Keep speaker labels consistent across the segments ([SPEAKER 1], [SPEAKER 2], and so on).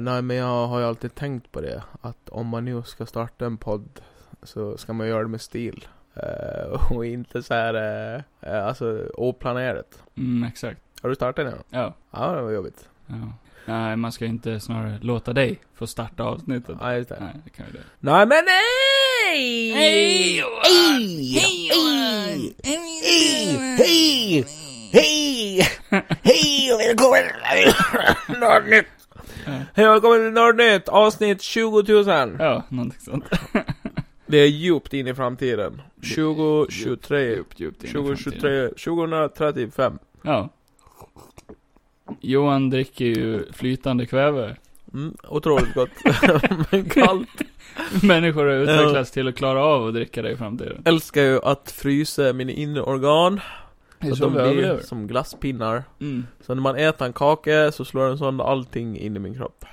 [SPEAKER 1] nej men jag har ju alltid tänkt på det. Att om man nu ska starta en podd så ska man göra det med stil. Eh, och inte så här, eh, eh, alltså oplanerat.
[SPEAKER 2] Mm, exakt.
[SPEAKER 1] Har du startat den?
[SPEAKER 2] Ja.
[SPEAKER 1] Ja, det var jobbigt.
[SPEAKER 2] ja. Nej, man ska inte snarare låta dig få starta avsnittet.
[SPEAKER 1] Ja, just det.
[SPEAKER 2] Nej, det kan ju det.
[SPEAKER 1] Nej men hej!
[SPEAKER 2] Hej, Johan!
[SPEAKER 1] Hej!
[SPEAKER 2] Hej!
[SPEAKER 1] Hej! Hej! Hej! Hej och välkommen till Nördnytt! Hej och välkommen till Nördnytt avsnitt 20 000.
[SPEAKER 2] Ja, någonting sånt.
[SPEAKER 1] Det är djupt in i framtiden. 2023.
[SPEAKER 2] Djupt, djupt in i framtiden.
[SPEAKER 1] 2023. 2035.
[SPEAKER 2] Ja. Johan dricker ju flytande kväve.
[SPEAKER 1] Mm, otroligt gott. Men kallt.
[SPEAKER 2] Människor har utvecklats till att klara av att dricka det i framtiden.
[SPEAKER 1] Älskar ju att frysa mina inre organ.
[SPEAKER 2] Det är
[SPEAKER 1] Så att
[SPEAKER 2] så
[SPEAKER 1] de
[SPEAKER 2] vi
[SPEAKER 1] blir
[SPEAKER 2] överlever.
[SPEAKER 1] som glasspinnar.
[SPEAKER 2] Mm.
[SPEAKER 1] Så när man äter en kaka så slår den sönder allting in i min kropp.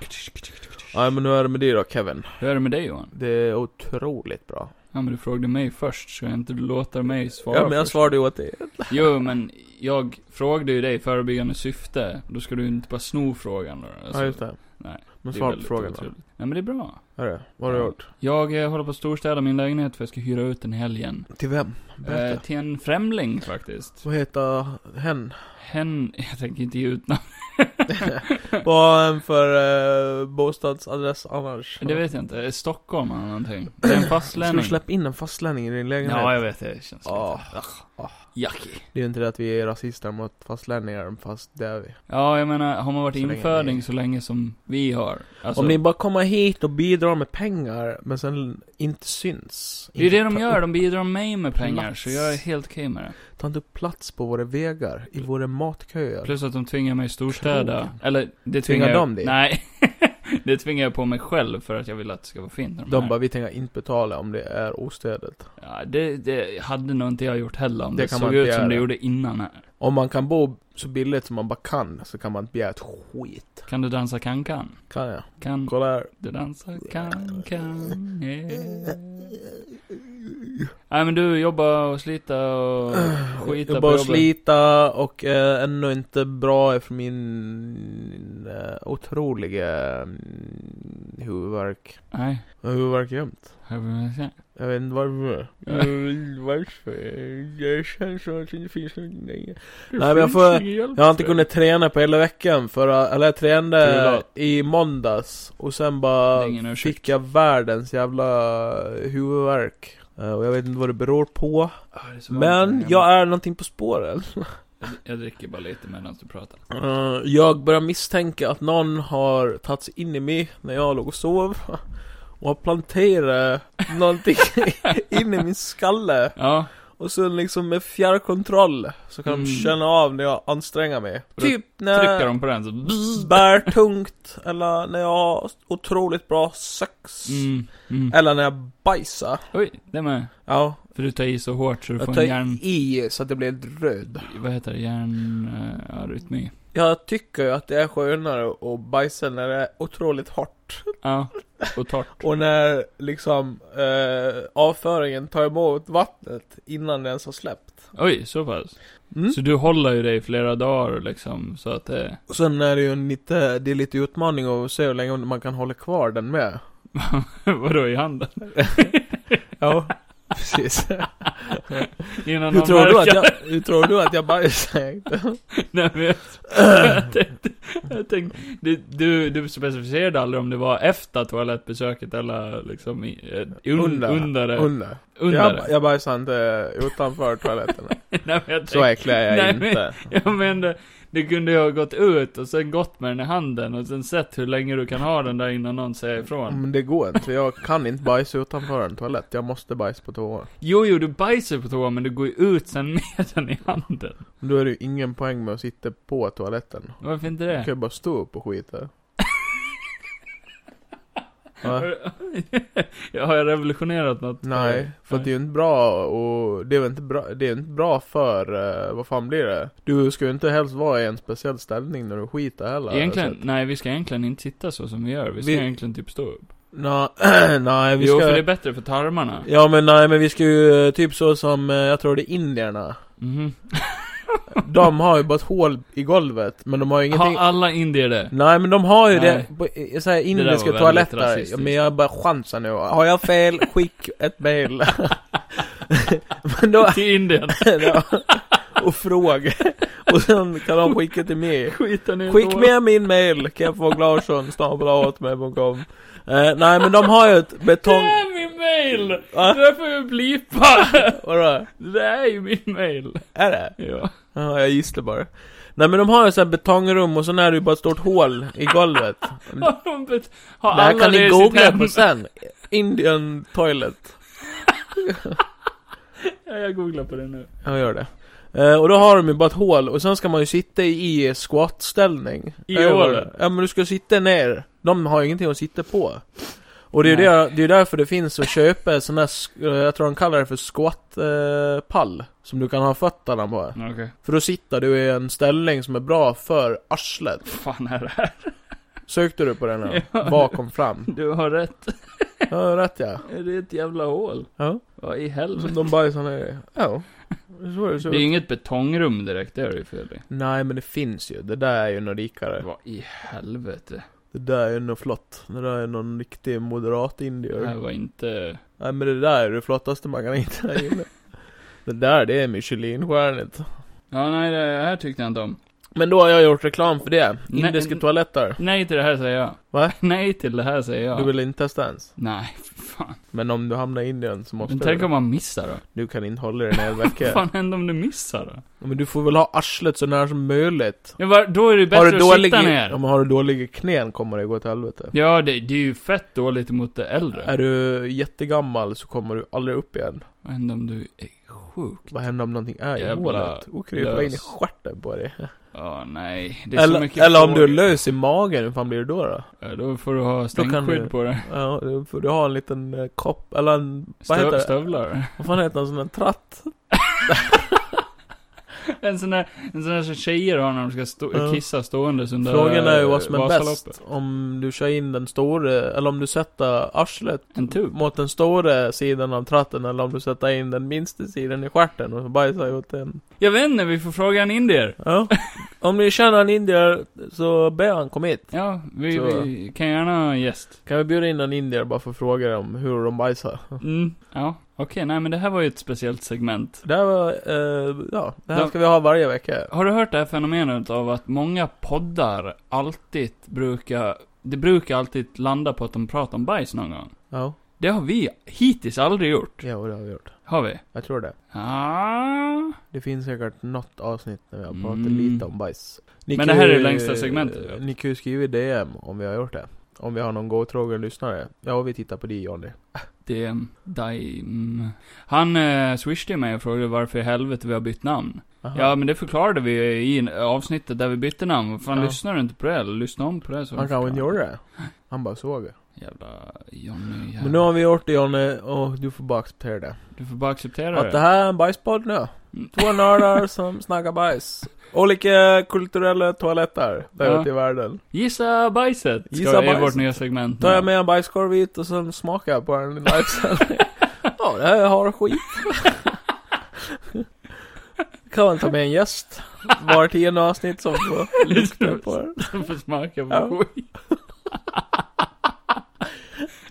[SPEAKER 1] Nej men hur är det med dig då Kevin?
[SPEAKER 2] Hur är det med dig Johan?
[SPEAKER 1] Det är otroligt bra.
[SPEAKER 2] Ja men du frågade mig först, så jag inte låter mig svara
[SPEAKER 1] Ja men jag
[SPEAKER 2] först.
[SPEAKER 1] svarade ju åt dig.
[SPEAKER 2] Jo men, jag frågade ju dig i förebyggande syfte. Då ska du inte bara sno frågan då. Alltså,
[SPEAKER 1] Ja just det.
[SPEAKER 2] nej,
[SPEAKER 1] Men
[SPEAKER 2] det är
[SPEAKER 1] svara på
[SPEAKER 2] väldigt
[SPEAKER 1] frågan då.
[SPEAKER 2] otrevligt. Nej men det är bra.
[SPEAKER 1] Är det? Vad har du
[SPEAKER 2] Ja.
[SPEAKER 1] gjort?
[SPEAKER 2] Jag eh, håller på att storstäda min lägenhet för jag ska hyra ut den i helgen.
[SPEAKER 1] Till vem?
[SPEAKER 2] Eh,
[SPEAKER 1] Berätta.
[SPEAKER 2] till en främling faktiskt.
[SPEAKER 1] Vad heter hen?
[SPEAKER 2] Hen, jag tänker inte ge ut namn.
[SPEAKER 1] Vad har hen för eh, bostadsadress annars?
[SPEAKER 2] Det vet jag inte. Eh, Stockholm eller någonting. Det är en
[SPEAKER 1] Ska du
[SPEAKER 2] fastlänning.
[SPEAKER 1] släppa in en fastlänning i din lägenhet?
[SPEAKER 2] Ja, jag vet det. Det känns
[SPEAKER 1] Ah,
[SPEAKER 2] lite... Ah. Yucky.
[SPEAKER 1] Det är ju inte det att vi är rasister mot fastlänningar, fast det är vi.
[SPEAKER 2] Ja, jag menar, har man varit
[SPEAKER 1] Så länge
[SPEAKER 2] inföding
[SPEAKER 1] ni-
[SPEAKER 2] så länge som vi har. Alltså,
[SPEAKER 1] Om ni bara kommer hit och bidrar med pengar, men sen inte syns.
[SPEAKER 2] det är
[SPEAKER 1] inte
[SPEAKER 2] det de
[SPEAKER 1] ta
[SPEAKER 2] gör,
[SPEAKER 1] upp-
[SPEAKER 2] de bidrar mig med pengar,
[SPEAKER 1] plats.
[SPEAKER 2] så jag är helt okej med det.
[SPEAKER 1] Ta inte upp plats på våra vägar, i våra matköer.
[SPEAKER 2] Plus att de tvingar mig storstäda.
[SPEAKER 1] Krogen.
[SPEAKER 2] Eller, det
[SPEAKER 1] Tvingar
[SPEAKER 2] tvingar...
[SPEAKER 1] de dig?
[SPEAKER 2] Nej. det tvingar jag på mig själv för att jag vill att det ska vara fint. när
[SPEAKER 1] De
[SPEAKER 2] här.
[SPEAKER 1] bara, vi tänker inte betala om det är ostädet.
[SPEAKER 2] Ja, det, det hade nog inte jag gjort heller om
[SPEAKER 1] Det
[SPEAKER 2] det,
[SPEAKER 1] kan
[SPEAKER 2] såg
[SPEAKER 1] man
[SPEAKER 2] ut
[SPEAKER 1] begära.
[SPEAKER 2] som det gjorde innan här.
[SPEAKER 1] Om man kan bo så billigt som man bara kan, så kan man inte begära ett skit.
[SPEAKER 2] Kan du dansa kankan?
[SPEAKER 1] Kan jag?
[SPEAKER 2] Kan
[SPEAKER 1] Kolla här.
[SPEAKER 2] du dansa kankan? Yeah. Nej men du, jobba och slita och skita
[SPEAKER 1] jag
[SPEAKER 2] på
[SPEAKER 1] bara
[SPEAKER 2] jobbet.
[SPEAKER 1] slita och eh, ännu inte bra efter min eh, otroliga mm, huvudvärk.
[SPEAKER 2] Nej,
[SPEAKER 1] Jag har huvudvärk jämt.
[SPEAKER 2] här vill jag säga.
[SPEAKER 1] Jag vet inte varför. Jag vet inte varför. Det känns som att det inte finns någonting längre.
[SPEAKER 2] Det
[SPEAKER 1] Nej, men jag
[SPEAKER 2] finns
[SPEAKER 1] får-
[SPEAKER 2] ingen hjälp
[SPEAKER 1] Jag har inte
[SPEAKER 2] för
[SPEAKER 1] kunnat träna på hela veckan för, eller jag tränade
[SPEAKER 2] Kul
[SPEAKER 1] i måndags och sen
[SPEAKER 2] Det
[SPEAKER 1] bara
[SPEAKER 2] är ingen ursäkt.
[SPEAKER 1] fick jag världens jävla huvudvärk. Eh, Och jag vet inte vad det beror på.
[SPEAKER 2] Ja, det är så varmt här
[SPEAKER 1] Men
[SPEAKER 2] hemma.
[SPEAKER 1] jag är någonting på spåren.
[SPEAKER 2] Jag dricker bara lite medan du pratar.
[SPEAKER 1] Eh, jag börjar misstänka att någon har tagit sig in i mig när jag låg och sov. Och har planterat någonting in i min skalle.
[SPEAKER 2] Ja,
[SPEAKER 1] Och sen liksom med fjärrkontroll så kan
[SPEAKER 2] Mm.
[SPEAKER 1] de känna av när jag anstränger mig.
[SPEAKER 2] då
[SPEAKER 1] Typ
[SPEAKER 2] trycker
[SPEAKER 1] när
[SPEAKER 2] de på den så...
[SPEAKER 1] jag bär tungt, eller när jag har otroligt bra sex.
[SPEAKER 2] Mm, mm.
[SPEAKER 1] Eller när jag bajsar.
[SPEAKER 2] Oj, det med.
[SPEAKER 1] Ja,
[SPEAKER 2] För du tar i så hårt så du
[SPEAKER 1] jag
[SPEAKER 2] får en
[SPEAKER 1] tar
[SPEAKER 2] hjärn...
[SPEAKER 1] i så att jag blir helt röd.
[SPEAKER 2] Vad heter det? Hjärnarytmi.
[SPEAKER 1] Jag tycker ju att det är skönare att bajsa när det är otroligt hårt.
[SPEAKER 2] Ja, och torrt.
[SPEAKER 1] Och när liksom eh, avföringen tar emot vattnet innan det ens har släppt.
[SPEAKER 2] Oj, så pass.
[SPEAKER 1] Mm.
[SPEAKER 2] Så du håller ju dig i flera dagar liksom, så att det...
[SPEAKER 1] Och sen är det ju en lite, det är lite utmaning att se hur länge man kan hålla kvar den med.
[SPEAKER 2] Vadå i handen?
[SPEAKER 1] Ja, precis.
[SPEAKER 2] Innan
[SPEAKER 1] hur,
[SPEAKER 2] han
[SPEAKER 1] tror du att
[SPEAKER 2] märker-
[SPEAKER 1] jag, hur tror du att jag bajsade?
[SPEAKER 2] Nej, men jag, jag tänkte, jag tänkte du, du, du specificerade aldrig om det var efter toalettbesöket eller liksom i, eh, un,
[SPEAKER 1] Under.
[SPEAKER 2] under. Under det.
[SPEAKER 1] Under.
[SPEAKER 2] Under
[SPEAKER 1] Jag,
[SPEAKER 2] det.
[SPEAKER 1] jag bajsade inte utanför toaletten.
[SPEAKER 2] Nej, men jag
[SPEAKER 1] Så
[SPEAKER 2] tänkte,
[SPEAKER 1] äcklig är jag
[SPEAKER 2] Nej, men-
[SPEAKER 1] inte.
[SPEAKER 2] jag menar, du kunde ju ha gått ut och sen gått med den i handen och sen sett hur länge du kan ha den där innan någon säger ifrån.
[SPEAKER 1] Men det går inte, jag kan inte bajsa utanför en toalett. Jag måste bajsa på toa.
[SPEAKER 2] Jo, jo, du bajsar på toa, men du går ju ut sen med den i handen.
[SPEAKER 1] Men Då är det ju ingen poäng med att sitta på toaletten.
[SPEAKER 2] Varför inte
[SPEAKER 1] Du
[SPEAKER 2] det?
[SPEAKER 1] kan ju bara stå upp och skita. Va?
[SPEAKER 2] Jag har jag revolutionerat något?
[SPEAKER 1] Nej, för att det är ju inte bra och det är väl inte bra, det är inte bra för, eh, vad fan blir det? Du ska ju inte helst vara i en speciell ställning när du skiter heller.
[SPEAKER 2] Eh, Egentligen,
[SPEAKER 1] så att-
[SPEAKER 2] nej vi ska egentligen inte sitta så som vi gör, vi ska
[SPEAKER 1] Vi-
[SPEAKER 2] egentligen typ stå upp.
[SPEAKER 1] Nå- nej, vi
[SPEAKER 2] Jo, för det är
[SPEAKER 1] ska...
[SPEAKER 2] bättre för tarmarna.
[SPEAKER 1] Ja men nej men vi ska ju eh, typ så som, eh, jag tror det är indierna.
[SPEAKER 2] Mhm.
[SPEAKER 1] de har ju bara ett hål i golvet, men de har ju ingenting...
[SPEAKER 2] Har alla indier det?
[SPEAKER 1] Nej men de har ju
[SPEAKER 2] Nej.
[SPEAKER 1] det, på, i- så här,
[SPEAKER 2] där
[SPEAKER 1] indiska
[SPEAKER 2] var väldigt
[SPEAKER 1] toaletter.
[SPEAKER 2] rasistiskt.
[SPEAKER 1] Men jag bara chansar nu. Har jag fel, skick ett mail. men då,
[SPEAKER 2] Till Indien?
[SPEAKER 1] Ja. och fråga. Och sen kan de skicka till mig.
[SPEAKER 2] Skita ner
[SPEAKER 1] Skick
[SPEAKER 2] då.
[SPEAKER 1] med min mail, keffoglarsson, snabelahotmail.com. Eh, nej men de har ju ett betong...
[SPEAKER 2] Det är min mail! Det
[SPEAKER 1] Va?
[SPEAKER 2] där får jag blipa!
[SPEAKER 1] Vadå?
[SPEAKER 2] Det där är ju min mail.
[SPEAKER 1] Är det?
[SPEAKER 2] Ja.
[SPEAKER 1] Ja, jag gissar bara. Nej men de har ju såhär betongrum och sen är det ju bara ett stort hål i golvet.
[SPEAKER 2] Har de bet- Har
[SPEAKER 1] Det här
[SPEAKER 2] alla
[SPEAKER 1] kan
[SPEAKER 2] det
[SPEAKER 1] ni
[SPEAKER 2] i
[SPEAKER 1] googla
[SPEAKER 2] sitt
[SPEAKER 1] på
[SPEAKER 2] hem?
[SPEAKER 1] sen. Indian toilet.
[SPEAKER 2] Ja, jag googlar på det nu.
[SPEAKER 1] Ja, gör det. Eh, och då har de ju bara ett hål och sen ska man ju sitta i squat-ställning.
[SPEAKER 2] I
[SPEAKER 1] Över.
[SPEAKER 2] hålet?
[SPEAKER 1] Ja, men du ska sitta ner. De har ju ingenting att sitta på. Och det är ju
[SPEAKER 2] Nej.
[SPEAKER 1] det, det är därför det finns att köpa sån här, sk- eh, jag tror de kallar det för squat-pall. som du kan ha fötterna på.
[SPEAKER 2] Okej.
[SPEAKER 1] För då sitter du i en ställning som är bra för arslet.
[SPEAKER 2] fan är det här?
[SPEAKER 1] Sökte du på den här?
[SPEAKER 2] Ja.
[SPEAKER 1] Bakom fram.
[SPEAKER 2] Du har rätt.
[SPEAKER 1] Ja, rätt ja.
[SPEAKER 2] Det är ett jävla hål.
[SPEAKER 1] Ja.
[SPEAKER 2] Vad i
[SPEAKER 1] Som
[SPEAKER 2] helvete?
[SPEAKER 1] de bara är såna här, ja. Så är det,
[SPEAKER 2] Det
[SPEAKER 1] så.
[SPEAKER 2] är ju inget betongrum direkt, det är det ju Fredrik.
[SPEAKER 1] Nej men det finns ju, det där är ju något rikare.
[SPEAKER 2] Vad i helvete?
[SPEAKER 1] Det där är nog flott. Det där är någon riktig moderat indier.
[SPEAKER 2] Det här var inte...
[SPEAKER 1] Nej men det där är det flottaste man kan hitta här inne. det där, det är Michelinstjärnigt.
[SPEAKER 2] Ja, nej, det här tyckte jag inte om.
[SPEAKER 1] Men då har jag gjort reklam för det.
[SPEAKER 2] Nej,
[SPEAKER 1] Indiska
[SPEAKER 2] n-
[SPEAKER 1] toaletter.
[SPEAKER 2] Nej till det här säger jag.
[SPEAKER 1] Va?
[SPEAKER 2] Nej till det här säger jag.
[SPEAKER 1] Du vill inte testa ens.
[SPEAKER 2] Nej, fan.
[SPEAKER 1] Men om du hamnar i Indien så måste
[SPEAKER 2] Men tänk
[SPEAKER 1] du.
[SPEAKER 2] om man missar då?
[SPEAKER 1] Du kan inte hålla dig en hel
[SPEAKER 2] Vad
[SPEAKER 1] vecka.
[SPEAKER 2] fan händer om du missar då?
[SPEAKER 1] Ja, men du får väl ha arslet så nära som möjligt.
[SPEAKER 2] Ja, var, då är det
[SPEAKER 1] Har
[SPEAKER 2] bättre
[SPEAKER 1] du,
[SPEAKER 2] att
[SPEAKER 1] dålig,
[SPEAKER 2] sitta
[SPEAKER 1] om
[SPEAKER 2] ner.
[SPEAKER 1] har du dåliga knän kommer det gå till helvete.
[SPEAKER 2] Ja, det, det är ju fett dåligt mot det
[SPEAKER 1] Är
[SPEAKER 2] äldre.
[SPEAKER 1] du jättegammal så kommer du aldrig upp igen.
[SPEAKER 2] Vad händer om du är sjukt?
[SPEAKER 1] Vad händer om någonting är i
[SPEAKER 2] Jävla
[SPEAKER 1] hålet? Okej, jag in i
[SPEAKER 2] lös.
[SPEAKER 1] stjärten på dig.
[SPEAKER 2] Ja, nej. Det är så
[SPEAKER 1] Eller,
[SPEAKER 2] mycket
[SPEAKER 1] eller om du är
[SPEAKER 2] frågor.
[SPEAKER 1] lös i magen, hur fan blir det då? då?
[SPEAKER 2] Ja, då får du ha
[SPEAKER 1] Då kan
[SPEAKER 2] stänkskydd
[SPEAKER 1] du-
[SPEAKER 2] på dig.
[SPEAKER 1] Ja, då får du har en liten eh, kopp, eller en, vad heter
[SPEAKER 2] Stö,
[SPEAKER 1] det?
[SPEAKER 2] stövlar.
[SPEAKER 1] Vad fan heter en sån där tratt?
[SPEAKER 2] En sån där, en sån där som tjejer har när de ska stå,
[SPEAKER 1] Ja.
[SPEAKER 2] kissa stående under
[SPEAKER 1] Frågan är ju vad som är
[SPEAKER 2] Vasaloppet.
[SPEAKER 1] bäst. Om du kör in den stora, eller om du sätter arslet
[SPEAKER 2] En tub.
[SPEAKER 1] mot den stora sidan av tratten, eller om du sätter in den minsta sidan i stjärten och bajsar åt en.
[SPEAKER 2] Jag vet inte, vi får fråga en indier.
[SPEAKER 1] Ja. om ni känner en indier, så be han komma hit.
[SPEAKER 2] Ja, vi,
[SPEAKER 1] Så-
[SPEAKER 2] vi kan gärna ha en gäst.
[SPEAKER 1] Kan vi bjuda in en indier bara för att fråga dem hur de bajsar?
[SPEAKER 2] Mm, ja. Okej, nej men det här var ju ett speciellt segment.
[SPEAKER 1] Det här var, eh, ja, det här
[SPEAKER 2] Ja.
[SPEAKER 1] ska vi ha varje vecka.
[SPEAKER 2] Har du hört det här fenomenet av att många poddar alltid brukar, det brukar alltid landa på att de pratar om bajs någon gång?
[SPEAKER 1] Ja,
[SPEAKER 2] Det har vi hittills aldrig gjort.
[SPEAKER 1] ja och det har vi gjort.
[SPEAKER 2] Har vi?
[SPEAKER 1] Jag tror det.
[SPEAKER 2] Ah.
[SPEAKER 1] Det finns säkert något avsnitt när vi har pratat
[SPEAKER 2] Mm.
[SPEAKER 1] lite om bajs. Ni
[SPEAKER 2] Men
[SPEAKER 1] kan
[SPEAKER 2] det här
[SPEAKER 1] ju-
[SPEAKER 2] är det längsta segmentet, ja.
[SPEAKER 1] Ni kan ju skriva i DM om vi har gjort det. Om vi har någon godtrogen lyssnare. Ja, vi tittar på dig Johnny.
[SPEAKER 2] Det, Daim. Han eh, swishade mig och frågade varför i helvete vi har bytt namn.
[SPEAKER 1] Aha.
[SPEAKER 2] Ja, men det förklarade vi i en- avsnittet där vi bytte namn. Vad fan,
[SPEAKER 1] Ja.
[SPEAKER 2] lyssnar du inte på det? Eller lyssna om på det så
[SPEAKER 1] Han kanske inte
[SPEAKER 2] förklarar.
[SPEAKER 1] gjorde det. Han bara såg det.
[SPEAKER 2] Jävla Johnny jävla.
[SPEAKER 1] Men nu har vi gjort det Johnny och du får bara acceptera det.
[SPEAKER 2] Du får bara acceptera
[SPEAKER 1] Att det här är en bajspodd nu.
[SPEAKER 2] Mm.
[SPEAKER 1] Två nördar som snackar bajs. Olika kulturella toaletter där
[SPEAKER 2] Ja.
[SPEAKER 1] ute i världen.
[SPEAKER 2] Gissa bajset! Ska
[SPEAKER 1] Gissa
[SPEAKER 2] Gissa
[SPEAKER 1] bajset.
[SPEAKER 2] är vårt nya segment.
[SPEAKER 1] Tar jag
[SPEAKER 2] nu.
[SPEAKER 1] med en bajskorv hit och sen smakar jag på den i livesändning. ja, det här har skit. kan man ta med en gäst. Var tionde avsnitt som får lukta på den.
[SPEAKER 2] Som får smaka på
[SPEAKER 1] Ja.
[SPEAKER 2] skit.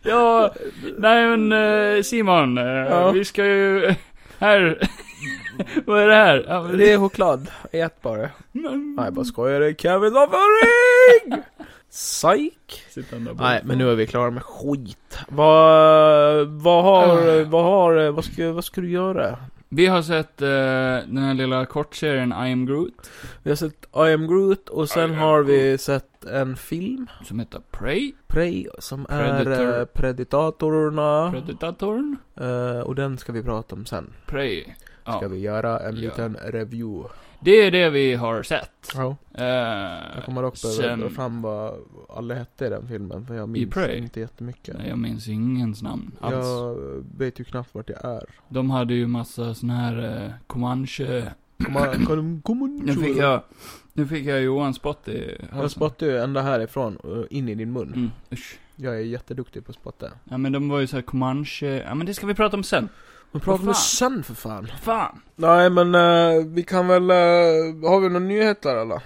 [SPEAKER 2] ja, nej men eh, Simon. eh,
[SPEAKER 1] Ja.
[SPEAKER 2] Vi ska ju... Här. Vad är det här? Ja, men-
[SPEAKER 1] Det är choklad. Ät bara.
[SPEAKER 2] Men-
[SPEAKER 1] Nej, jag bara skojar. Det är Kevins avföring! Psyk.
[SPEAKER 2] Sitter han där borta.
[SPEAKER 1] Nej, men nu är vi klara med skit. Vad, vad
[SPEAKER 2] Ah.
[SPEAKER 1] har, vad har, vad ska, vad ska du göra?
[SPEAKER 2] Vi har sett eh, den här lilla kortserien I am Groot.
[SPEAKER 1] Vi har sett I am Groot och sen
[SPEAKER 2] I am
[SPEAKER 1] har vi sett en film.
[SPEAKER 2] Som heter Prey.
[SPEAKER 1] Prey som
[SPEAKER 2] Predator.
[SPEAKER 1] är eh, Predatorerna.
[SPEAKER 2] Predatorn.
[SPEAKER 1] Eh, och den ska vi prata om sen.
[SPEAKER 2] Prey. Ja.
[SPEAKER 1] Ska vi göra en
[SPEAKER 2] Ja.
[SPEAKER 1] liten review.
[SPEAKER 2] Det är det vi har sett.
[SPEAKER 1] Ja.
[SPEAKER 2] Eh,
[SPEAKER 1] Jag kommer dock behöva
[SPEAKER 2] sen-
[SPEAKER 1] dra fram vad alla hette i den filmen, för jag minns
[SPEAKER 2] Prey?
[SPEAKER 1] inte jättemycket.
[SPEAKER 2] Nej, jag minns ingens namn alls.
[SPEAKER 1] jag vet ju knappt vart jag är.
[SPEAKER 2] De hade ju massa sån här eh, Comanche...
[SPEAKER 1] Kommer- kommer- kommer-
[SPEAKER 2] Nu fick jag... Nu fick jag Johan spott i halsen.
[SPEAKER 1] Jag spottar ju ända härifrån, eh, in i din mun.
[SPEAKER 2] Mm, usch.
[SPEAKER 1] Jag är jätteduktig på att spotta.
[SPEAKER 2] Ja men de var ju såhär Comanche... Ja men det ska vi prata om sen.
[SPEAKER 1] Men prata
[SPEAKER 2] fan?
[SPEAKER 1] nu sen för fan.
[SPEAKER 2] Fan!
[SPEAKER 1] Nej men eh, vi kan väl, eh, har vi några nyheter eller?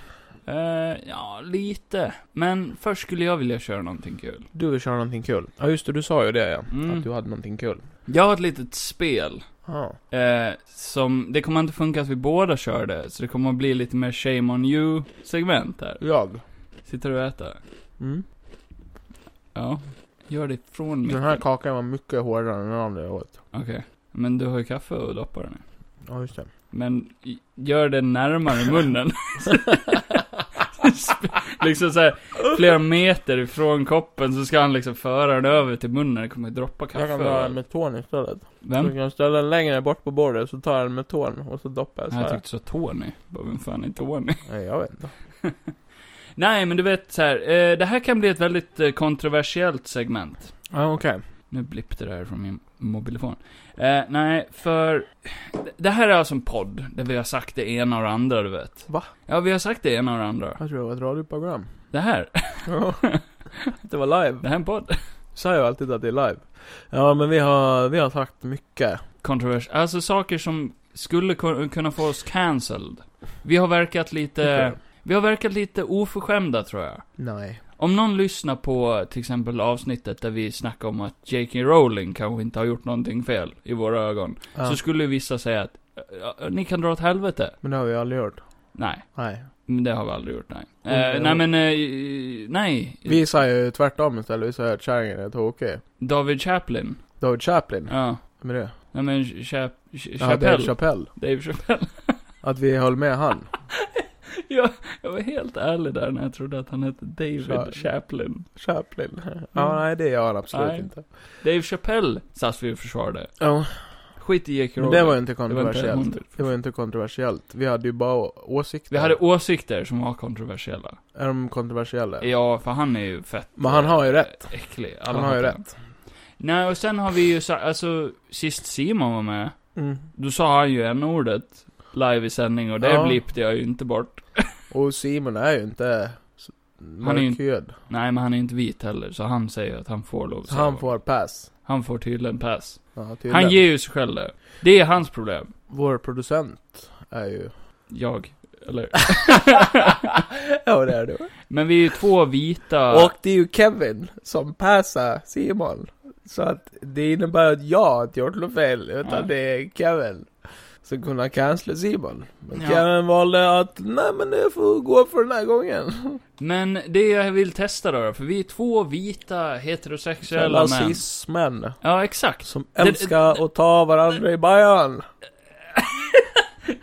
[SPEAKER 2] Eh, ja, lite. Men först skulle jag vilja köra någonting kul.
[SPEAKER 1] Du vill köra någonting kul? Ja just det, du sa ju det ja.
[SPEAKER 2] Mm.
[SPEAKER 1] Att du hade någonting kul.
[SPEAKER 2] Jag har ett litet spel.
[SPEAKER 1] Ja.
[SPEAKER 2] Eh, som, det kommer inte funka att vi båda kör det, så det kommer att bli lite mer shame on you segment här.
[SPEAKER 1] Jag?
[SPEAKER 2] Sitter du och äter?
[SPEAKER 1] Mm.
[SPEAKER 2] Ja. Gör det från micken.
[SPEAKER 1] Den här kakan var mycket hårdare än den andra jag åt.
[SPEAKER 2] Okej. Men du har ju kaffe och doppar den i.
[SPEAKER 1] Ja just det.
[SPEAKER 2] Men i- gör det närmare munnen. Sp- liksom såhär, flera meter ifrån koppen så ska han liksom föra den över till munnen. Det kommer att droppa kaffe.
[SPEAKER 1] Jag kan dra den
[SPEAKER 2] överallt.
[SPEAKER 1] med Mm, tån istället. Du
[SPEAKER 2] Vem?
[SPEAKER 1] kan ställa den längre bort på bordet, så tar jag den med tån och så doppar jag så
[SPEAKER 2] Nej, jag
[SPEAKER 1] här.
[SPEAKER 2] tyckte så Tony. Bara, Vem fan är Tony?
[SPEAKER 1] Nej jag vet inte.
[SPEAKER 2] Nej, men du vet så här. Eh, det här kan bli ett väldigt eh, kontroversiellt segment.
[SPEAKER 1] Ja okej.
[SPEAKER 2] Nu blippte det här från min mobiltelefon. Eh, nej, för det här är alltså en podd där vi har sagt det ena och det andra, du vet.
[SPEAKER 1] Va?
[SPEAKER 2] Ja, vi har sagt det ena och det andra.
[SPEAKER 1] Jag tror det var ett radioprogram.
[SPEAKER 2] Det här,
[SPEAKER 1] Ja. det var live.
[SPEAKER 2] det här är en podd.
[SPEAKER 1] Säger ju alltid att det är live. Ja men vi har, vi har sagt mycket.
[SPEAKER 2] Kontrovers, alltså saker som skulle ku- kunna få oss cancelled. Vi har verkat lite, vi har verkat lite oförskämda tror jag.
[SPEAKER 1] Nej.
[SPEAKER 2] Om någon lyssnar på till exempel avsnittet där vi snackar om att J.K. Rowling kanske inte har gjort någonting fel i våra ögon.
[SPEAKER 1] Ja.
[SPEAKER 2] Så skulle vissa säga att, "Ja, ni kan dra åt helvete.
[SPEAKER 1] Men det har vi aldrig gjort.
[SPEAKER 2] Nej.
[SPEAKER 1] Nej.
[SPEAKER 2] Men det har vi aldrig gjort, nej.
[SPEAKER 1] Mm,
[SPEAKER 2] Eh,
[SPEAKER 1] jo.
[SPEAKER 2] nej men, eh, nej.
[SPEAKER 1] Vi säger ju tvärtom istället. Vi säger att kärringen är tokig.
[SPEAKER 2] David Chaplin.
[SPEAKER 1] David Chaplin.
[SPEAKER 2] Ja.
[SPEAKER 1] Med det.
[SPEAKER 2] Nej men, Chap... Ch-
[SPEAKER 1] Ja, Dave
[SPEAKER 2] Chappelle.
[SPEAKER 1] Chappelle.
[SPEAKER 2] Dave Chappelle.
[SPEAKER 1] Att vi höll med han.
[SPEAKER 2] jag, jag var helt ärlig där när jag trodde att han hette David
[SPEAKER 1] Cha-
[SPEAKER 2] Chaplin. Mm.
[SPEAKER 1] Chaplin. Ja, nej det gör han absolut
[SPEAKER 2] Nej.
[SPEAKER 1] inte.
[SPEAKER 2] Dave Chappelle satt vi och försvarade.
[SPEAKER 1] Ja,
[SPEAKER 2] Skit i J.K.
[SPEAKER 1] men det var
[SPEAKER 2] Rowling.
[SPEAKER 1] ju inte
[SPEAKER 2] Det var inte
[SPEAKER 1] kontroversiellt.
[SPEAKER 2] hon.
[SPEAKER 1] Det var ju inte kontroversiellt. Vi hade ju bara å- åsikter.
[SPEAKER 2] Vi hade åsikter som var kontroversiella.
[SPEAKER 1] Är de kontroversiella?
[SPEAKER 2] Ja, för han är ju fett eh,
[SPEAKER 1] Men han har ju rätt.
[SPEAKER 2] äcklig. Alla
[SPEAKER 1] Han har ju
[SPEAKER 2] hatar
[SPEAKER 1] rätt.
[SPEAKER 2] Nej, och sen har vi ju sa- alltså, sist Simon var med,
[SPEAKER 1] Mm.
[SPEAKER 2] då sa han ju en ordet live i sändning och det
[SPEAKER 1] Ja.
[SPEAKER 2] blippte jag ju inte bort.
[SPEAKER 1] Och Simon är ju inte s-
[SPEAKER 2] är ju-
[SPEAKER 1] mörkhyad.
[SPEAKER 2] Nej, men han är inte vit heller, så han säger att han får lov att
[SPEAKER 1] Så
[SPEAKER 2] säga
[SPEAKER 1] han
[SPEAKER 2] vad-
[SPEAKER 1] får pass.
[SPEAKER 2] han får tydligen pass.
[SPEAKER 1] Ja, tydligen.
[SPEAKER 2] Han ger ju sig själv det. Det är hans problem.
[SPEAKER 1] Vår producent är ju...
[SPEAKER 2] Jag. Eller?
[SPEAKER 1] ja, det är du.
[SPEAKER 2] men vi är ju två vita.
[SPEAKER 1] Och det är ju Kevin som passar Simon. Så att det innebär att jag inte gjort något fel, utan
[SPEAKER 2] Ja.
[SPEAKER 1] det är Kevin. som kunde cancella Simon. Men
[SPEAKER 2] Ja.
[SPEAKER 1] Kevin valde att, nej men det får gå för den här gången.
[SPEAKER 2] Men det jag vill testa då, för vi är två vita heterosexuella män.
[SPEAKER 1] Rasismen.
[SPEAKER 2] Ja, exakt.
[SPEAKER 1] Som
[SPEAKER 2] det-
[SPEAKER 1] älskar att ta varandra i bajan.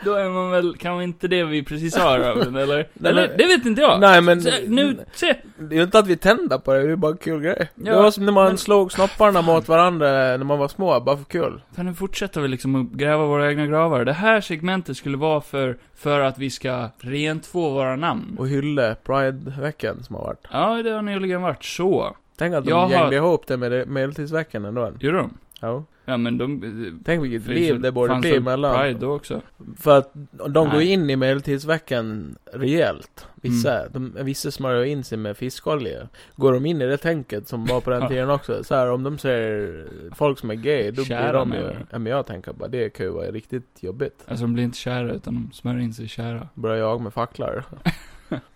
[SPEAKER 2] Då är man väl kanske inte det vi precis har Robin, eller?
[SPEAKER 1] Nej,
[SPEAKER 2] eller,
[SPEAKER 1] men-
[SPEAKER 2] det vet inte jag.
[SPEAKER 1] Nej men,
[SPEAKER 2] Så, nu, se.
[SPEAKER 1] det är ju inte att vi tänder på det, det är ju bara en kul grej.
[SPEAKER 2] Ja,
[SPEAKER 1] det var som när man
[SPEAKER 2] men-
[SPEAKER 1] slog snopparna mot varandra när man var små, bara för kul.
[SPEAKER 2] För nu fortsätter vi liksom att gräva våra egna gravar. Det här segmentet skulle vara för, för att vi ska rent få våra namn.
[SPEAKER 1] Och hylla Pride-veckan som har varit.
[SPEAKER 2] Ja, det har nyligen varit så.
[SPEAKER 1] Tänk att de
[SPEAKER 2] Jag har-
[SPEAKER 1] gängde ihop det med det- medeltidsveckan ändå.
[SPEAKER 2] Gjorde de?
[SPEAKER 1] Ja.
[SPEAKER 2] Ja, men de...
[SPEAKER 1] Tänk vilket liv det borde
[SPEAKER 2] fanns
[SPEAKER 1] bli
[SPEAKER 2] väl
[SPEAKER 1] mellan.
[SPEAKER 2] Pride då också.
[SPEAKER 1] För att de går
[SPEAKER 2] Nej.
[SPEAKER 1] in i medeltidsveckan rejält. Vissa,
[SPEAKER 2] Mm.
[SPEAKER 1] de, vissa smörjer in sig med fiskolja. Går de in i det tänket som var på den
[SPEAKER 2] Ja.
[SPEAKER 1] tiden också. Så här, om de ser folk som är gay, då
[SPEAKER 2] Kära
[SPEAKER 1] blir de
[SPEAKER 2] menar
[SPEAKER 1] ju...
[SPEAKER 2] du?
[SPEAKER 1] Ja, men jag tänker bara, det kan ju vara riktigt jobbigt.
[SPEAKER 2] Alltså de blir inte kära, utan de smörjer in sig i kära.
[SPEAKER 1] Börjar jag med facklor.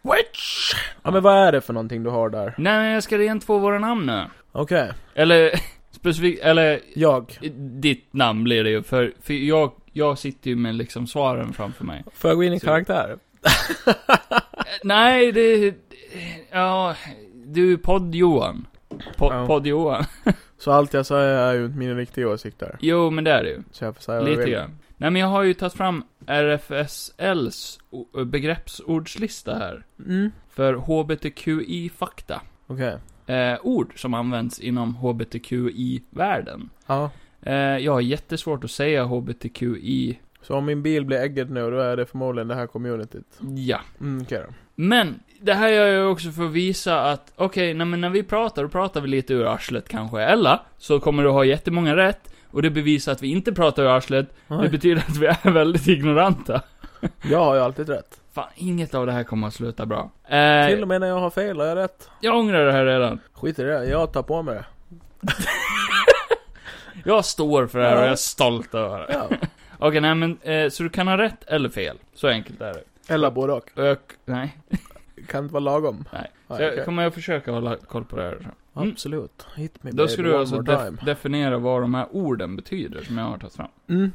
[SPEAKER 1] Witch! Ja men vad är det för någonting du har där?
[SPEAKER 2] Nej, men jag ska rent få våra namn nu.
[SPEAKER 1] Okej,
[SPEAKER 2] Eller, specifikt, eller...
[SPEAKER 1] jag.
[SPEAKER 2] Ditt namn blir det ju, för, för jag, jag sitter ju med liksom svaren framför mig.
[SPEAKER 1] Får jag gå in i
[SPEAKER 2] Så-
[SPEAKER 1] karaktär?
[SPEAKER 2] Eh, Nej, det... Ja, du är podd-Johan. Po,
[SPEAKER 1] Ja.
[SPEAKER 2] Podd-Johan.
[SPEAKER 1] Så allt jag säger är ju inte mina riktiga åsikter.
[SPEAKER 2] Jo, men det är det ju.
[SPEAKER 1] Så jag får säga vad jag
[SPEAKER 2] Lite
[SPEAKER 1] vill.
[SPEAKER 2] grann. Nej, men jag har ju tagit fram RFSLs o- begreppsordslista här.
[SPEAKER 1] Mm.
[SPEAKER 2] För HBTQI-fakta.
[SPEAKER 1] Okej.
[SPEAKER 2] Eh, ord som används inom HBTQI-världen.
[SPEAKER 1] Ja.
[SPEAKER 2] Eh, jag har jättesvårt att säga HBTQI.
[SPEAKER 1] Så om min bil blir äggad nu, då är det förmodligen det här communityt.
[SPEAKER 2] Ja.
[SPEAKER 1] Mm, okej då.
[SPEAKER 2] Men, det här gör jag ju också för att visa att, okej, nej, men när vi pratar, då pratar vi lite ur arslet kanske. Eller, så kommer du ha jättemånga rätt. Och det bevisar att vi inte pratar ur arslet. Det
[SPEAKER 1] Nej.
[SPEAKER 2] betyder att vi är väldigt ignoranta.
[SPEAKER 1] Jag har ju alltid rätt.
[SPEAKER 2] Fan, inget av det här kommer att sluta bra.
[SPEAKER 1] Till
[SPEAKER 2] Eh,
[SPEAKER 1] och med när jag har fel har jag rätt.
[SPEAKER 2] jag ångrar det här redan.
[SPEAKER 1] Skit i det, jag tar på mig det.
[SPEAKER 2] Jag står för det här och jag är
[SPEAKER 1] Ja.
[SPEAKER 2] stolt över det.
[SPEAKER 1] Ja.
[SPEAKER 2] Okej, nej men, eh, så du kan ha rätt eller fel. Så enkelt är det.
[SPEAKER 1] Eller både och.
[SPEAKER 2] Och jag, nej.
[SPEAKER 1] Kan inte vara lagom.
[SPEAKER 2] Nej.
[SPEAKER 1] Ja,
[SPEAKER 2] Så jag
[SPEAKER 1] okej.
[SPEAKER 2] kommer jag försöka hålla koll på det här. Mm.
[SPEAKER 1] Absolut. Hit me
[SPEAKER 2] Då
[SPEAKER 1] baby,
[SPEAKER 2] ska
[SPEAKER 1] one
[SPEAKER 2] du alltså
[SPEAKER 1] more
[SPEAKER 2] def-
[SPEAKER 1] time.
[SPEAKER 2] definiera vad de här orden betyder som jag har tagit fram.
[SPEAKER 1] Mm.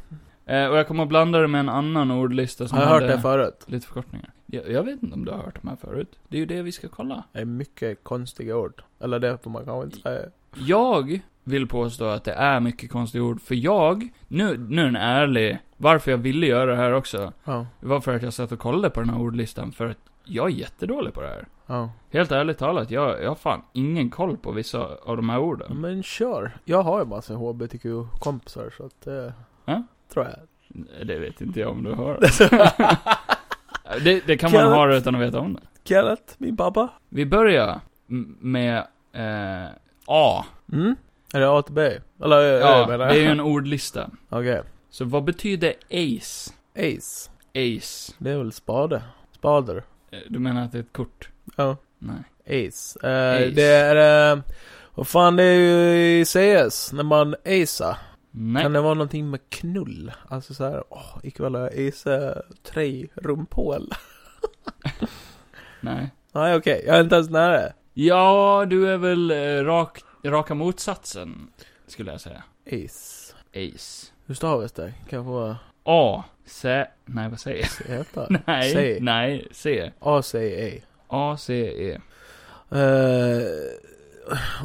[SPEAKER 2] Eh, och jag kommer att blanda det med en annan ordlista som
[SPEAKER 1] Har jag hört
[SPEAKER 2] hade
[SPEAKER 1] det förut?
[SPEAKER 2] lite förkortningar. Jag, jag vet inte om du har hört de här förut. Det är ju det vi ska kolla.
[SPEAKER 1] Det är mycket konstiga ord. Eller det får man kanske inte säga.
[SPEAKER 2] Jag vill påstå att det är mycket konstiga ord, för jag, nu, nu är den ärlig, varför jag ville göra det här också,
[SPEAKER 1] Ja.
[SPEAKER 2] var för att jag satt och kollade på den här ordlistan, för att jag är jättedålig på det här.
[SPEAKER 1] Ja.
[SPEAKER 2] Helt ärligt talat, jag, jag har fan ingen koll på vissa av de här orden.
[SPEAKER 1] Men kör. Jag har ju massa HBTQ-kompisar så att eh,
[SPEAKER 2] Ja.
[SPEAKER 1] Tror jag.
[SPEAKER 2] Det vet inte jag om du har. det, det kan man
[SPEAKER 1] Kan-
[SPEAKER 2] ha utan att veta om det.
[SPEAKER 1] Kenneth, min pappa.
[SPEAKER 2] Vi börjar m- med eh, A.
[SPEAKER 1] Mm. Är det A till B? Eller eh,
[SPEAKER 2] Ja,
[SPEAKER 1] Ö menar
[SPEAKER 2] det
[SPEAKER 1] jag.
[SPEAKER 2] är ju en ordlista.
[SPEAKER 1] Okej.
[SPEAKER 2] Så vad betyder ace?
[SPEAKER 1] Ace.
[SPEAKER 2] Ace.
[SPEAKER 1] Det är väl spade? Spader?
[SPEAKER 2] Eh, Du menar att det är ett kort?
[SPEAKER 1] Ja.
[SPEAKER 2] Nej.
[SPEAKER 1] Ace. Eh,
[SPEAKER 2] Ace.
[SPEAKER 1] Det är... Eh, vad fan det är ju i CS när man acear.
[SPEAKER 2] Nej.
[SPEAKER 1] Kan det vara någonting med knull? Alltså så här, åh, ikväll har jag ace tre rumpål.
[SPEAKER 2] Nej.
[SPEAKER 1] Nej okej, jag är inte ens nära.
[SPEAKER 2] Ja, du är väl eh, rak, raka motsatsen, skulle jag säga.
[SPEAKER 1] Ace.
[SPEAKER 2] Ace.
[SPEAKER 1] Hur stavas det? Kan jag få
[SPEAKER 2] A. C. Nej, vad säger jag?
[SPEAKER 1] heta?
[SPEAKER 2] Nej.
[SPEAKER 1] C.
[SPEAKER 2] Nej. C.
[SPEAKER 1] A säger A.
[SPEAKER 2] A, C, E.
[SPEAKER 1] Eh,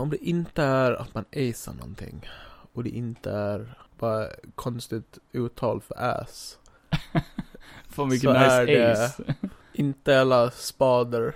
[SPEAKER 1] om det inte är att man acear någonting och det inte är bara konstigt uttal för ass.
[SPEAKER 2] Fan
[SPEAKER 1] Så
[SPEAKER 2] vilken
[SPEAKER 1] är
[SPEAKER 2] nice
[SPEAKER 1] det-
[SPEAKER 2] ace.
[SPEAKER 1] Inte alla spader,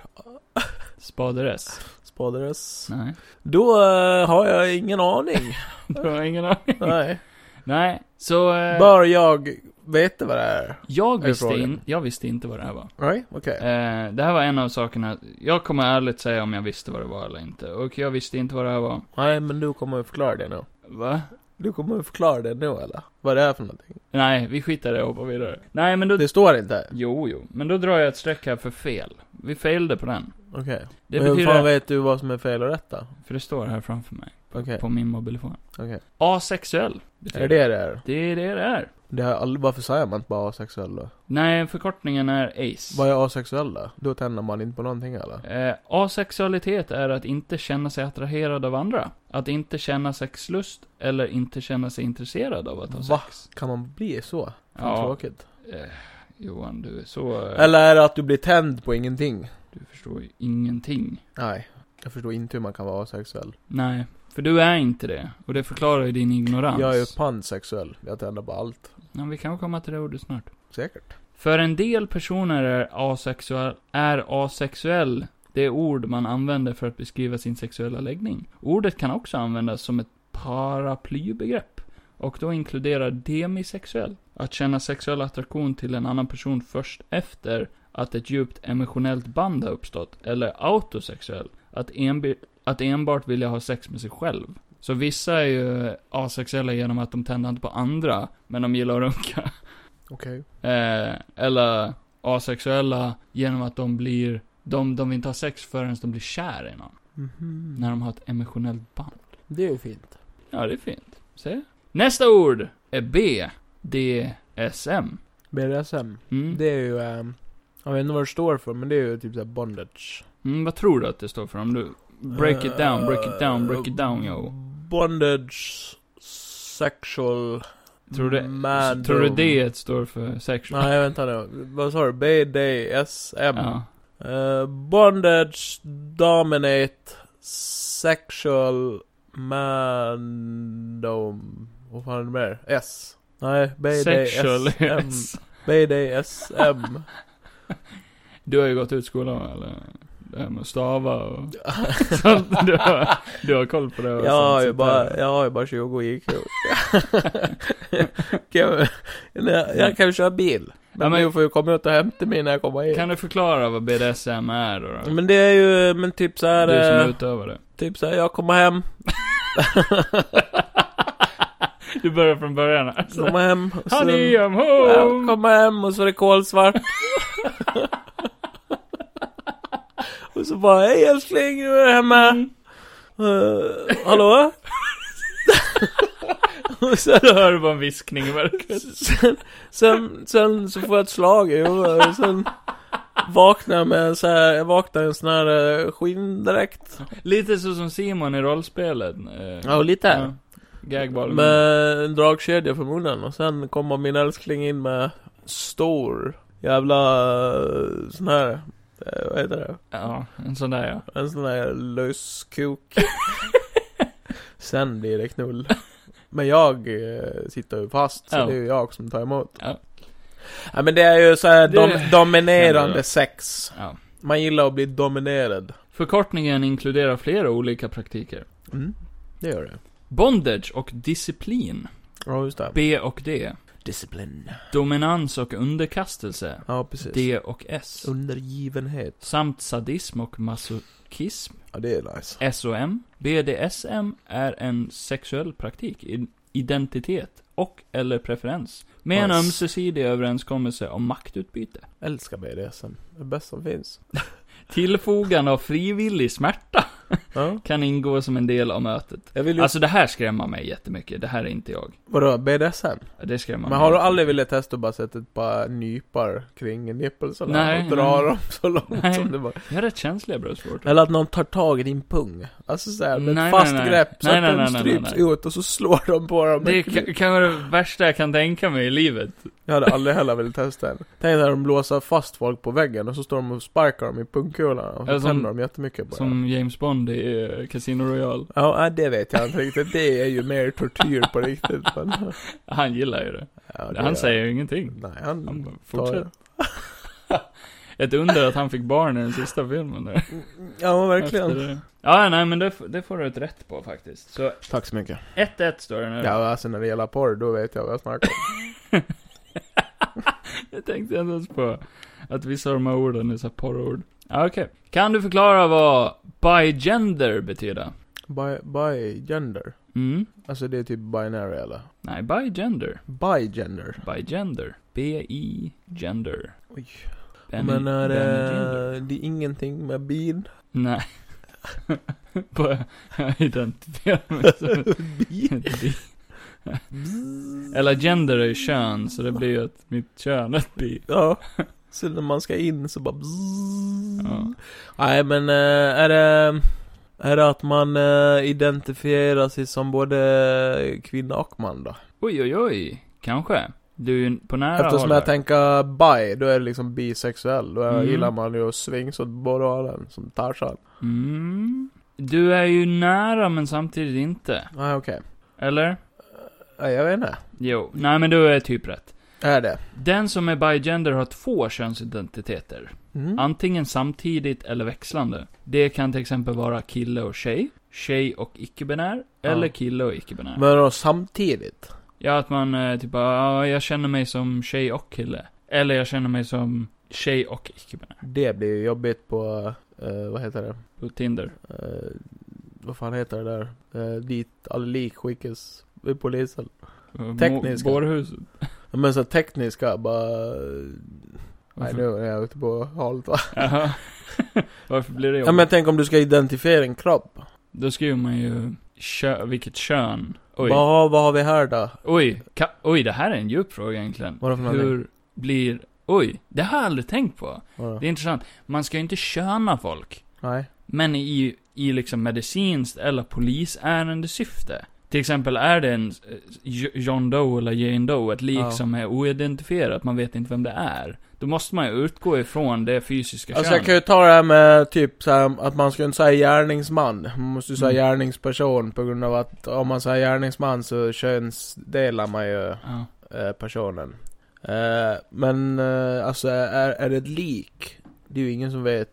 [SPEAKER 2] Spader S.
[SPEAKER 1] spader ass.
[SPEAKER 2] Nej.
[SPEAKER 1] Då eh, har jag ingen aning.
[SPEAKER 2] Du har ingen aning.
[SPEAKER 1] Nej.
[SPEAKER 2] Nej. Så, eh,
[SPEAKER 1] Bör jag veta vad det är?
[SPEAKER 2] jag,
[SPEAKER 1] är
[SPEAKER 2] visste
[SPEAKER 1] frågan.
[SPEAKER 2] in, jag visste inte vad det här var.
[SPEAKER 1] Nej, okej.
[SPEAKER 2] Eh, det här var en av sakerna, jag kommer ärligt säga om jag visste vad det var eller inte. Och jag visste inte vad det här var.
[SPEAKER 1] Nej, men du kommer ju förklara det nu.
[SPEAKER 2] Va?
[SPEAKER 1] Du kommer ju förklara det nu eller? Vad det är för någonting?
[SPEAKER 2] Nej, vi skitar det och hoppar vidare. Nej, men då...
[SPEAKER 1] Det står inte.
[SPEAKER 2] Jo, jo. Men då drar jag ett streck här för fel. Vi failade på den.
[SPEAKER 1] Okej.
[SPEAKER 2] Det
[SPEAKER 1] Men Hur
[SPEAKER 2] betyder...
[SPEAKER 1] fan vet du vad som är fel och rätt då?
[SPEAKER 2] För det står här framför mig. På,
[SPEAKER 1] Okej.
[SPEAKER 2] på min mobiltelefon.
[SPEAKER 1] Okej.
[SPEAKER 2] Asexuell.
[SPEAKER 1] Är
[SPEAKER 2] betyder
[SPEAKER 1] det det det är?
[SPEAKER 2] Det är det det är.
[SPEAKER 1] Det här, all- varför säger man inte bara asexuell då?
[SPEAKER 2] Nej, förkortningen är ACE.
[SPEAKER 1] Vad är asexuell då? Då tänder man inte på någonting eller?
[SPEAKER 2] Eh, asexualitet är att inte känna sig attraherad av andra. Att inte känna sexlust eller inte känna sig intresserad av att ha
[SPEAKER 1] Va?
[SPEAKER 2] sex.
[SPEAKER 1] Kan man bli så? Fan
[SPEAKER 2] Ja.
[SPEAKER 1] tråkigt.
[SPEAKER 2] Eh, Johan, du är så... Eh,
[SPEAKER 1] Eller är det att du blir tänd på ingenting?
[SPEAKER 2] Du förstår ju ingenting.
[SPEAKER 1] Nej. Jag förstår inte hur man kan vara asexuell.
[SPEAKER 2] Nej, för du är inte det. Och det förklarar ju din ignorans.
[SPEAKER 1] Jag är ju pansexuell. Jag tänder på allt.
[SPEAKER 2] Men vi kan komma till det ordet snart.
[SPEAKER 1] Säkert.
[SPEAKER 2] För en del personer är asexuell, är asexuell det ord man använder för att beskriva sin sexuella läggning. Ordet kan också användas som ett paraplybegrepp och då inkluderar demisexuell. Att känna sexuell attraktion till en annan person först efter att ett djupt emotionellt band har uppstått, eller autosexuell. Att, enbe- att enbart vilja ha sex med sig själv. Så vissa är ju asexuella genom att de tänder inte på andra, men de gillar att runka.
[SPEAKER 1] Okej.
[SPEAKER 2] Eh, eller asexuella genom att de blir, de, de vill inte ha sex förrän de blir kär i någon.
[SPEAKER 1] Mhm.
[SPEAKER 2] När de har ett emotionellt band.
[SPEAKER 1] Det är ju fint.
[SPEAKER 2] Ja, det är fint. Se. Nästa ord är B. DSM.
[SPEAKER 1] BDSM.
[SPEAKER 2] Mm.
[SPEAKER 1] Det är ju, ehm, jag vet inte vad det står för, men det är ju typ såhär bondage.
[SPEAKER 2] Mm, vad tror du att det står för om du... Break it down, break it down, break it down, yo.
[SPEAKER 1] Bondage, sexual,
[SPEAKER 2] Tror du det,
[SPEAKER 1] man
[SPEAKER 2] tror du
[SPEAKER 1] dom.
[SPEAKER 2] det står för sexual?
[SPEAKER 1] Nej, vänta nu. Vad sa du? BDSM.
[SPEAKER 2] Ja.
[SPEAKER 1] Eh, bondage, dominate, sexual, mandom. Vad fan är det mer? S. Nej,
[SPEAKER 2] Sexual
[SPEAKER 1] BDSM.
[SPEAKER 2] S.
[SPEAKER 1] BDSM.
[SPEAKER 2] Du har ju gått ut skolan, eller? Det här med att stava och sånt. Du har, du har koll på det och
[SPEAKER 1] Jag
[SPEAKER 2] sånt,
[SPEAKER 1] har ju
[SPEAKER 2] sånt där.
[SPEAKER 1] bara, jag har ju bara 20 IQ. kan jag, jag kan ju köra bil. Men,
[SPEAKER 2] Ja, men-
[SPEAKER 1] du får ju komma ut och hämta mig när jag kommer hit.
[SPEAKER 2] Kan du förklara vad BDSM är då? då?
[SPEAKER 1] Men det är ju, men typ så här,
[SPEAKER 2] du
[SPEAKER 1] eh,
[SPEAKER 2] som utövar det.
[SPEAKER 1] typ så här, jag kommer hem,
[SPEAKER 2] Du börjar från början alltså.
[SPEAKER 1] kommer hem. och så-
[SPEAKER 2] Honey, I'm
[SPEAKER 1] jag
[SPEAKER 2] home!
[SPEAKER 1] kommer Äh, hem och så är det kolsvart. och så bara, hej älskling, nu är jag hemma.
[SPEAKER 2] Mm.
[SPEAKER 1] Uh, hallå? Och sen,
[SPEAKER 2] hör du bara en viskning i mörkret.
[SPEAKER 1] sen, sen, sen så får jag ett slag i huvudet och sen vaknar jag med en så här, jag vaknar i en sån här eh, skinndräkt.
[SPEAKER 2] Lite så som Simon i rollspelen. eh,
[SPEAKER 1] Ja, och lite.
[SPEAKER 2] ja. Gagball.
[SPEAKER 1] Med en dragkedja för munnen och sen kommer min älskling in med stor jävla eh, sån här, eh, vad heter det?
[SPEAKER 2] Ja, en sån där ja.
[SPEAKER 1] En sån där löskok. Sen blir det knull. Men jag eh, sitter ju fast, så
[SPEAKER 2] Ja.
[SPEAKER 1] det är ju jag som tar emot.
[SPEAKER 2] Ja.
[SPEAKER 1] Ja, men det är ju så här
[SPEAKER 2] Det-
[SPEAKER 1] dom-
[SPEAKER 2] Ja,
[SPEAKER 1] dominerande
[SPEAKER 2] men-
[SPEAKER 1] sex.
[SPEAKER 2] ja.
[SPEAKER 1] Man gillar att bli dominerad.
[SPEAKER 2] Förkortningen inkluderar flera olika praktiker.
[SPEAKER 1] Mm. Det gör det.
[SPEAKER 2] Bondage och disciplin.
[SPEAKER 1] Ja, just det.
[SPEAKER 2] B och D.
[SPEAKER 1] Disciplin.
[SPEAKER 2] Dominans och underkastelse.
[SPEAKER 1] Ja, precis.
[SPEAKER 2] D och S.
[SPEAKER 1] Undergivenhet.
[SPEAKER 2] Samt sadism och masochism.
[SPEAKER 1] Ja, det är nice.
[SPEAKER 2] SOM. BDSM är en sexuell praktik, i- identitet och eller preferens. Med en
[SPEAKER 1] Nice.
[SPEAKER 2] ömsesidig överenskommelse om maktutbyte.
[SPEAKER 1] Älskar BDSM. Det bästa som finns.
[SPEAKER 2] Tillfogande av frivillig smärta
[SPEAKER 1] Ja.
[SPEAKER 2] kan ingå som en del av mötet.
[SPEAKER 1] Jag vill ju...
[SPEAKER 2] Alltså det här skrämmer mig jättemycket, det här är inte jag.
[SPEAKER 1] Vadå, BDSM?
[SPEAKER 2] Det skrämmer
[SPEAKER 1] Men
[SPEAKER 2] mig.
[SPEAKER 1] har du aldrig velat testa att bara sätta ett par nypar kring nippeln sådär?
[SPEAKER 2] Nej,
[SPEAKER 1] och dra
[SPEAKER 2] nej.
[SPEAKER 1] dem så långt
[SPEAKER 2] Nej.
[SPEAKER 1] som det bara...
[SPEAKER 2] Jag har rätt känsliga bröstvårtor.
[SPEAKER 1] Eller att någon tar tag i din pung. Alltså såhär, med
[SPEAKER 2] Nej,
[SPEAKER 1] ett fast
[SPEAKER 2] nej, nej.
[SPEAKER 1] grepp så
[SPEAKER 2] Nej,
[SPEAKER 1] att
[SPEAKER 2] nej,
[SPEAKER 1] den
[SPEAKER 2] nej, nej,
[SPEAKER 1] stryps
[SPEAKER 2] nej.
[SPEAKER 1] ut och så slår de på dem.
[SPEAKER 2] Det ka- kan vara det värsta jag kan tänka mig i livet.
[SPEAKER 1] Jag hade aldrig heller velat testa den. Tänk när de blåser fast folk på väggen och så står de och sparkar dem i pungkulan och
[SPEAKER 2] Eller
[SPEAKER 1] så
[SPEAKER 2] som-
[SPEAKER 1] tänder de jättemycket på det.
[SPEAKER 2] Som James Bond i eh, Casino Royale.
[SPEAKER 1] Ja, nej, det vet jag inte riktigt. Det är ju mer tortyr på riktigt. Men,
[SPEAKER 2] Han gillar ju det.
[SPEAKER 1] ja, det
[SPEAKER 2] han
[SPEAKER 1] är-
[SPEAKER 2] säger ju ingenting.
[SPEAKER 1] Nej, han...
[SPEAKER 2] Han bara,
[SPEAKER 1] tar-
[SPEAKER 2] fortsätt. Mm. Ett under att han fick barn i den sista filmen där.
[SPEAKER 1] Ja, men verkligen.
[SPEAKER 2] Efter det. Ja, nej men det, f- det får du ett rätt på faktiskt. Så
[SPEAKER 1] Tack så mycket.
[SPEAKER 2] 1-1 står det nu.
[SPEAKER 1] Ja, alltså när det gäller porr, då vet jag vad jag snackar om.
[SPEAKER 2] Jag tänkte inte ens på att vissa av de här orden är så här porrord. Ja, okej. Kan du förklara vad bigender betyder?
[SPEAKER 1] By, by gender.
[SPEAKER 2] Mm.
[SPEAKER 1] Alltså det är typ binary eller?
[SPEAKER 2] Nej, bigender.
[SPEAKER 1] By gender.
[SPEAKER 2] Bigender. B-I gender.
[SPEAKER 1] Oj.
[SPEAKER 2] Ben-
[SPEAKER 1] Men är
[SPEAKER 2] benigender.
[SPEAKER 1] det, det är ingenting med bin?
[SPEAKER 2] Nej. Bara- Jag identifierar mig som ett bi. Eller gender är ju kön, så det blir ju att mitt kön är ett bi.
[SPEAKER 1] Ja. Så när man ska in så bara bzzz.
[SPEAKER 2] Ja.
[SPEAKER 1] Nej men eh, är det... Är det att man eh, identifierar sig som både kvinna och man då?
[SPEAKER 2] Oj, oj, oj. Kanske. Du är ju på nära
[SPEAKER 1] Eftersom
[SPEAKER 2] håll
[SPEAKER 1] jag
[SPEAKER 2] här.
[SPEAKER 1] tänker bi, då är det liksom bisexuell. Då
[SPEAKER 2] Mm.
[SPEAKER 1] gillar man ju att swings åt båda hållen, som Tarzan.
[SPEAKER 2] Mm. Du är ju nära men samtidigt inte.
[SPEAKER 1] Nej okej.
[SPEAKER 2] Eller?
[SPEAKER 1] Nej, jag vet inte.
[SPEAKER 2] Jo. Nej men du är typ rätt.
[SPEAKER 1] Är det?
[SPEAKER 2] Den som är bigender har två könsidentiteter.
[SPEAKER 1] Mm.
[SPEAKER 2] Antingen samtidigt eller växlande. Det kan till exempel vara kille och tjej, tjej och icke-binär,
[SPEAKER 1] Ja.
[SPEAKER 2] eller kille och icke-binär.
[SPEAKER 1] Men då samtidigt?
[SPEAKER 2] Ja, att man eh, typ bara, ja, jag känner mig som tjej och kille. Eller jag känner mig som tjej och icke-binär.
[SPEAKER 1] Det blir ju jobbigt på, eh, vad heter det?
[SPEAKER 2] På Tinder.
[SPEAKER 1] Eh, vad fan heter det där? Eh, dit all lik skickas vid polisen.
[SPEAKER 2] Eh,
[SPEAKER 1] Tekniska.
[SPEAKER 2] må- Bårhuset.
[SPEAKER 1] Men så tekniska bara... eh, Nej nu är jag ute på halt va?
[SPEAKER 2] Jaha. Varför blir det jobbigt?
[SPEAKER 1] Ja men tänk om du ska identifiera en kropp.
[SPEAKER 2] Då skriver man ju kö, vilket kön. Oj,
[SPEAKER 1] Vad, har- vad har vi här då?
[SPEAKER 2] oj, ka, oj, det här är en djup fråga egentligen.
[SPEAKER 1] Vadå för någonting?
[SPEAKER 2] Hur blir, oj, det här har jag aldrig tänkt på.
[SPEAKER 1] Vadå?
[SPEAKER 2] Det är intressant. Man ska ju inte köna folk.
[SPEAKER 1] Nej.
[SPEAKER 2] Men i, i liksom medicinskt eller polisärendesyfte. Till exempel är det en eh, Jo- John Doe eller Jane Doe, ett lik
[SPEAKER 1] Ja.
[SPEAKER 2] som är oidentifierat, man vet inte vem det är. Då måste man ju utgå ifrån det fysiska
[SPEAKER 1] Alltså jag
[SPEAKER 2] könet.
[SPEAKER 1] kan ju ta det här med typ så här, att man ska inte säga gärningsman. Man måste ju säga
[SPEAKER 2] Mm.
[SPEAKER 1] gärningsperson på grund av att om man säger gärningsman så könsdelar man ju
[SPEAKER 2] Ja.
[SPEAKER 1] eh, personen. Eh, men eh, alltså är, är det ett lik? Det är ju ingen som vet.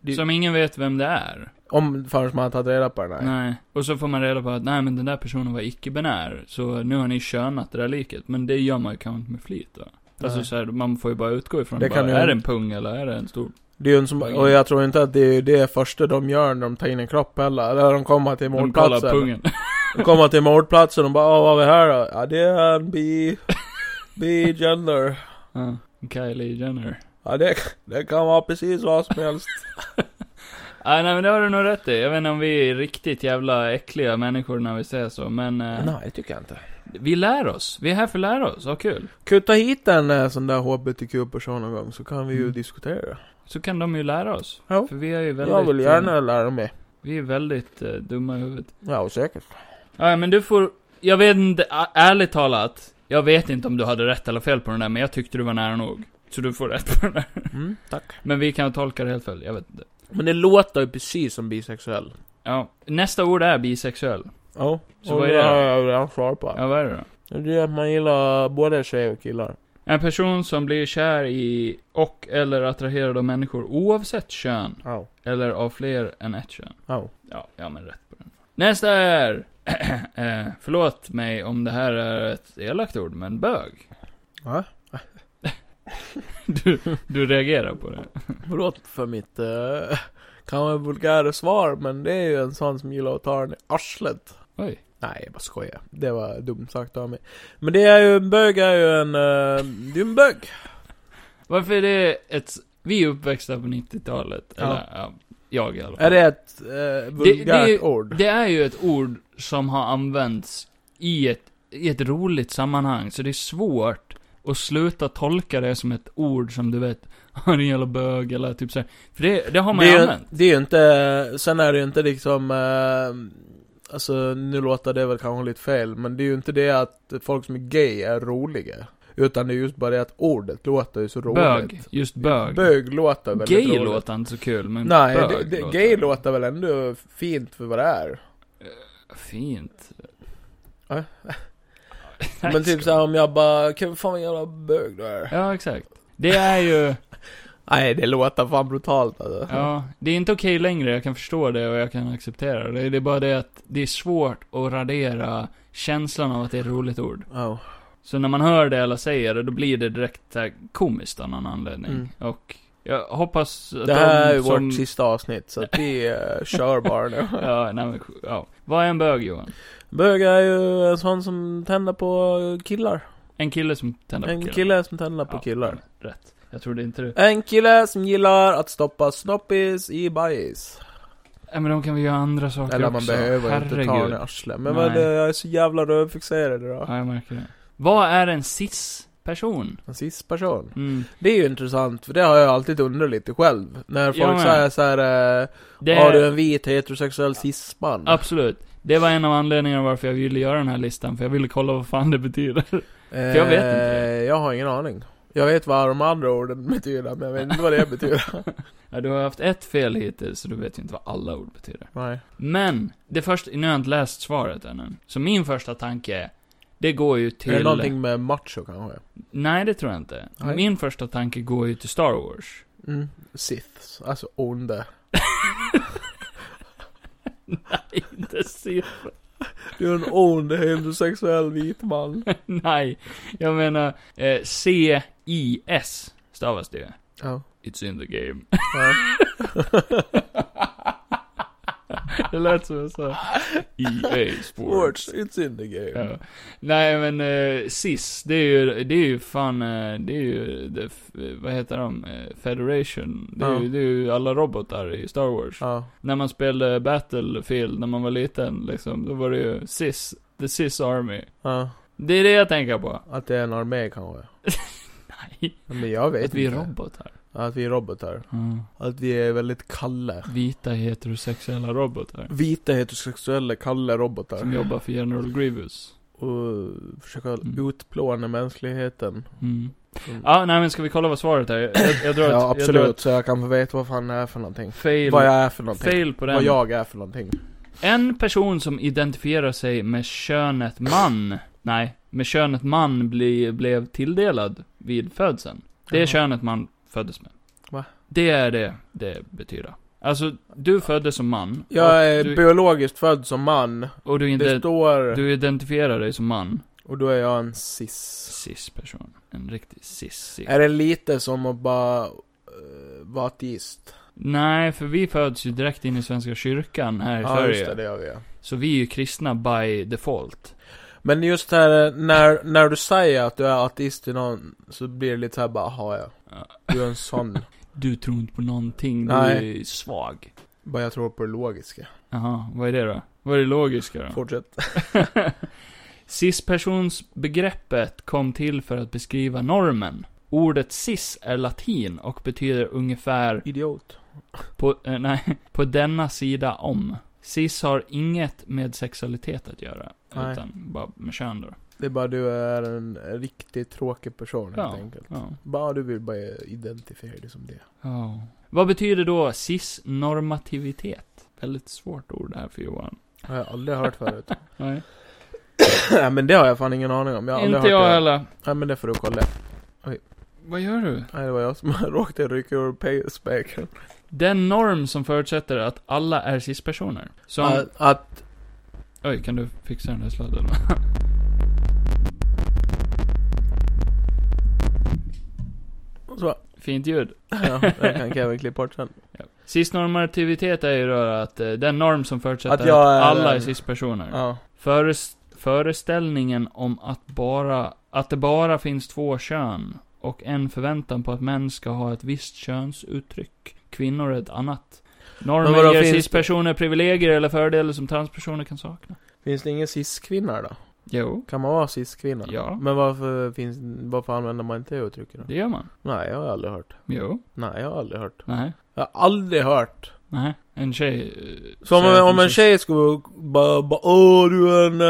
[SPEAKER 1] Det-
[SPEAKER 2] Som ingen vet vem det är.
[SPEAKER 1] Om förrän man har tagit reda på det. Nej.
[SPEAKER 2] Nej. Och så får man reda på att nej men den där personen var icke-binär, så nu har ni könat det där liket. Men det gör man ju kanske inte med flit då. Alltså
[SPEAKER 1] Nej.
[SPEAKER 2] så här, man får ju bara utgå ifrån
[SPEAKER 1] Det
[SPEAKER 2] det bara,
[SPEAKER 1] kan ju-
[SPEAKER 2] är det en pung eller är det en stor?
[SPEAKER 1] Det är ju en som, och jag tror inte att det är det första de gör när de tar in en kropp heller. Eller de kommer till
[SPEAKER 2] De kollar
[SPEAKER 1] mordplatsen.
[SPEAKER 2] pungen.
[SPEAKER 1] De kommer till mordplatsen och bara "Ah, vad har vi här då? Ja det är en bi... bi-gender.
[SPEAKER 2] ja. Kylie Jenner.
[SPEAKER 1] Ja det, det kan vara precis vad som helst.
[SPEAKER 2] Ah, nej men det har du nog rätt i. Jag vet inte om vi är riktigt jävla äckliga människor när vi säger så, men eh,
[SPEAKER 1] Nej det tycker jag inte.
[SPEAKER 2] Vi lär oss. Vi är här för att lära oss. Ha kul.
[SPEAKER 1] Kutta hit en eh, sån där HBTQ-person någon gång så kan vi ju
[SPEAKER 2] Mm.
[SPEAKER 1] diskutera det.
[SPEAKER 2] Så kan de ju lära oss.
[SPEAKER 1] Ja.
[SPEAKER 2] För vi är ju väldigt...
[SPEAKER 1] Jag vill
[SPEAKER 2] eh,
[SPEAKER 1] gärna lära mig.
[SPEAKER 2] Vi är väldigt eh, dumma i huvudet.
[SPEAKER 1] Ja, säkert.
[SPEAKER 2] Ja, ja, men du får... Jag vet inte, ä- ärligt talat. Jag vet inte om du hade rätt eller fel på den där, men jag tyckte du var nära nog. Så du får rätt på den där.
[SPEAKER 1] Mm, tack.
[SPEAKER 2] Men vi kan tolka det helt fel, jag vet inte.
[SPEAKER 1] Men det låter ju precis som bisexuell.
[SPEAKER 2] Ja, nästa ord är bisexuell.
[SPEAKER 1] Ja.
[SPEAKER 2] Så
[SPEAKER 1] och
[SPEAKER 2] vad är det?
[SPEAKER 1] har jag redan svar på.
[SPEAKER 2] Ja, vad är det då?
[SPEAKER 1] Det är att man gillar både tjejer och killar.
[SPEAKER 2] En person som blir kär i och eller attraherad av människor oavsett kön,
[SPEAKER 1] Ja.
[SPEAKER 2] eller av fler än ett kön.
[SPEAKER 1] Ja.
[SPEAKER 2] Ja, jag men rätt på den. Nästa är... eh, förlåt mig om det här är ett elakt ord, men bög.
[SPEAKER 1] Va?
[SPEAKER 2] Du, du reagerar på det.
[SPEAKER 1] Förlåt för mitt, eh, kan vara vulgära svar, men det är ju en sån som gillar att ta den i arslet.
[SPEAKER 2] Oj.
[SPEAKER 1] Nej, jag bara skojar. Det var dumt sagt av mig. Men det är ju, en bög är ju en, eh, det är en bög.
[SPEAKER 2] Varför är det ett... Vi är uppväxta på 90-talet. Eller, ja, jag i alla fall.
[SPEAKER 1] Är det ett eh, vulgärt
[SPEAKER 2] det är ju-
[SPEAKER 1] ord?
[SPEAKER 2] Det är ju ett ord som har använts i ett, i ett roligt sammanhang, så det är svårt att sluta tolka det som ett ord som du vet, har en jävla bög eller typ såhär. För det, det har man
[SPEAKER 1] det,
[SPEAKER 2] ju
[SPEAKER 1] är ju,
[SPEAKER 2] använt.
[SPEAKER 1] det är ju inte, sen är det ju inte liksom, eh, alltså nu låter det väl kanske lite fel, men det är ju inte det att folk som är gay är roliga. Utan det är just bara det att ordet låter ju så roligt.
[SPEAKER 2] Bög. Just bög.
[SPEAKER 1] Bög låter väldigt
[SPEAKER 2] gay
[SPEAKER 1] roligt.
[SPEAKER 2] låter inte så kul, men
[SPEAKER 1] Nej,
[SPEAKER 2] bög
[SPEAKER 1] det, det, gay låter väl ändå fint för vad det är.
[SPEAKER 2] Fint.
[SPEAKER 1] Ja.
[SPEAKER 2] Nej,
[SPEAKER 1] men
[SPEAKER 2] ska-
[SPEAKER 1] typ såhär om jag bara, kan fan vad jävla bög du är.
[SPEAKER 2] Ja, exakt. Det är ju,
[SPEAKER 1] Nej, det låter fan brutalt alltså.
[SPEAKER 2] ja, det är inte okej längre, jag kan förstå det och jag kan acceptera det. Det är bara det att det är svårt att radera känslan av att det är ett roligt ord.
[SPEAKER 1] Ja.
[SPEAKER 2] Så när man hör det eller säger det, då blir det direkt så här komiskt av någon anledning.
[SPEAKER 1] Mm.
[SPEAKER 2] Och jag hoppas att
[SPEAKER 1] Det här är
[SPEAKER 2] de
[SPEAKER 1] ju
[SPEAKER 2] som...
[SPEAKER 1] vårt sista avsnitt, så att vi eh, kör bara nu.
[SPEAKER 2] Ja, nej men, ja. Vad är en bög, Johan?
[SPEAKER 1] Bög är ju en sån som tänder på killar.
[SPEAKER 2] En kille som tänder på
[SPEAKER 1] En
[SPEAKER 2] killar.
[SPEAKER 1] kille som tänder på
[SPEAKER 2] Ja,
[SPEAKER 1] killar.
[SPEAKER 2] ja, Rätt. Jag trodde inte det.
[SPEAKER 1] En kille som gillar att stoppa snoppis i bajs.
[SPEAKER 2] Nej men de kan väl göra andra saker
[SPEAKER 1] Eller
[SPEAKER 2] också.
[SPEAKER 1] man behöver
[SPEAKER 2] Herregud.
[SPEAKER 1] inte ta den i arslet. Men
[SPEAKER 2] Nej.
[SPEAKER 1] vad, det- jag är så jävla rövfixerad idag.
[SPEAKER 2] Ja, jag märker det. Vad är en cis-person?
[SPEAKER 1] En cis-person.
[SPEAKER 2] Mm.
[SPEAKER 1] Det är ju intressant, för det har jag alltid underligt själv. När
[SPEAKER 2] Jag
[SPEAKER 1] folk
[SPEAKER 2] med.
[SPEAKER 1] säger såhär, eh,
[SPEAKER 2] Det
[SPEAKER 1] har du
[SPEAKER 2] är...
[SPEAKER 1] en vit heterosexuell cis-man?
[SPEAKER 2] Absolut. Det var en av anledningarna varför jag ville göra den här listan, för jag ville kolla vad fan det betyder.
[SPEAKER 1] Eh,
[SPEAKER 2] jag vet inte det.
[SPEAKER 1] Jag har ingen aning. Jag vet vad de andra orden betyder, men jag vet inte vad det betyder.
[SPEAKER 2] Ja, du har haft ett fel hittills, så du vet ju inte vad alla ord betyder.
[SPEAKER 1] Nej.
[SPEAKER 2] Men, det första, nu har jag inte läst svaret ännu. Så min första tanke är, det går ju till...
[SPEAKER 1] Är det någonting med macho kanske?
[SPEAKER 2] Nej, det tror jag inte.
[SPEAKER 1] Nej.
[SPEAKER 2] Min första tanke går ju till Star Wars.
[SPEAKER 1] Mm. Siths, alltså onda.
[SPEAKER 2] Nej, inte se.
[SPEAKER 1] Du är en ond heterosexuell vit man.
[SPEAKER 2] Nej, jag menar, eh, C-I-S stavas det ju.
[SPEAKER 1] Ja.
[SPEAKER 2] It's in the game.
[SPEAKER 1] ja.
[SPEAKER 2] det lät som jag sa. EA E Sports.
[SPEAKER 1] Sports, it's in the game.
[SPEAKER 2] Ja. Nej men eh, SIS, det är ju, det är ju fan, eh, det är ju, the, f- eh, vad heter de, Eh, Federation. Det är,
[SPEAKER 1] Ja.
[SPEAKER 2] ju, det är ju alla robotar i Star Wars.
[SPEAKER 1] Ja.
[SPEAKER 2] När man spelade Battlefield när man var liten liksom, då var det ju SIS, the SIS Army.
[SPEAKER 1] ja.
[SPEAKER 2] Det är det jag tänker på.
[SPEAKER 1] Att det är en armé kanske.
[SPEAKER 2] Nej,
[SPEAKER 1] Men jag vet
[SPEAKER 2] att vi är
[SPEAKER 1] inte.
[SPEAKER 2] robotar.
[SPEAKER 1] Att vi är robotar.
[SPEAKER 2] Mm.
[SPEAKER 1] Att vi är väldigt kalle.
[SPEAKER 2] Vita heterosexuella robotar.
[SPEAKER 1] Vita heterosexuella kalle robotar.
[SPEAKER 2] Som jobbar för General Grievous.
[SPEAKER 1] Och försöka
[SPEAKER 2] Mm.
[SPEAKER 1] utplåna mänskligheten.
[SPEAKER 2] Mm.
[SPEAKER 1] Mm.
[SPEAKER 2] Ja, nej men ska vi kolla vad svaret är? Jag, jag drar
[SPEAKER 1] ja,
[SPEAKER 2] ett, jag drar
[SPEAKER 1] absolut.
[SPEAKER 2] ett
[SPEAKER 1] Så jag kan få veta vad fan det är för någonting.
[SPEAKER 2] fail,
[SPEAKER 1] Vad jag är för någonting.
[SPEAKER 2] fail på den.
[SPEAKER 1] Vad jag är för någonting.
[SPEAKER 2] En person som identifierar sig med könet man, nej, med könet man bli, blev tilldelad vid födseln. Det är
[SPEAKER 1] Jaha.
[SPEAKER 2] könet man föddes med.
[SPEAKER 1] Va?
[SPEAKER 2] Det är det det betyder. Alltså, du föddes som man.
[SPEAKER 1] Jag är
[SPEAKER 2] och du,
[SPEAKER 1] biologiskt född som man.
[SPEAKER 2] och du,
[SPEAKER 1] Det
[SPEAKER 2] inte,
[SPEAKER 1] står...
[SPEAKER 2] du identifierar dig som man.
[SPEAKER 1] Och då är jag en cis.
[SPEAKER 2] Cis-person. En riktig cis
[SPEAKER 1] Är det lite som att bara eh, vara ateist?
[SPEAKER 2] Nej, för vi föds ju direkt in i Svenska kyrkan här i
[SPEAKER 1] Ja, just det,
[SPEAKER 2] Sverige.
[SPEAKER 1] det gör vi. ja.
[SPEAKER 2] Så vi är ju kristna by default.
[SPEAKER 1] Men just här, eh, när, när du säger att du är ateist till någon, så blir det lite såhär bara, aha ja.
[SPEAKER 2] Ja.
[SPEAKER 1] Du är en sån.
[SPEAKER 2] Du tror inte på någonting, du
[SPEAKER 1] Nej.
[SPEAKER 2] är svag.
[SPEAKER 1] bara jag tror på det logiska.
[SPEAKER 2] Jaha, vad är det då? Vad är det logiska då?
[SPEAKER 1] Fortsätt.
[SPEAKER 2] Cispersonsbegreppet kom till för att beskriva normen. Ordet cis är latin och betyder ungefär
[SPEAKER 1] Idiot.
[SPEAKER 2] på, eh, nej, på denna sida om. Cis har inget med sexualitet att göra,
[SPEAKER 1] Nej.
[SPEAKER 2] utan bara med kön då.
[SPEAKER 1] Det är bara du är en riktigt tråkig person
[SPEAKER 2] Ja,
[SPEAKER 1] helt enkelt.
[SPEAKER 2] ja.
[SPEAKER 1] Bara du vill bara identifiera dig som det.
[SPEAKER 2] ja. Vad betyder då cis-normativitet? Väldigt svårt ord det här för Johan.
[SPEAKER 1] Har jag aldrig hört förut.
[SPEAKER 2] Nej.
[SPEAKER 1] Nej men det har jag fan ingen aning om. Jag har aldrig
[SPEAKER 2] Inte
[SPEAKER 1] hört
[SPEAKER 2] jag
[SPEAKER 1] det.
[SPEAKER 2] heller.
[SPEAKER 1] Nej men det får du kolla.
[SPEAKER 2] Vad gör du?
[SPEAKER 1] Nej det var jag som råkade rycka ur payspacen.
[SPEAKER 2] Den norm som förutsätter att alla är cis-personer. Som...
[SPEAKER 1] Att, att,
[SPEAKER 2] Oj, kan du fixa den där sladden?
[SPEAKER 1] så,
[SPEAKER 2] Fint ljud.
[SPEAKER 1] ja, det kan Kevin klippa bort sen.
[SPEAKER 2] Ja. Cis-normativitet är ju då att eh, den norm som förutsätter att,
[SPEAKER 1] Att jag är-
[SPEAKER 2] alla är cis-personer.
[SPEAKER 1] Ja.
[SPEAKER 2] Föres- föreställningen om att bara, att det bara finns två kön och en förväntan på att män ska ha ett visst könsuttryck, kvinnor ett annat.
[SPEAKER 1] Men vadå,
[SPEAKER 2] Normen ger
[SPEAKER 1] finns det-
[SPEAKER 2] cis-personer privilegier eller fördelar som transpersoner kan sakna.
[SPEAKER 1] Finns det ingen cis-kvinna då?
[SPEAKER 2] Jo,
[SPEAKER 1] Kan man vara cis-kvinna?
[SPEAKER 2] Ja.
[SPEAKER 1] Men varför finns, varför använder man inte det uttrycket då?
[SPEAKER 2] det gör man.
[SPEAKER 1] Nej, jag har aldrig hört.
[SPEAKER 2] Jo,
[SPEAKER 1] Nej, jag har aldrig hört.
[SPEAKER 2] nej,
[SPEAKER 1] Jag har aldrig hört.
[SPEAKER 2] nej. En tjej... eh,
[SPEAKER 1] Som
[SPEAKER 2] säger att
[SPEAKER 1] om, om
[SPEAKER 2] hon
[SPEAKER 1] en
[SPEAKER 2] cis-
[SPEAKER 1] tjej skulle bara, bara Åh, du är en,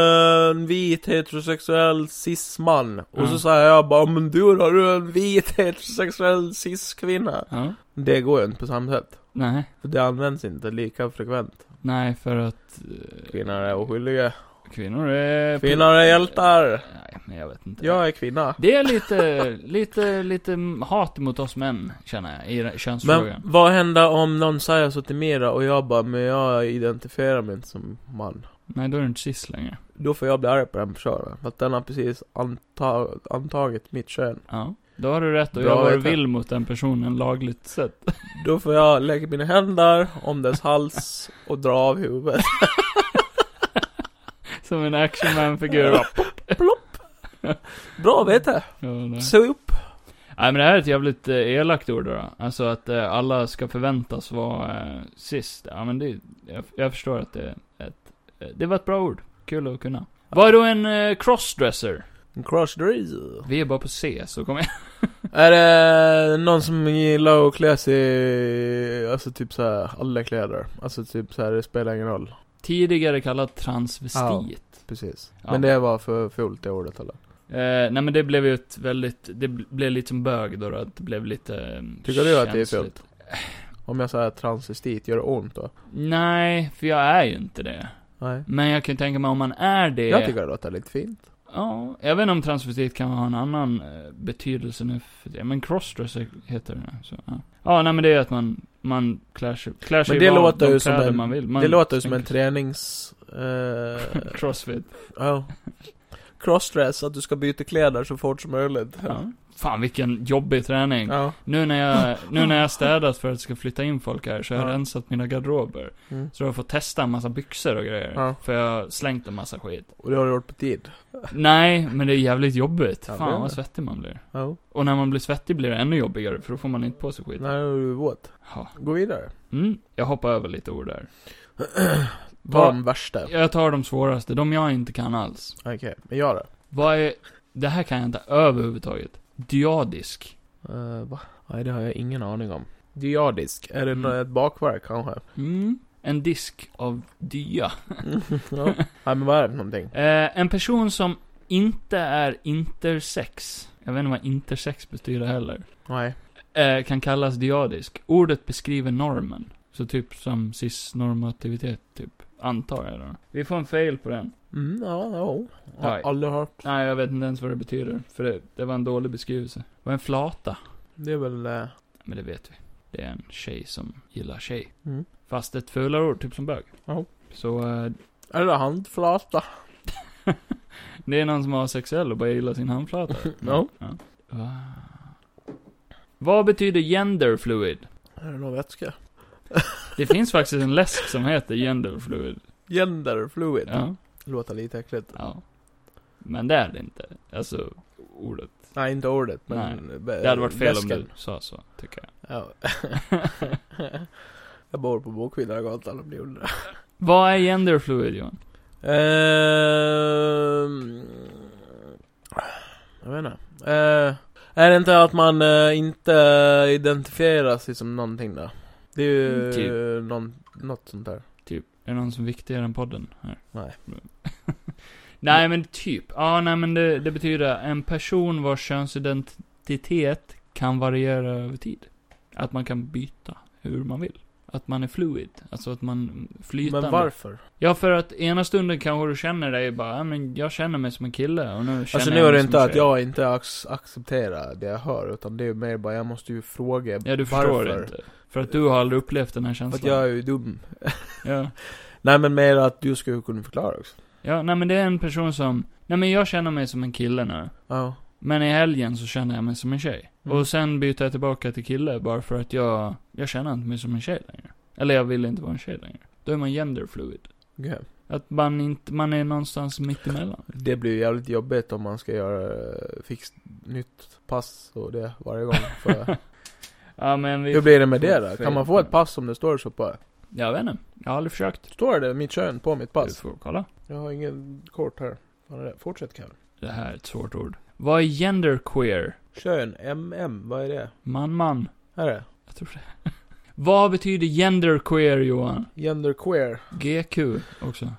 [SPEAKER 1] eh, en vit heterosexuell cis-man. Och
[SPEAKER 2] Ja.
[SPEAKER 1] så säger jag bara Men du då, du är en vit heterosexuell cis-kvinna.
[SPEAKER 2] Ja,
[SPEAKER 1] Det går ju inte på samma sätt.
[SPEAKER 2] nej.
[SPEAKER 1] För det används inte lika frekvent.
[SPEAKER 2] Nej, för att... eh,
[SPEAKER 1] Kvinnor är oskyldiga.
[SPEAKER 2] Kvinnor är...
[SPEAKER 1] Kvinnor är hjältar.
[SPEAKER 2] Nej, men jag vet inte.
[SPEAKER 1] Jag är kvinna.
[SPEAKER 2] Det är lite, lite, lite hat mot oss män, känner jag, i den-
[SPEAKER 1] Men
[SPEAKER 2] könsfrågan.
[SPEAKER 1] vad händer om någon säger så till mig då och jag bara, men jag identifierar mig inte som man.
[SPEAKER 2] Nej, då är det inte cis längre.
[SPEAKER 1] Då får jag bli arg på den personen. För att den har precis anta- antagit mitt kön.
[SPEAKER 2] Ja. Då har du rätt att
[SPEAKER 1] Bra
[SPEAKER 2] göra vad du
[SPEAKER 1] vet jag.
[SPEAKER 2] vill mot den personen lagligt sett.
[SPEAKER 1] Då får jag lägga mina händer om dess hals och dra av huvudet.
[SPEAKER 2] Som en actionman-figur. Ja,
[SPEAKER 1] Bra vet jag.
[SPEAKER 2] nej.
[SPEAKER 1] Se upp.
[SPEAKER 2] Nej, men det här är ett jävligt eh, elakt ord då. Alltså att eh, alla ska förväntas vara eh, cis. Ja, men det, jag, jag förstår att det är ett, eh, det var ett bra ord. Kul att kunna. Vad är då en eh, crossdresser?
[SPEAKER 1] Crush the real.
[SPEAKER 2] Vi är bara på C, så kom igen.
[SPEAKER 1] Är det någon som gillar att klä sig, alltså typ såhär, alla kläder? Alltså typ såhär, det spelar ingen roll.
[SPEAKER 2] Tidigare kallad transvestit.
[SPEAKER 1] Precis.
[SPEAKER 2] Ja.
[SPEAKER 1] Men det var för fult det ordet eller?
[SPEAKER 2] Eh, nej men det blev ju ett väldigt, det bl- blev lite som bög då, då att det blev lite eh,
[SPEAKER 1] Tycker du att det är
[SPEAKER 2] känsligt.
[SPEAKER 1] fult? Om jag säger transvestit, gör det ont då?
[SPEAKER 2] Nej, för jag är ju inte det.
[SPEAKER 1] Nej.
[SPEAKER 2] Men jag kan ju tänka mig om man är det.
[SPEAKER 1] Jag tycker det låter lite fint.
[SPEAKER 2] Ja, jag vet inte om transvestit kan ha en annan eh, betydelse nu för det. Men crossdresser heter det nu, så, ja. ja, nej men det är att man, man klär sig, klär sig
[SPEAKER 1] det
[SPEAKER 2] i vad-
[SPEAKER 1] låter
[SPEAKER 2] de
[SPEAKER 1] ju som
[SPEAKER 2] kläder
[SPEAKER 1] en-
[SPEAKER 2] man vill. Man
[SPEAKER 1] det låter ju som en
[SPEAKER 2] tänker-
[SPEAKER 1] tränings... Eh,
[SPEAKER 2] Crossfit.
[SPEAKER 1] ja. Crossdress, att du ska byta kläder så fort som möjligt.
[SPEAKER 2] Ja. Fan vilken jobbig träning.
[SPEAKER 1] Ja.
[SPEAKER 2] Nu när jag, nu när jag städat för att jag ska flytta in folk här, så har jag
[SPEAKER 1] Ja.
[SPEAKER 2] rensat mina garderober.
[SPEAKER 1] Mm.
[SPEAKER 2] Så jag får testa en massa byxor och grejer.
[SPEAKER 1] Ja.
[SPEAKER 2] För jag har slängt en massa skit.
[SPEAKER 1] Och det har du gjort på tid.
[SPEAKER 2] Nej, men det är jävligt jobbigt.
[SPEAKER 1] Ja, det är
[SPEAKER 2] Fan vad
[SPEAKER 1] det.
[SPEAKER 2] svettig man blir.
[SPEAKER 1] Ja.
[SPEAKER 2] Och när man blir svettig blir det ännu jobbigare, för då får man inte på sig skit.
[SPEAKER 1] När är du våt.
[SPEAKER 2] Ja.
[SPEAKER 1] Gå vidare.
[SPEAKER 2] Mm, jag hoppar över lite ord där.
[SPEAKER 1] Ta
[SPEAKER 2] Vad-
[SPEAKER 1] de värsta.
[SPEAKER 2] Jag tar de svåraste, de jag inte kan alls.
[SPEAKER 1] Okej, men gör det.
[SPEAKER 2] Vad är... Det här kan jag inte överhuvudtaget. Dyadisk.
[SPEAKER 1] Uh, va? Nej, det har jag ingen aning om. Diadisk. Är det
[SPEAKER 2] Mm.
[SPEAKER 1] nå- ett bakverk kanske?
[SPEAKER 2] Mm. En disk av dya.
[SPEAKER 1] ja. Nej, men vad är det för någonting?
[SPEAKER 2] Eh, en person som inte är intersex. Jag vet inte vad intersex betyder heller.
[SPEAKER 1] Nej.
[SPEAKER 2] eh, kan kallas diadisk. Ordet beskriver normen. Så typ som cis-normativitet, typ. Antar jag då. Vi får en fail på den.
[SPEAKER 1] Mm, ja, ja. Har
[SPEAKER 2] Nej.
[SPEAKER 1] aldrig hört.
[SPEAKER 2] Nej, jag vet inte ens vad det betyder. För det, det var en dålig beskrivelse. Vad är en flata?
[SPEAKER 1] Det är väl... eh,
[SPEAKER 2] Men det vet vi. Det är en tjej som gillar tjej.
[SPEAKER 1] Mm.
[SPEAKER 2] Fast ett fulare ord, typ som bög.
[SPEAKER 1] Ja.
[SPEAKER 2] Så, eh,
[SPEAKER 1] Är det handflata?
[SPEAKER 2] det är någon som har sexuell och bara gillar sin handflata.
[SPEAKER 1] Ja.
[SPEAKER 2] ja. Va? Vad betyder genderfluid?
[SPEAKER 1] Är det någon vätska?
[SPEAKER 2] Det finns faktiskt en läsk som heter genderfluid.
[SPEAKER 1] Genderfluid.
[SPEAKER 2] Ja.
[SPEAKER 1] Låter lite äckligt.
[SPEAKER 2] Ja. Men det är det inte. Alltså, ordet.
[SPEAKER 1] Nej, inte ordet, men... Nej.
[SPEAKER 2] Det hade varit fel om du sa så, tycker jag.
[SPEAKER 1] Ja. jag bor på Bokvinnargatan om ni undrar.
[SPEAKER 2] Vad är genderfluid, Johan?
[SPEAKER 1] Ehm, jag vet inte. Eh, är det inte att man eh, inte identifierar sig som någonting då? Det är ju
[SPEAKER 2] Mm, typ.
[SPEAKER 1] någon, något sånt där.
[SPEAKER 2] Typ, är det någon som är viktigare än podden här?
[SPEAKER 1] Nej.
[SPEAKER 2] nej men typ, ja nej men det, det betyder en person vars könsidentitet kan variera över tid. Att man kan byta hur man vill. Att man är fluid, alltså att man flytande.
[SPEAKER 1] Men varför?
[SPEAKER 2] Ja för att ena stunden kanske du känner dig bara, ja men jag känner mig som en kille och nu känner
[SPEAKER 1] Alltså
[SPEAKER 2] jag
[SPEAKER 1] nu är
[SPEAKER 2] mig
[SPEAKER 1] det
[SPEAKER 2] som
[SPEAKER 1] inte
[SPEAKER 2] en
[SPEAKER 1] att
[SPEAKER 2] tjej.
[SPEAKER 1] jag inte ac- accepterar det jag hör, utan det är mer bara jag måste ju fråga
[SPEAKER 2] Ja du förstår
[SPEAKER 1] varför.
[SPEAKER 2] inte. För att du har aldrig upplevt den här
[SPEAKER 1] För att
[SPEAKER 2] känslan.
[SPEAKER 1] jag är ju dum.
[SPEAKER 2] Ja.
[SPEAKER 1] Nej men mer att du skulle kunna förklara också.
[SPEAKER 2] ja, nej men det är en person som, nej men jag känner mig som en kille nu.
[SPEAKER 1] Ja.
[SPEAKER 2] Men i helgen så känner jag mig som en tjej.
[SPEAKER 1] Mm.
[SPEAKER 2] Och sen byter jag tillbaka till kille bara för att jag, jag känner inte mig som en tjej längre. Eller jag vill inte vara en tjej längre. Då är man genderfluid.
[SPEAKER 1] okej.
[SPEAKER 2] Att man inte, man är någonstans mitt emellan.
[SPEAKER 1] Det blir ju jävligt jobbigt om man ska göra eh, fix nytt pass och det varje gång. För,
[SPEAKER 2] Ja men vi...
[SPEAKER 1] hur blir det med det då?
[SPEAKER 2] Fel.
[SPEAKER 1] Kan man få ett pass om det står så på?
[SPEAKER 2] Jag vet inte. Jag har aldrig försökt.
[SPEAKER 1] Står det mitt kön på mitt
[SPEAKER 2] Du
[SPEAKER 1] pass?
[SPEAKER 2] får kolla.
[SPEAKER 1] Jag har ingen kort här. Vad är det? Fortsätt Kalle.
[SPEAKER 2] Det här är ett svårt ord. Vad är genderqueer?
[SPEAKER 1] Kön, MM, vad är det?
[SPEAKER 2] Man, man.
[SPEAKER 1] Här är det.
[SPEAKER 2] Jag tror det. Vad betyder genderqueer, Johan?
[SPEAKER 1] Genderqueer.
[SPEAKER 2] GQ också.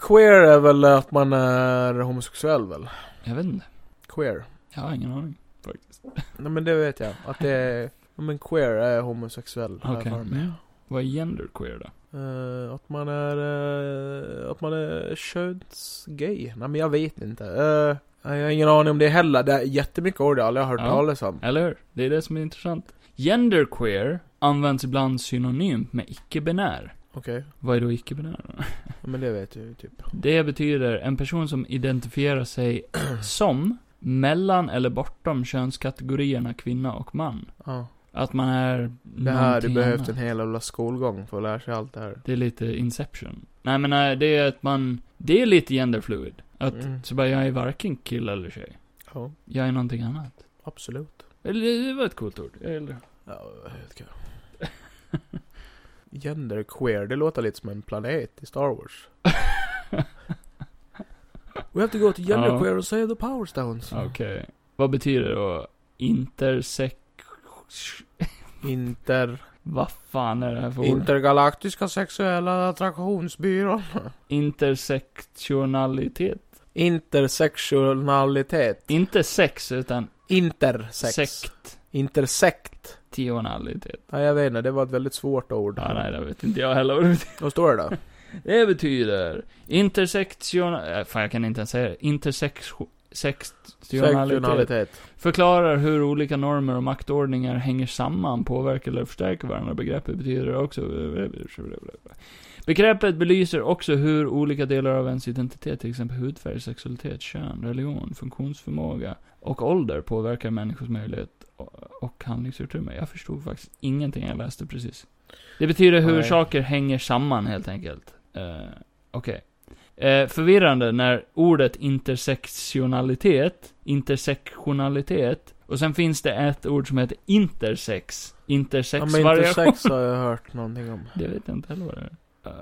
[SPEAKER 1] Queer är väl att man är homosexuell väl?
[SPEAKER 2] Jag vet inte.
[SPEAKER 1] Queer.
[SPEAKER 2] Jag har ingen aning. Faktiskt.
[SPEAKER 1] Nej men det vet jag. Att det är... Ja, men queer är homosexuell. har jag
[SPEAKER 2] Okej.
[SPEAKER 1] för mig.
[SPEAKER 2] Mm. Vad är genderqueer då?
[SPEAKER 1] Eh, att man är... eh, att man är könsgay? Nej men jag vet inte. Eh, jag har ingen aning om det heller. Det är jättemycket ord jag aldrig har hört
[SPEAKER 2] Ja.
[SPEAKER 1] talas om.
[SPEAKER 2] Eller hur? Det är det som är intressant. Genderqueer används ibland synonymt med icke-binär.
[SPEAKER 1] Okej.
[SPEAKER 2] Vad är då icke-binär? då?
[SPEAKER 1] Ja, men det vet jag ju typ.
[SPEAKER 2] Det betyder en person som identifierar sig som, mellan eller bortom könskategorierna kvinna och man.
[SPEAKER 1] Ja.
[SPEAKER 2] Att man är
[SPEAKER 1] Det här, du
[SPEAKER 2] någonting
[SPEAKER 1] behövt
[SPEAKER 2] annat.
[SPEAKER 1] en hel jävla skolgång för att lära sig allt det här.
[SPEAKER 2] Det är lite Inception. Nej men nej, det är att man, det är lite genderfluid. Att,
[SPEAKER 1] Mm.
[SPEAKER 2] så bara, jag är varken kille eller tjej.
[SPEAKER 1] Ja,
[SPEAKER 2] Jag är någonting annat.
[SPEAKER 1] absolut.
[SPEAKER 2] Eller, det var ett coolt ord. Eller,
[SPEAKER 1] Ja, helt kul. Genderqueer, det låter lite som en planet i Star Wars. We have to go to genderqueer and save the power stones.
[SPEAKER 2] Okej. Vad betyder då intersex...
[SPEAKER 1] Inter...
[SPEAKER 2] Vad fan är det här för ord?
[SPEAKER 1] Intergalaktiska sexuella attraktionsbyrån.
[SPEAKER 2] Intersektionalitet.
[SPEAKER 1] Intersektionalitet.
[SPEAKER 2] Inte sex, utan
[SPEAKER 1] Intersex.
[SPEAKER 2] sekt.
[SPEAKER 1] Intersekt.
[SPEAKER 2] Tionalitet.
[SPEAKER 1] Ja, jag vet inte, det var ett väldigt svårt ord.
[SPEAKER 2] Ja, Ah, nej, det vet inte jag heller vad det betyder.
[SPEAKER 1] Vad står det då?
[SPEAKER 2] Det betyder intersektion... äh, Fan, jag kan inte ens säga det. Intersektion... Sextionalitet.
[SPEAKER 1] Sektionalitet.
[SPEAKER 2] Förklarar hur olika normer och maktordningar hänger samman, påverkar eller förstärker varandra. Begreppet betyder också... Begreppet belyser också hur olika delar av ens identitet, till exempel hudfärg, sexualitet, kön, religion, funktionsförmåga och ålder påverkar människors möjlighet och handlingsutrymme. Jag förstod faktiskt ingenting jag läste precis. Det betyder hur
[SPEAKER 1] Nej.
[SPEAKER 2] saker hänger samman helt enkelt. Eh, Okej. Eh, förvirrande när ordet intersektionalitet, intersektionalitet, och sen finns det ett ord som heter intersex.
[SPEAKER 1] Ja,
[SPEAKER 2] Intersex
[SPEAKER 1] men
[SPEAKER 2] variation.
[SPEAKER 1] intersex har jag hört någonting om.
[SPEAKER 2] Det vet jag inte heller vad det är. Eh,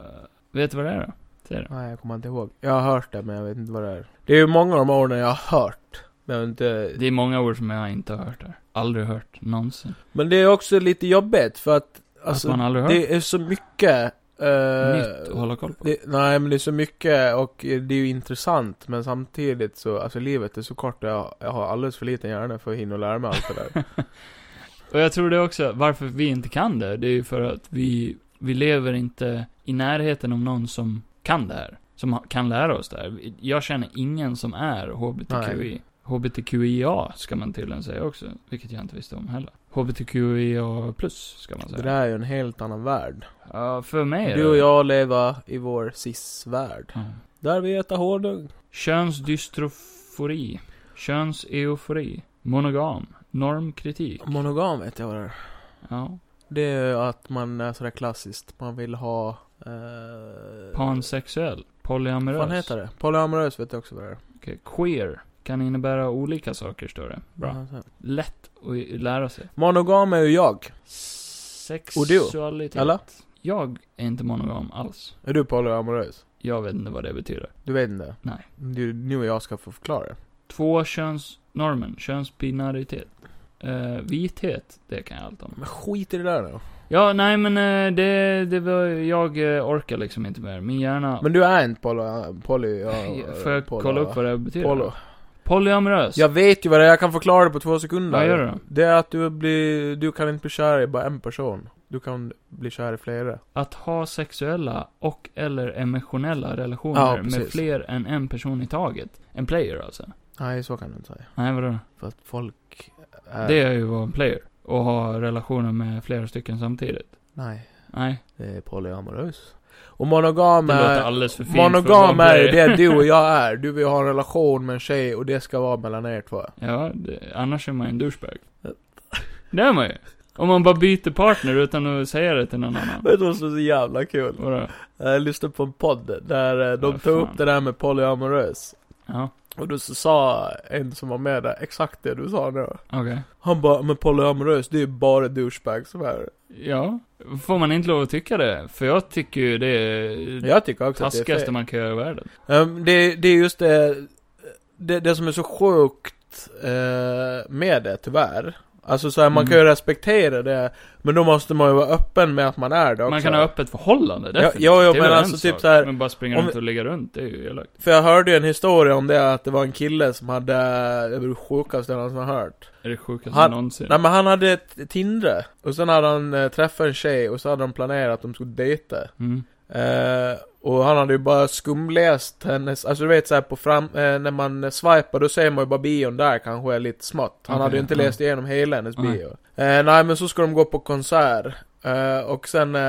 [SPEAKER 2] vet du vad det är då? Säg det.
[SPEAKER 1] Nej, jag kommer inte ihåg. Jag har hört det, men jag vet inte vad det är. Det är ju många av de orden jag har hört. Men, jag har inte...
[SPEAKER 2] Det är många ord som jag inte har hört där. Aldrig hört, någonsin.
[SPEAKER 1] men det är också lite jobbigt, för att... Alltså,
[SPEAKER 2] att man aldrig hört
[SPEAKER 1] det är så mycket... eh,
[SPEAKER 2] nytt att hålla koll på.
[SPEAKER 1] det, nej, men det är så mycket och eh, det är ju intressant, men samtidigt så, alltså livet är så kort och jag, jag har alldeles för liten hjärna för att hinna lära mig allt det där.
[SPEAKER 2] Och jag tror det också, varför vi inte kan det, det är ju för att vi, vi lever inte i närheten av någon som kan det här. Som ha- kan lära oss det här. Jag känner ingen som är HBTQI.
[SPEAKER 1] Nej.
[SPEAKER 2] HBTQIA ska man tydligen säga också, vilket jag inte visste om heller. HBTQIA plus ska man
[SPEAKER 1] Det
[SPEAKER 2] säga.
[SPEAKER 1] där är ju en helt annan värld.
[SPEAKER 2] Ja, för mig är
[SPEAKER 1] Du och
[SPEAKER 2] det...
[SPEAKER 1] jag lever i vår cis-värld.
[SPEAKER 2] Ja.
[SPEAKER 1] Där vi äter honung.
[SPEAKER 2] Könsdystrofori. Könseufori. Monogam. Normkritik.
[SPEAKER 1] Monogam vet jag vad det är.
[SPEAKER 2] Ja.
[SPEAKER 1] Det är ju att man är sådär klassiskt, man vill ha... Eh,
[SPEAKER 2] Pansexuell. Polyamorös.
[SPEAKER 1] Vad heter det? Polyamorös vet jag också vad det är.
[SPEAKER 2] Okej, eh, Queer. Kan innebära olika saker, står det. Bra.
[SPEAKER 1] Ja, så här.
[SPEAKER 2] Lätt att i- lära sig.
[SPEAKER 1] Monogam är ju jag.
[SPEAKER 2] Sexualitet.
[SPEAKER 1] Och du? Eller?
[SPEAKER 2] Jag är inte monogam alls.
[SPEAKER 1] Är du polyamorös?
[SPEAKER 2] Jag vet inte vad det betyder.
[SPEAKER 1] Du vet inte?
[SPEAKER 2] Nej.
[SPEAKER 1] Det är nu jag ska få förklara.
[SPEAKER 2] Tvåkönsnormen, könspinaritet. Eh, vithet, det kan jag allt om.
[SPEAKER 1] Men skit i det där då.
[SPEAKER 2] Ja, nej men eh, det, det var, jag eh, orkar liksom inte mer. Min hjärna...
[SPEAKER 1] Men du är inte poly... poly ja,
[SPEAKER 2] Får jag
[SPEAKER 1] poly-
[SPEAKER 2] kolla upp vad det betyder?
[SPEAKER 1] Poly.
[SPEAKER 2] Polyamorös.
[SPEAKER 1] Jag vet ju vad det är, jag kan förklara det på två sekunder.
[SPEAKER 2] Vad gör du då?
[SPEAKER 1] Det är att du blir, du kan inte bli kär i bara en person. Du kan bli kär i flera.
[SPEAKER 2] Att ha sexuella och eller emotionella relationer
[SPEAKER 1] Ja, precis.
[SPEAKER 2] med fler än en person i taget. En player alltså.
[SPEAKER 1] Nej, så kan du inte säga.
[SPEAKER 2] Nej, vadå?
[SPEAKER 1] För att folk är...
[SPEAKER 2] Det är ju att vara en player. Och ha relationer med flera stycken samtidigt.
[SPEAKER 1] Nej,
[SPEAKER 2] Nej,
[SPEAKER 1] det är polyamorös. Och monogam
[SPEAKER 2] det låter
[SPEAKER 1] är...
[SPEAKER 2] alldeles för fint för att
[SPEAKER 1] Monogam
[SPEAKER 2] vara
[SPEAKER 1] är
[SPEAKER 2] en
[SPEAKER 1] ju
[SPEAKER 2] player.
[SPEAKER 1] det du och jag är. Du vill ha en relation med en tjej och det ska vara mellan er två.
[SPEAKER 2] Ja, det, annars är man ju en douchebag. Det är man ju. Om man bara byter partner utan att säga det till någon annan.
[SPEAKER 1] Vet du vad som är så jävla kul?
[SPEAKER 2] Vadå?
[SPEAKER 1] Jag lyssnade på en podd där eh, de
[SPEAKER 2] Ja,
[SPEAKER 1] tog
[SPEAKER 2] fan.
[SPEAKER 1] upp det där med polyamorös.
[SPEAKER 2] Ja,
[SPEAKER 1] Och då så sa en som var med där exakt det du sa nu.
[SPEAKER 2] okej.
[SPEAKER 1] Han bara, men polyamorös det är ju bara douchebags som är
[SPEAKER 2] Ja. Får man inte lov att tycka det? För jag tycker ju det är det
[SPEAKER 1] Jag tycker också att det är
[SPEAKER 2] taskigaste
[SPEAKER 1] fel.
[SPEAKER 2] man kan göra i världen.
[SPEAKER 1] Ehm, det, det är just det, det, det som är så sjukt eh, med det tyvärr. Alltså så här, man
[SPEAKER 2] Mm.
[SPEAKER 1] kan ju respektera det, men då måste man ju vara öppen med att man är det också.
[SPEAKER 2] Man kan ha öppet förhållande,
[SPEAKER 1] Ja,
[SPEAKER 2] definitivt.
[SPEAKER 1] ja, ja,
[SPEAKER 2] Det är
[SPEAKER 1] men
[SPEAKER 2] väl
[SPEAKER 1] alltså
[SPEAKER 2] en
[SPEAKER 1] typ
[SPEAKER 2] sak.
[SPEAKER 1] så här-
[SPEAKER 2] Men bara springa
[SPEAKER 1] om
[SPEAKER 2] runt och ligga runt, det är ju elakt.
[SPEAKER 1] För jag hörde ju en historia om det, att det var en kille som hade, det var det sjukaste jag någonsin har hört.
[SPEAKER 2] Det är det sjukaste
[SPEAKER 1] Han-
[SPEAKER 2] någonsin.
[SPEAKER 1] Nej men han hade ett Tindre, och sen hade han eh, träffat en tjej, och så hade de planerat att de skulle dejta.
[SPEAKER 2] Mm.
[SPEAKER 1] Eh, och han hade ju bara skumläst hennes, alltså du vet såhär på fram, eh, när man eh, swipar då ser man ju bara bion där kanske är lite smått. Han
[SPEAKER 2] Okej,
[SPEAKER 1] hade ju inte
[SPEAKER 2] ja.
[SPEAKER 1] läst igenom hela hennes
[SPEAKER 2] Nej.
[SPEAKER 1] bio. Eh, nej men så ska de gå på konsert. Eh, och sen eh,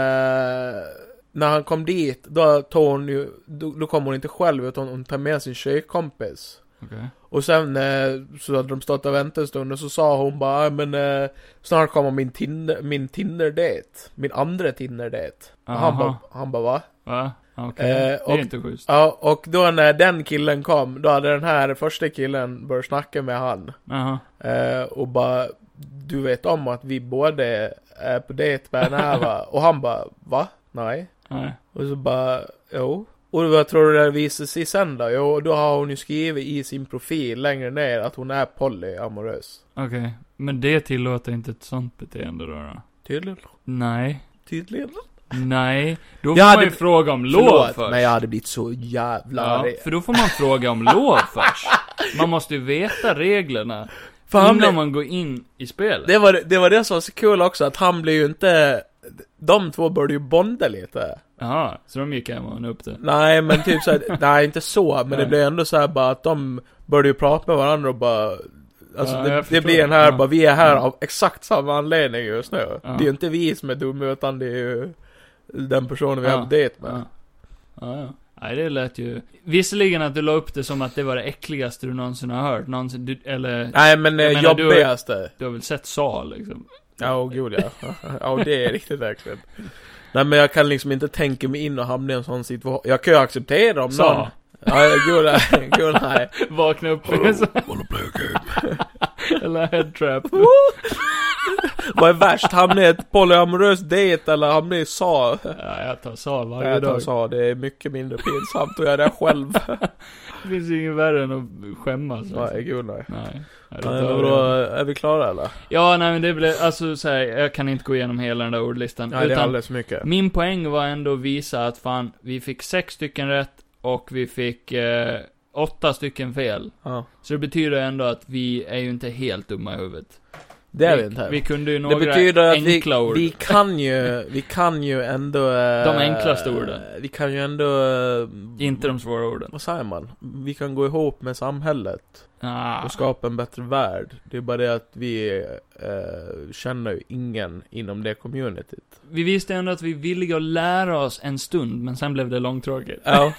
[SPEAKER 1] när han kom dit, då tog hon ju, då, då kom hon inte själv utan hon tar med sin tjejkompis.
[SPEAKER 2] Okej.
[SPEAKER 1] Och sen eh, så hade de stått och väntat en stund och så sa hon bara "Ja, men eh, snart kommer min Tinder, min Tinder-date. Min andra Tinder-date. Och Han
[SPEAKER 2] Aha.
[SPEAKER 1] bara, han bara va?
[SPEAKER 2] Va? Okej.
[SPEAKER 1] Eh,
[SPEAKER 2] det är
[SPEAKER 1] och-
[SPEAKER 2] inte schysst.
[SPEAKER 1] Ja, och då när den killen kom, då hade den här första killen börjat snacka med han.
[SPEAKER 2] Jaha.
[SPEAKER 1] Eh, och bara, du vet om att vi båda är på dejt med den här va? Och han bara, va? Nej.
[SPEAKER 2] Nej.
[SPEAKER 1] Och så bara, jo. Och vad tror du det visar sig sen då? Jo, då har hon ju skrivit i sin profil längre ner att hon är polyamorös.
[SPEAKER 2] Okej. Men det tillåter inte ett sånt beteende då? då.
[SPEAKER 1] Tydligen.
[SPEAKER 2] Nej.
[SPEAKER 1] Tydligen.
[SPEAKER 2] Nej. Då får
[SPEAKER 1] Jag
[SPEAKER 2] man
[SPEAKER 1] hade-
[SPEAKER 2] ju fråga om lov
[SPEAKER 1] Förlåt,
[SPEAKER 2] först.
[SPEAKER 1] men jag hade blivit så jävla
[SPEAKER 2] Ja,
[SPEAKER 1] arg.
[SPEAKER 2] för då får man fråga om lov först. Man måste ju veta reglerna
[SPEAKER 1] För han
[SPEAKER 2] innan
[SPEAKER 1] blev,
[SPEAKER 2] man går in i spelet.
[SPEAKER 1] det, var, det var det som var så kul också, att han blev ju inte... De två började ju bonda lite.
[SPEAKER 2] Jaha, så de gick hem och upp det.
[SPEAKER 1] Nej, men typ såhär, nej inte så, men
[SPEAKER 2] Nej.
[SPEAKER 1] det blev ändå så här bara att de började ju prata med varandra och bara... Alltså
[SPEAKER 2] Ja, jag
[SPEAKER 1] det,
[SPEAKER 2] förstår.
[SPEAKER 1] det blir en här
[SPEAKER 2] Ja.
[SPEAKER 1] bara, vi är här
[SPEAKER 2] Ja.
[SPEAKER 1] av exakt samma anledning just nu.
[SPEAKER 2] Ja.
[SPEAKER 1] Det är ju inte vi som är dumma, utan det är ju den personen vi
[SPEAKER 2] Ja.
[SPEAKER 1] har på dejt med.
[SPEAKER 2] Ja. Ja, ja. Nej, det lät ju... Visserligen att du la upp det som att det var det äckligaste du någonsin har hört. Någonsin, du, eller...
[SPEAKER 1] Nej men
[SPEAKER 2] Jag
[SPEAKER 1] eh,
[SPEAKER 2] menar, du-
[SPEAKER 1] jobbigaste.
[SPEAKER 2] Du har väl sett Sa liksom?
[SPEAKER 1] Ja, åh gud ja. Ja, och det är riktigt verkligen. Nej men jag kan liksom inte tänka mig in och hamna i en sån situation. Jag kan ju acceptera om någon...
[SPEAKER 2] Sa?
[SPEAKER 1] Ja, gud nej. Gud nej.
[SPEAKER 2] Vakna upp med en sån- Eller headtrap.
[SPEAKER 1] Vad är värst? Hamna i ett polyamoröst dejt eller hamna i SA?
[SPEAKER 2] Ja, jag tar Sa varje
[SPEAKER 1] Jag tar
[SPEAKER 2] dag.
[SPEAKER 1] SA, det är mycket mindre pinsamt att göra det själv.
[SPEAKER 2] Det finns ju inget värre än att skämmas. liksom.
[SPEAKER 1] Nej, gud nej.
[SPEAKER 2] Nej. Nej, det
[SPEAKER 1] Nej,
[SPEAKER 2] tar
[SPEAKER 1] men
[SPEAKER 2] jag.
[SPEAKER 1] då, är vi klara eller?
[SPEAKER 2] Ja, nej men det blev, alltså så här, jag kan inte gå igenom hela den där ordlistan.
[SPEAKER 1] Nej, det är
[SPEAKER 2] utan
[SPEAKER 1] alldeles för mycket.
[SPEAKER 2] min poäng var ändå att visa att fan, vi fick sex stycken rätt och vi fick eh, åtta stycken fel.
[SPEAKER 1] Ja.
[SPEAKER 2] Så det betyder ändå att vi är ju inte helt dumma i huvudet.
[SPEAKER 1] Det är
[SPEAKER 2] vi
[SPEAKER 1] vi inte.
[SPEAKER 2] Vi kunde ju
[SPEAKER 1] det
[SPEAKER 2] några
[SPEAKER 1] betyder att vi,
[SPEAKER 2] enkla ord.
[SPEAKER 1] vi kan ju, vi kan ju ändå... eh,
[SPEAKER 2] De enklaste orden.
[SPEAKER 1] Vi kan ju ändå... eh,
[SPEAKER 2] Inte de svåra orden.
[SPEAKER 1] Vad säger man? Vi kan gå ihop med samhället
[SPEAKER 2] Ah,
[SPEAKER 1] och skapa en bättre värld. Det är bara det att vi eh, känner ju ingen inom det communityt.
[SPEAKER 2] vi visste ändå att vi ville att lära oss en stund, men sen blev det långtråkigt.
[SPEAKER 1] Ja.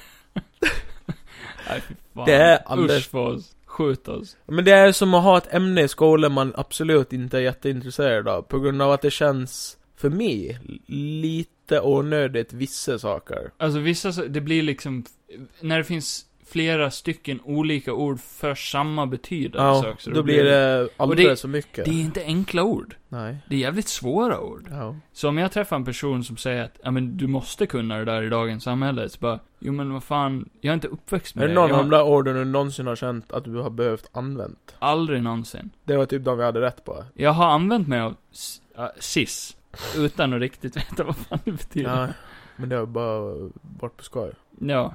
[SPEAKER 2] Nej, fy fan.
[SPEAKER 1] Det är
[SPEAKER 2] Usch
[SPEAKER 1] Anders-
[SPEAKER 2] för oss. Skjut oss.
[SPEAKER 1] Men det är som att ha ett ämne i skolan man absolut inte är jätteintresserad av. På grund av att det känns, för mig, lite onödigt vissa saker.
[SPEAKER 2] Alltså vissa, så- det blir liksom, när det finns flera stycken olika ord för samma betydelse
[SPEAKER 1] Ja,
[SPEAKER 2] också.
[SPEAKER 1] då blir det alldeles
[SPEAKER 2] det-
[SPEAKER 1] så mycket.
[SPEAKER 2] Det är inte enkla ord.
[SPEAKER 1] Nej.
[SPEAKER 2] Det är jävligt svåra ord.
[SPEAKER 1] Ja.
[SPEAKER 2] Så om jag träffar en person som säger att, ja men du måste kunna det där i dagens samhälle, så bara, jo men vad fan, jag är inte uppväxt med
[SPEAKER 1] Är det någon
[SPEAKER 2] jag
[SPEAKER 1] av de
[SPEAKER 2] har
[SPEAKER 1] där orden du någonsin har känt att du har behövt använt?
[SPEAKER 2] aldrig någonsin.
[SPEAKER 1] Det var typ de vi hade rätt på.
[SPEAKER 2] Jag har använt mig av s- ja, cis. Utan att riktigt veta vad fan det betyder. Ja,
[SPEAKER 1] Nej. Men det var bara bort på skoj.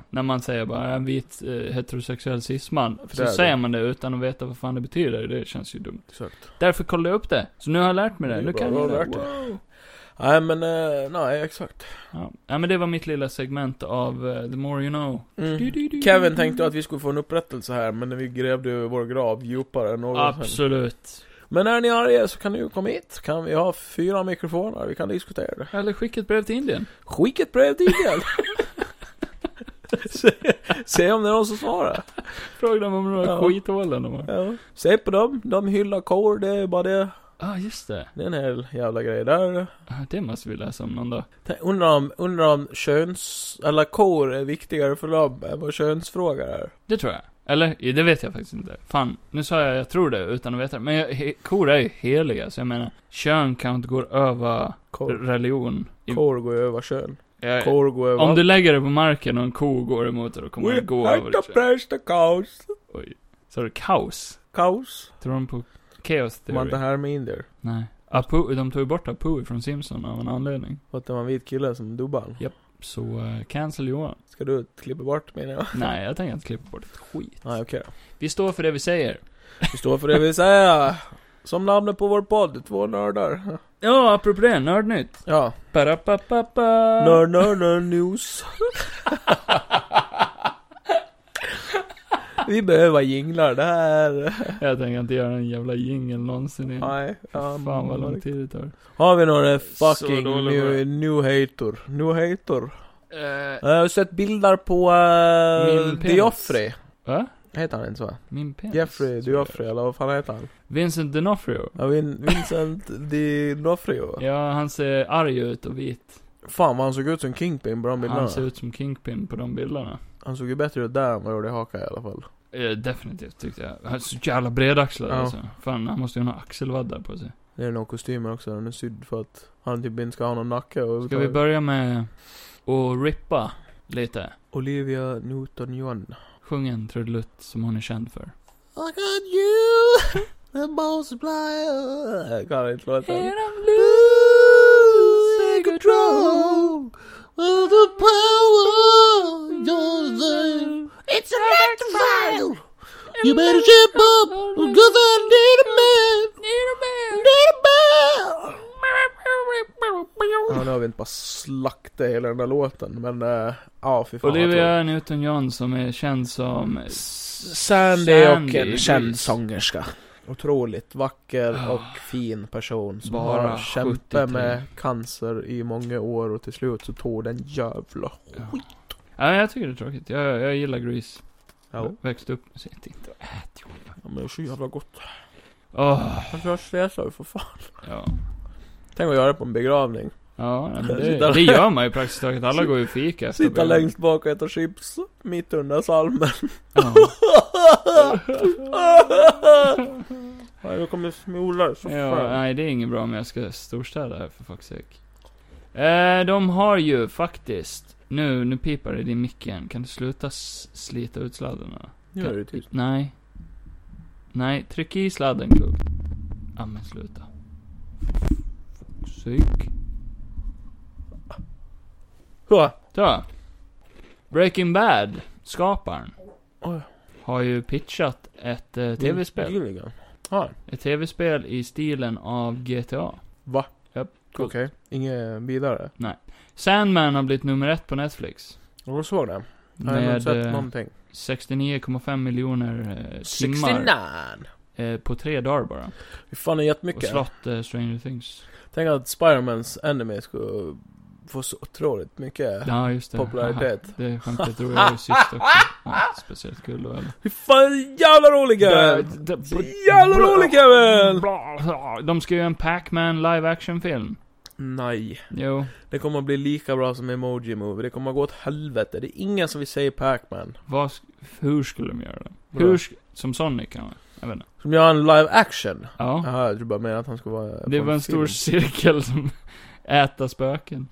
[SPEAKER 2] när man säger bara "Jag är en vit eh, heterosexuell cisman.
[SPEAKER 1] För det
[SPEAKER 2] Så
[SPEAKER 1] är
[SPEAKER 2] säger
[SPEAKER 1] det.
[SPEAKER 2] man det utan att veta vad fan det betyder. Det känns ju dumt.
[SPEAKER 1] Exakt.
[SPEAKER 2] Därför kollade jag upp det. Så nu har jag lärt mig det.
[SPEAKER 1] Det är
[SPEAKER 2] Nu
[SPEAKER 1] bra,
[SPEAKER 2] kan
[SPEAKER 1] då har
[SPEAKER 2] jag
[SPEAKER 1] du
[SPEAKER 2] det.
[SPEAKER 1] lärt dig.
[SPEAKER 2] Wow.
[SPEAKER 1] Nej men, eh, nej exakt.
[SPEAKER 2] Ja. ja, men det var mitt lilla segment av eh, The More You Know.
[SPEAKER 1] Mm.
[SPEAKER 2] Du, du, du.
[SPEAKER 1] Kevin tänkte att vi skulle få en upprättelse här, men vi grävde ju vår grav djupare än någonsin.
[SPEAKER 2] Absolut.
[SPEAKER 1] Men är ni arga så kan ni ju komma hit, så kan vi ha fyra mikrofoner, vi kan diskutera det.
[SPEAKER 2] Eller skicka ett brev till Indien.
[SPEAKER 1] Skicka ett brev till Miguel! se, se om det är någon som svarar.
[SPEAKER 2] Fråga dem om några
[SPEAKER 1] Ja.
[SPEAKER 2] skithålen de har.
[SPEAKER 1] Ja. Se på dem, de hyllar kor, det är bara det.
[SPEAKER 2] Ah, just det.
[SPEAKER 1] Det är en hel jävla grej där.
[SPEAKER 2] Ah, Det måste vi läsa om någon dag.
[SPEAKER 1] Tänk- Undrar om, undrar om köns... Eller kor är viktigare för dem än vad könsfrågor är.
[SPEAKER 2] Det tror jag. Eller, ja, det vet jag faktiskt inte. Fan, nu sa jag jag tror det utan att veta det. Men jag, he, kor är ju heliga, så jag menar, kön kan inte gå över
[SPEAKER 1] Kor,
[SPEAKER 2] religion. I,
[SPEAKER 1] kor går över kön.
[SPEAKER 2] jag,
[SPEAKER 1] Kor går över...
[SPEAKER 2] om du lägger dig på marken och en ko går emot dig, då kommer
[SPEAKER 1] We
[SPEAKER 2] den gå
[SPEAKER 1] had
[SPEAKER 2] över
[SPEAKER 1] to
[SPEAKER 2] ditt kön.
[SPEAKER 1] press the cows.
[SPEAKER 2] Oj. Så är det kaos.
[SPEAKER 1] Cows.
[SPEAKER 2] Tror de på chaos
[SPEAKER 1] Man
[SPEAKER 2] theory?
[SPEAKER 1] inte här med indier.
[SPEAKER 2] Nej. Apu, de tog ju bort Apu från Simpson av en anledning.
[SPEAKER 1] För att det var en vit kille som dubbade
[SPEAKER 2] Så, eh, cancel Johan.
[SPEAKER 1] Ska du klippa bort menar jag?
[SPEAKER 2] Nej, jag tänker inte klippa bort ett skit.
[SPEAKER 1] Nej okej då.
[SPEAKER 2] Vi står för det vi säger.
[SPEAKER 1] Vi står för det vi säger. Som namnet på vår podd, två nördar.
[SPEAKER 2] Ja, apropå det, Nördnytt.
[SPEAKER 1] Ja.
[SPEAKER 2] Parapapapa.
[SPEAKER 1] Nörd, nörd, nörd news. Vi behöver jinglar där.
[SPEAKER 2] Jag tänker inte göra en jävla jingel någonsin igen.
[SPEAKER 1] Nej.
[SPEAKER 2] Fan vad lång tid det tar.
[SPEAKER 1] Har vi några
[SPEAKER 2] Så
[SPEAKER 1] fucking
[SPEAKER 2] dålig var
[SPEAKER 1] new, new hator? New hator? Eh, jag har sett bilder på uh,
[SPEAKER 2] Min penis.
[SPEAKER 1] Diofri.
[SPEAKER 2] Va?
[SPEAKER 1] Heter han inte så?
[SPEAKER 2] Min penis?
[SPEAKER 1] Jeffrey Diofri, eller vad fan heter han?
[SPEAKER 2] Vincent D'Onofrio.
[SPEAKER 1] Ja, Vin- Vincent D'Onofrio.
[SPEAKER 2] Ja, han ser arg ut och vit.
[SPEAKER 1] Fan vad han såg ut som Kingpin på de bilderna.
[SPEAKER 2] Han ser ut som Kingpin på de bilderna.
[SPEAKER 1] ju bättre ut där än vad han gjorde i Haka i alla fall.
[SPEAKER 2] Eh, definitivt tyckte jag. Han är så jävla bredaxlad
[SPEAKER 1] Ja.
[SPEAKER 2] alltså. Fan, han måste ju ha några axelvaddar på sig.
[SPEAKER 1] Det är nog kostymen också, den är sydd för att han typ inte ska ha någon nacke och
[SPEAKER 2] Ska vi börja med att rippa lite?
[SPEAKER 1] Olivia Newton-John.
[SPEAKER 2] Sjung en trudelutt som hon är känd för.
[SPEAKER 1] I got you, the multiplier. Jag kan inte låten.
[SPEAKER 2] I'm
[SPEAKER 1] Losing control of the power you're the- It's electrified! You better shape up, cause I need a man! Oh, Need a man! Need a man! Ja, nu har vi inte bara slaktat hela den där låten, men eh, ja, fy fan.
[SPEAKER 2] Olivia Newton-John som är känd som...
[SPEAKER 1] Sandy och
[SPEAKER 2] Sandy,
[SPEAKER 1] en känd
[SPEAKER 2] precis.
[SPEAKER 1] sångerska. Otroligt vacker
[SPEAKER 2] Ah.
[SPEAKER 1] och fin person som
[SPEAKER 2] Bara
[SPEAKER 1] har kämpat
[SPEAKER 2] 73.
[SPEAKER 1] med cancer i många år och till slut så tog den jävla
[SPEAKER 2] Ja. ja, jag tycker det är tråkigt. Jag, jag gillar Grease.
[SPEAKER 1] Ja,
[SPEAKER 2] Växte upp med sitt inte och ät Johan.
[SPEAKER 1] men det är så jävla gott.
[SPEAKER 2] Åh,
[SPEAKER 1] Jag tror jag slösar för fan.
[SPEAKER 2] ja.
[SPEAKER 1] Tänk att göra det på en begravning.
[SPEAKER 2] Ja, nej, men
[SPEAKER 1] Sitta-
[SPEAKER 2] det, det gör man ju praktiskt taget. Alla går ju fika efter
[SPEAKER 1] Sitta
[SPEAKER 2] början.
[SPEAKER 1] längst bak och äta chips, mitt under salmen.
[SPEAKER 2] Ja.
[SPEAKER 1] Ja, jag kommer smola så
[SPEAKER 2] ja,
[SPEAKER 1] fan.
[SPEAKER 2] nej det är inget bra om jag ska storstäda här för fuck's sake. Eh, de har ju faktiskt... Nu, nu pipar det i din mick igen. Kan du sluta s- slita ut sladdarna?
[SPEAKER 1] Nu är det tyst.
[SPEAKER 2] Nej. Nej, tryck i sladden Kugg. Ja men sluta. Psyk.
[SPEAKER 1] Så.
[SPEAKER 2] Så. Breaking Bad, skaparen,
[SPEAKER 1] Oj.
[SPEAKER 2] har ju pitchat ett
[SPEAKER 1] Mm.
[SPEAKER 2] eh, tv-spel.
[SPEAKER 1] Nyligen. Ja,
[SPEAKER 2] Ett tv-spel i stilen av GTA.
[SPEAKER 1] Va?
[SPEAKER 2] Japp,
[SPEAKER 1] okej.
[SPEAKER 2] coolt.
[SPEAKER 1] Inget vidare.
[SPEAKER 2] Sandman har blivit nummer ett på Netflix.
[SPEAKER 1] Jag såg det. Jag har inte
[SPEAKER 2] Med
[SPEAKER 1] sett
[SPEAKER 2] eh,
[SPEAKER 1] någonting.
[SPEAKER 2] 69,5 miljoner eh, timmar
[SPEAKER 1] 69!
[SPEAKER 2] eh, på tre dagar bara.
[SPEAKER 1] Fy fan det är
[SPEAKER 2] Och
[SPEAKER 1] jättemycket.
[SPEAKER 2] slått eh, Stranger Things.
[SPEAKER 1] Tänk att Spidermans anime skulle få så otroligt mycket.
[SPEAKER 2] Ja, just det.
[SPEAKER 1] popularitet.
[SPEAKER 2] Haha, Det skämtet drog jag ju sist också. Ja, inte speciellt kul då eller?
[SPEAKER 1] Fy fan jävla rolig Kevin! Så jävla rolig Kevin!
[SPEAKER 2] De ska göra en Pac-Man live action film.
[SPEAKER 1] Nej.
[SPEAKER 2] Jo,
[SPEAKER 1] Det kommer att bli lika bra som Emoji Movie. Det kommer att gå åt helvete. Det är ingen som vill säga Pac-Man.
[SPEAKER 2] vad, sk- hur skulle de göra det?
[SPEAKER 1] Vadå?
[SPEAKER 2] Hur, sk- som Sonic kanske? Jag vet inte.
[SPEAKER 1] Som gör en live action.
[SPEAKER 2] Ja.
[SPEAKER 1] Jaha, jag tror bara menar att han ska vara... på
[SPEAKER 2] Det var en
[SPEAKER 1] film.
[SPEAKER 2] stor cirkel som äta spöken.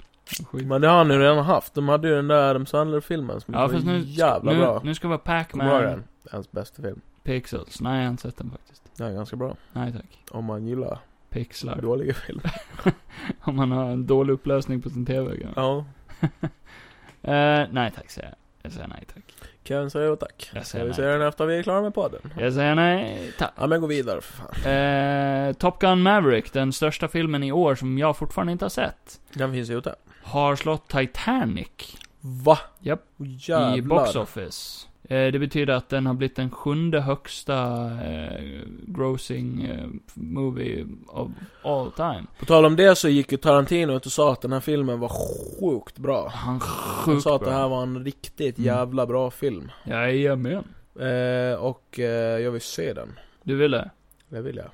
[SPEAKER 2] Skit.
[SPEAKER 1] Men det har han ju redan haft. De hade ju den där Adam Sandler-filmen som
[SPEAKER 2] Ja,
[SPEAKER 1] var
[SPEAKER 2] fast nu,
[SPEAKER 1] jävla
[SPEAKER 2] nu,
[SPEAKER 1] bra.
[SPEAKER 2] nu ska det vara
[SPEAKER 1] Kommer du ihåg
[SPEAKER 2] Pac-Man
[SPEAKER 1] den? Det är Hans bästa film.
[SPEAKER 2] Pixels. Nej, jag har inte sett den faktiskt.
[SPEAKER 1] Den är ganska bra.
[SPEAKER 2] Nej tack.
[SPEAKER 1] Om man gillar
[SPEAKER 2] Pixlar.
[SPEAKER 1] dåliga filmer.
[SPEAKER 2] Om man har en dålig upplösning på sin TV. kanske.
[SPEAKER 1] Ja.
[SPEAKER 2] Eh, nej tack säger jag. Jag säger nej tack.
[SPEAKER 1] Kan säga tack.
[SPEAKER 2] Jag
[SPEAKER 1] Ska
[SPEAKER 2] säger
[SPEAKER 1] vi
[SPEAKER 2] nej.
[SPEAKER 1] se den efter vi är klara med podden?
[SPEAKER 2] Jag säger nej tack.
[SPEAKER 1] Ja men gå vidare för fan.
[SPEAKER 2] Eh, Top Gun Maverick, den största filmen i år som jag fortfarande inte har sett,
[SPEAKER 1] Den finns ju ute.
[SPEAKER 2] har slått Titanic
[SPEAKER 1] Va?
[SPEAKER 2] Japp.
[SPEAKER 1] Oh, jävlar.
[SPEAKER 2] i Box Office. Eh, det betyder att den har blivit den sjunde högsta eh, grossing eh, movie of all time.
[SPEAKER 1] På tal om det så gick ju Tarantino ut och sa att den här filmen var sjukt bra.
[SPEAKER 2] Han
[SPEAKER 1] Han
[SPEAKER 2] sjukt
[SPEAKER 1] sa
[SPEAKER 2] bra.
[SPEAKER 1] att det här var en riktigt
[SPEAKER 2] Mm.
[SPEAKER 1] jävla bra film.
[SPEAKER 2] Jajamän.
[SPEAKER 1] Eh, och eh, jag vill se den.
[SPEAKER 2] Du ville?
[SPEAKER 1] Det vill jag.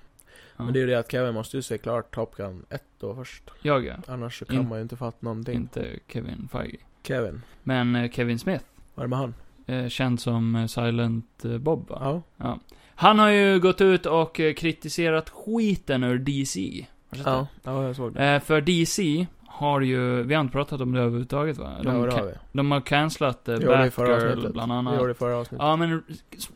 [SPEAKER 2] Ja.
[SPEAKER 1] Men det är ju det att Kevin måste ju se klart Top Gun 1 då först.
[SPEAKER 2] Jag ja.
[SPEAKER 1] Annars så kan
[SPEAKER 2] In-
[SPEAKER 1] man ju inte fatta någonting.
[SPEAKER 2] Inte Kevin Feige.
[SPEAKER 1] Kevin,
[SPEAKER 2] Men eh, Kevin Smith,
[SPEAKER 1] vad är det med han?
[SPEAKER 2] eh, känd som eh, Silent eh, Bob va?
[SPEAKER 1] Ja.
[SPEAKER 2] Han har ju gått ut och eh, kritiserat skiten ur DC. Har du sett
[SPEAKER 1] Ja, ja jag såg
[SPEAKER 2] det?
[SPEAKER 1] det.
[SPEAKER 2] Eh, För DC har ju, vi har inte pratat om det överhuvudtaget va?
[SPEAKER 1] Ja,
[SPEAKER 2] De,
[SPEAKER 1] det har
[SPEAKER 2] ca-
[SPEAKER 1] vi.
[SPEAKER 2] de har cancelat eh,
[SPEAKER 1] Vi gjorde det i förra
[SPEAKER 2] Batgirl
[SPEAKER 1] avsnittet.
[SPEAKER 2] bland
[SPEAKER 1] Vi gjorde
[SPEAKER 2] annat.
[SPEAKER 1] det i förra avsnittet.
[SPEAKER 2] Ja men, s-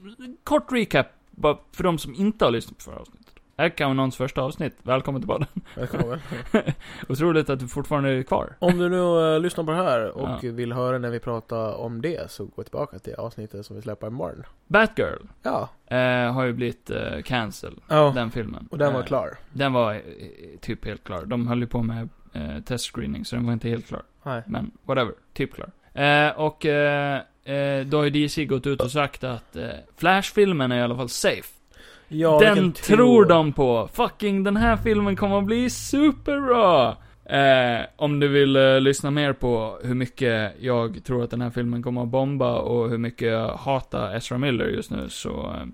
[SPEAKER 2] kort recap, bara för de som inte har lyssnat på förra avsnittet. Här kan någons första avsnitt, välkommen till podden.
[SPEAKER 1] Jag kommer väl.
[SPEAKER 2] Otroligt att du fortfarande är kvar.
[SPEAKER 1] Om du nu eh, lyssnar på det här och
[SPEAKER 2] Ja.
[SPEAKER 1] vill höra när vi pratar om det så gå tillbaka till avsnittet som vi släpper imorgon.
[SPEAKER 2] Batgirl,
[SPEAKER 1] Ja.
[SPEAKER 2] eh, har ju blivit eh, cancel,
[SPEAKER 1] Ja.
[SPEAKER 2] den filmen.
[SPEAKER 1] Och den var
[SPEAKER 2] Eh,
[SPEAKER 1] klar.
[SPEAKER 2] Den var eh, typ helt klar. De höll ju på med eh, testscreening, så den var inte helt klar.
[SPEAKER 1] Nej.
[SPEAKER 2] Men whatever, typ klar. Eh, och eh, eh, då har ju DC gått ut och sagt att eh, Flash-filmen är i alla fall safe.
[SPEAKER 1] Ja,
[SPEAKER 2] den
[SPEAKER 1] vilken
[SPEAKER 2] tror de på. Fucking den här filmen kommer att bli superbra. Eh, om du vill eh, lyssna mer på hur mycket jag tror att den här filmen kommer att bomba och hur mycket jag hatar Ezra Miller just nu så eh, har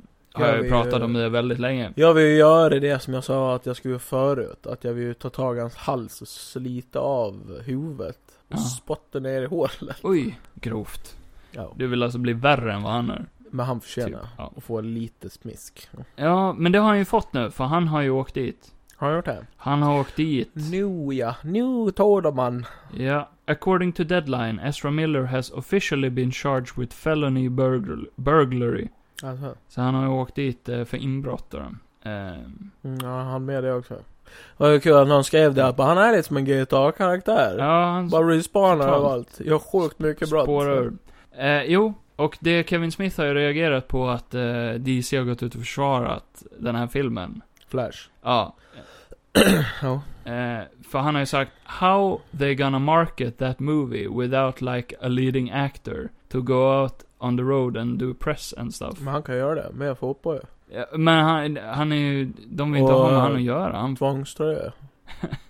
[SPEAKER 1] Ja,
[SPEAKER 2] jag ju
[SPEAKER 1] vi,
[SPEAKER 2] pratat
[SPEAKER 1] eh,
[SPEAKER 2] om det väldigt länge.
[SPEAKER 1] Jag vill ju göra det som jag sa att jag skulle göra förut. Att jag vill ju ta tag i hans hals och slita av huvudet. Och
[SPEAKER 2] Ja.
[SPEAKER 1] spotta ner i hålet.
[SPEAKER 2] Oj, grovt.
[SPEAKER 1] Ja.
[SPEAKER 2] Du vill alltså bli värre än vad han är?
[SPEAKER 1] Men han förtjänar.
[SPEAKER 2] Typ, ja.
[SPEAKER 1] Och få lite smisk.
[SPEAKER 2] ja, men det har han ju fått nu, för han har ju åkt dit.
[SPEAKER 1] Har han gjort det?
[SPEAKER 2] Han har åkt dit.
[SPEAKER 1] Nu ja, nu tar de han.
[SPEAKER 2] Ja. According to deadline, Ezra Miller has officially been charged with felony burgl- burglary.
[SPEAKER 1] Alltså.
[SPEAKER 2] Så han har ju åkt dit eh, för inbrott då. Ehm,
[SPEAKER 1] Mm, ja, han med det också. Det var ju kul att någon skrev det här, bara, han är lite som en GTA-karaktär.
[SPEAKER 2] ja, han
[SPEAKER 1] Bara respawnar
[SPEAKER 2] Totalt.
[SPEAKER 1] överallt. Gör sjukt mycket brott.
[SPEAKER 2] spårar ur. Eh, jo, och det Kevin Smith har ju reagerat på att eh, DC har gått ut och försvarat den här filmen.
[SPEAKER 1] Flash.
[SPEAKER 2] Ja.
[SPEAKER 1] Ja.
[SPEAKER 2] Eh, för han har ju sagt How they gonna market that movie without like a leading actor to go out on the road and do press and stuff.
[SPEAKER 1] Men han kan göra det, med fotboll ju.
[SPEAKER 2] Ja, Men han, han är ju, de vill inte
[SPEAKER 1] Och-
[SPEAKER 2] ha med han att göra. Han,
[SPEAKER 1] Tvångströja.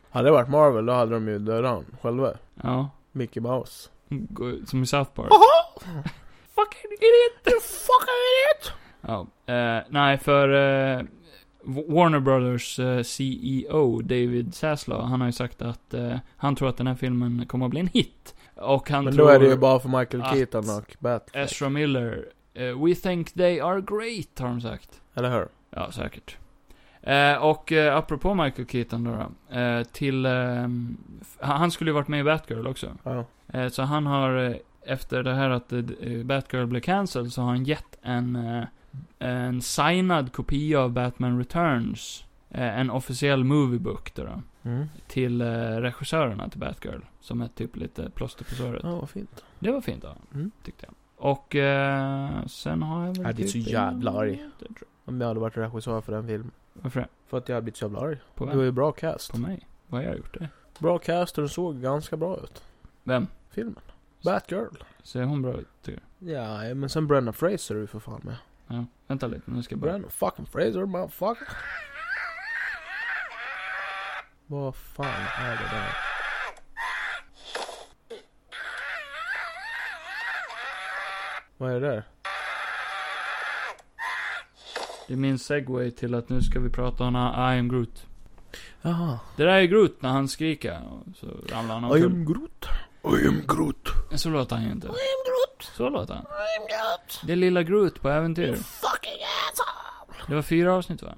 [SPEAKER 1] hade det varit Marvel då hade de ju dödat honom själva.
[SPEAKER 2] ja,
[SPEAKER 1] Mickey Mouse.
[SPEAKER 2] gå ut som i South Park.
[SPEAKER 1] Fucking idiot! You fucking idiot!
[SPEAKER 2] Ja. Eh, nej, för eh, Warner Brothers eh, CEO David Zaslav, han har ju sagt att eh, han tror att den här filmen kommer att bli en hit. Och han
[SPEAKER 1] Men då
[SPEAKER 2] tror...
[SPEAKER 1] är det ju bara för Michael
[SPEAKER 2] att-
[SPEAKER 1] Keaton och Batman.
[SPEAKER 2] Ezra Miller, eh, We think they are great, har de sagt.
[SPEAKER 1] Eller hur?
[SPEAKER 2] Ja, säkert. Eh, och eh, apropå Michael Keaton då, då eh, till... Eh, f- han skulle ju varit med i Batgirl också.
[SPEAKER 1] Ja.
[SPEAKER 2] Eh, så han har, eh, efter det här att eh, Batgirl blev cancelled, så har han gett en, eh, en signad kopia av Batman Returns, eh, en officiell moviebook då, då
[SPEAKER 1] Mm.
[SPEAKER 2] till eh, regissörerna till Batgirl. Som är typ lite plåster på såret.
[SPEAKER 1] Ja, vad fint.
[SPEAKER 2] Det var fint av
[SPEAKER 1] Mm.
[SPEAKER 2] honom, tyckte jag. Och eh, sen har jag väl
[SPEAKER 1] Jag blir
[SPEAKER 2] typ
[SPEAKER 1] så jävla arg.
[SPEAKER 2] inget, jag tror.
[SPEAKER 1] Om jag hade varit regissör för den filmen.
[SPEAKER 2] Varför det?
[SPEAKER 1] För att jag hade blivit så jävla arg.
[SPEAKER 2] På
[SPEAKER 1] Det var
[SPEAKER 2] vem?
[SPEAKER 1] ju bra cast.
[SPEAKER 2] På mig? Vad har jag gjort det?
[SPEAKER 1] Bra cast och den såg ganska bra ut.
[SPEAKER 2] Vem?
[SPEAKER 1] Filmen. Batgirl.
[SPEAKER 2] Ser hon bra ut, tycker du?
[SPEAKER 1] Ja, men sen Brenna Fraser är ju för fan med.
[SPEAKER 2] Ja. Vänta lite, nu ska jag bara...
[SPEAKER 1] Brenna fucking Fraser, motherfucker. Vad fan är det där? Vad är det där?
[SPEAKER 2] Det är min segway till att nu ska vi prata om I am Groot.
[SPEAKER 1] Jaha.
[SPEAKER 2] Det där är Groot när han skriker. och Så ramlar han
[SPEAKER 1] I
[SPEAKER 2] omkull.
[SPEAKER 1] am Groot. I am Groot.
[SPEAKER 2] Så låter han ju inte. Så låter han. Det är lilla Groot på äventyr. Det var fyra avsnitt va?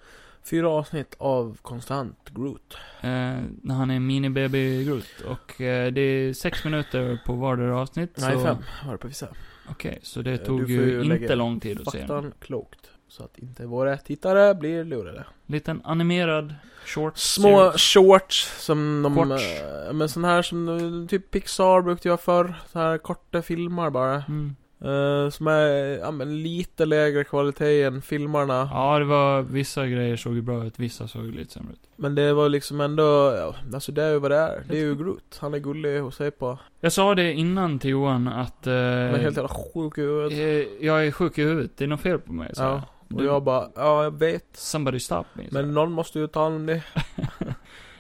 [SPEAKER 1] Fyra avsnitt av konstant Groot.
[SPEAKER 2] Eh, när han är mini-baby Groot. Och eh, det är sex minuter på vardera avsnitt.
[SPEAKER 1] Nej,
[SPEAKER 2] så-
[SPEAKER 1] fem var det på vissa.
[SPEAKER 2] Okej, så det
[SPEAKER 1] Eh, du
[SPEAKER 2] tog
[SPEAKER 1] får
[SPEAKER 2] ju,
[SPEAKER 1] ju lägga
[SPEAKER 2] inte lång tid att se den.
[SPEAKER 1] Faktan klokt. Så att inte våra tittare blir lurade.
[SPEAKER 2] Liten animerad short
[SPEAKER 1] Små
[SPEAKER 2] series.
[SPEAKER 1] shorts som de...
[SPEAKER 2] Korts.
[SPEAKER 1] eh, Men sån här som eh, typ Pixar brukade göra förr. Så här korta filmer bara.
[SPEAKER 2] Mm.
[SPEAKER 1] Eh, som är ja, men lite lägre kvalitet än filmerna.
[SPEAKER 2] Ja, det var vissa grejer såg ju bra ut, vissa såg ju lite sämre ut.
[SPEAKER 1] Men det var liksom ändå, ja, alltså det är ju vad det är. Det är ju Groot. Han är gullig att se på.
[SPEAKER 2] Jag sa det innan till Johan att... Eh,
[SPEAKER 1] Han är helt jävla sjuk i
[SPEAKER 2] eh,
[SPEAKER 1] huvudet.
[SPEAKER 2] jag är sjuk i huvudet, det är något fel på mig, sa
[SPEAKER 1] Ja.
[SPEAKER 2] jag.
[SPEAKER 1] Och
[SPEAKER 2] Du-
[SPEAKER 1] jag bara, ja jag vet.
[SPEAKER 2] Somebody stop me. sa
[SPEAKER 1] Men
[SPEAKER 2] jag.
[SPEAKER 1] någon måste ju ta hand om det.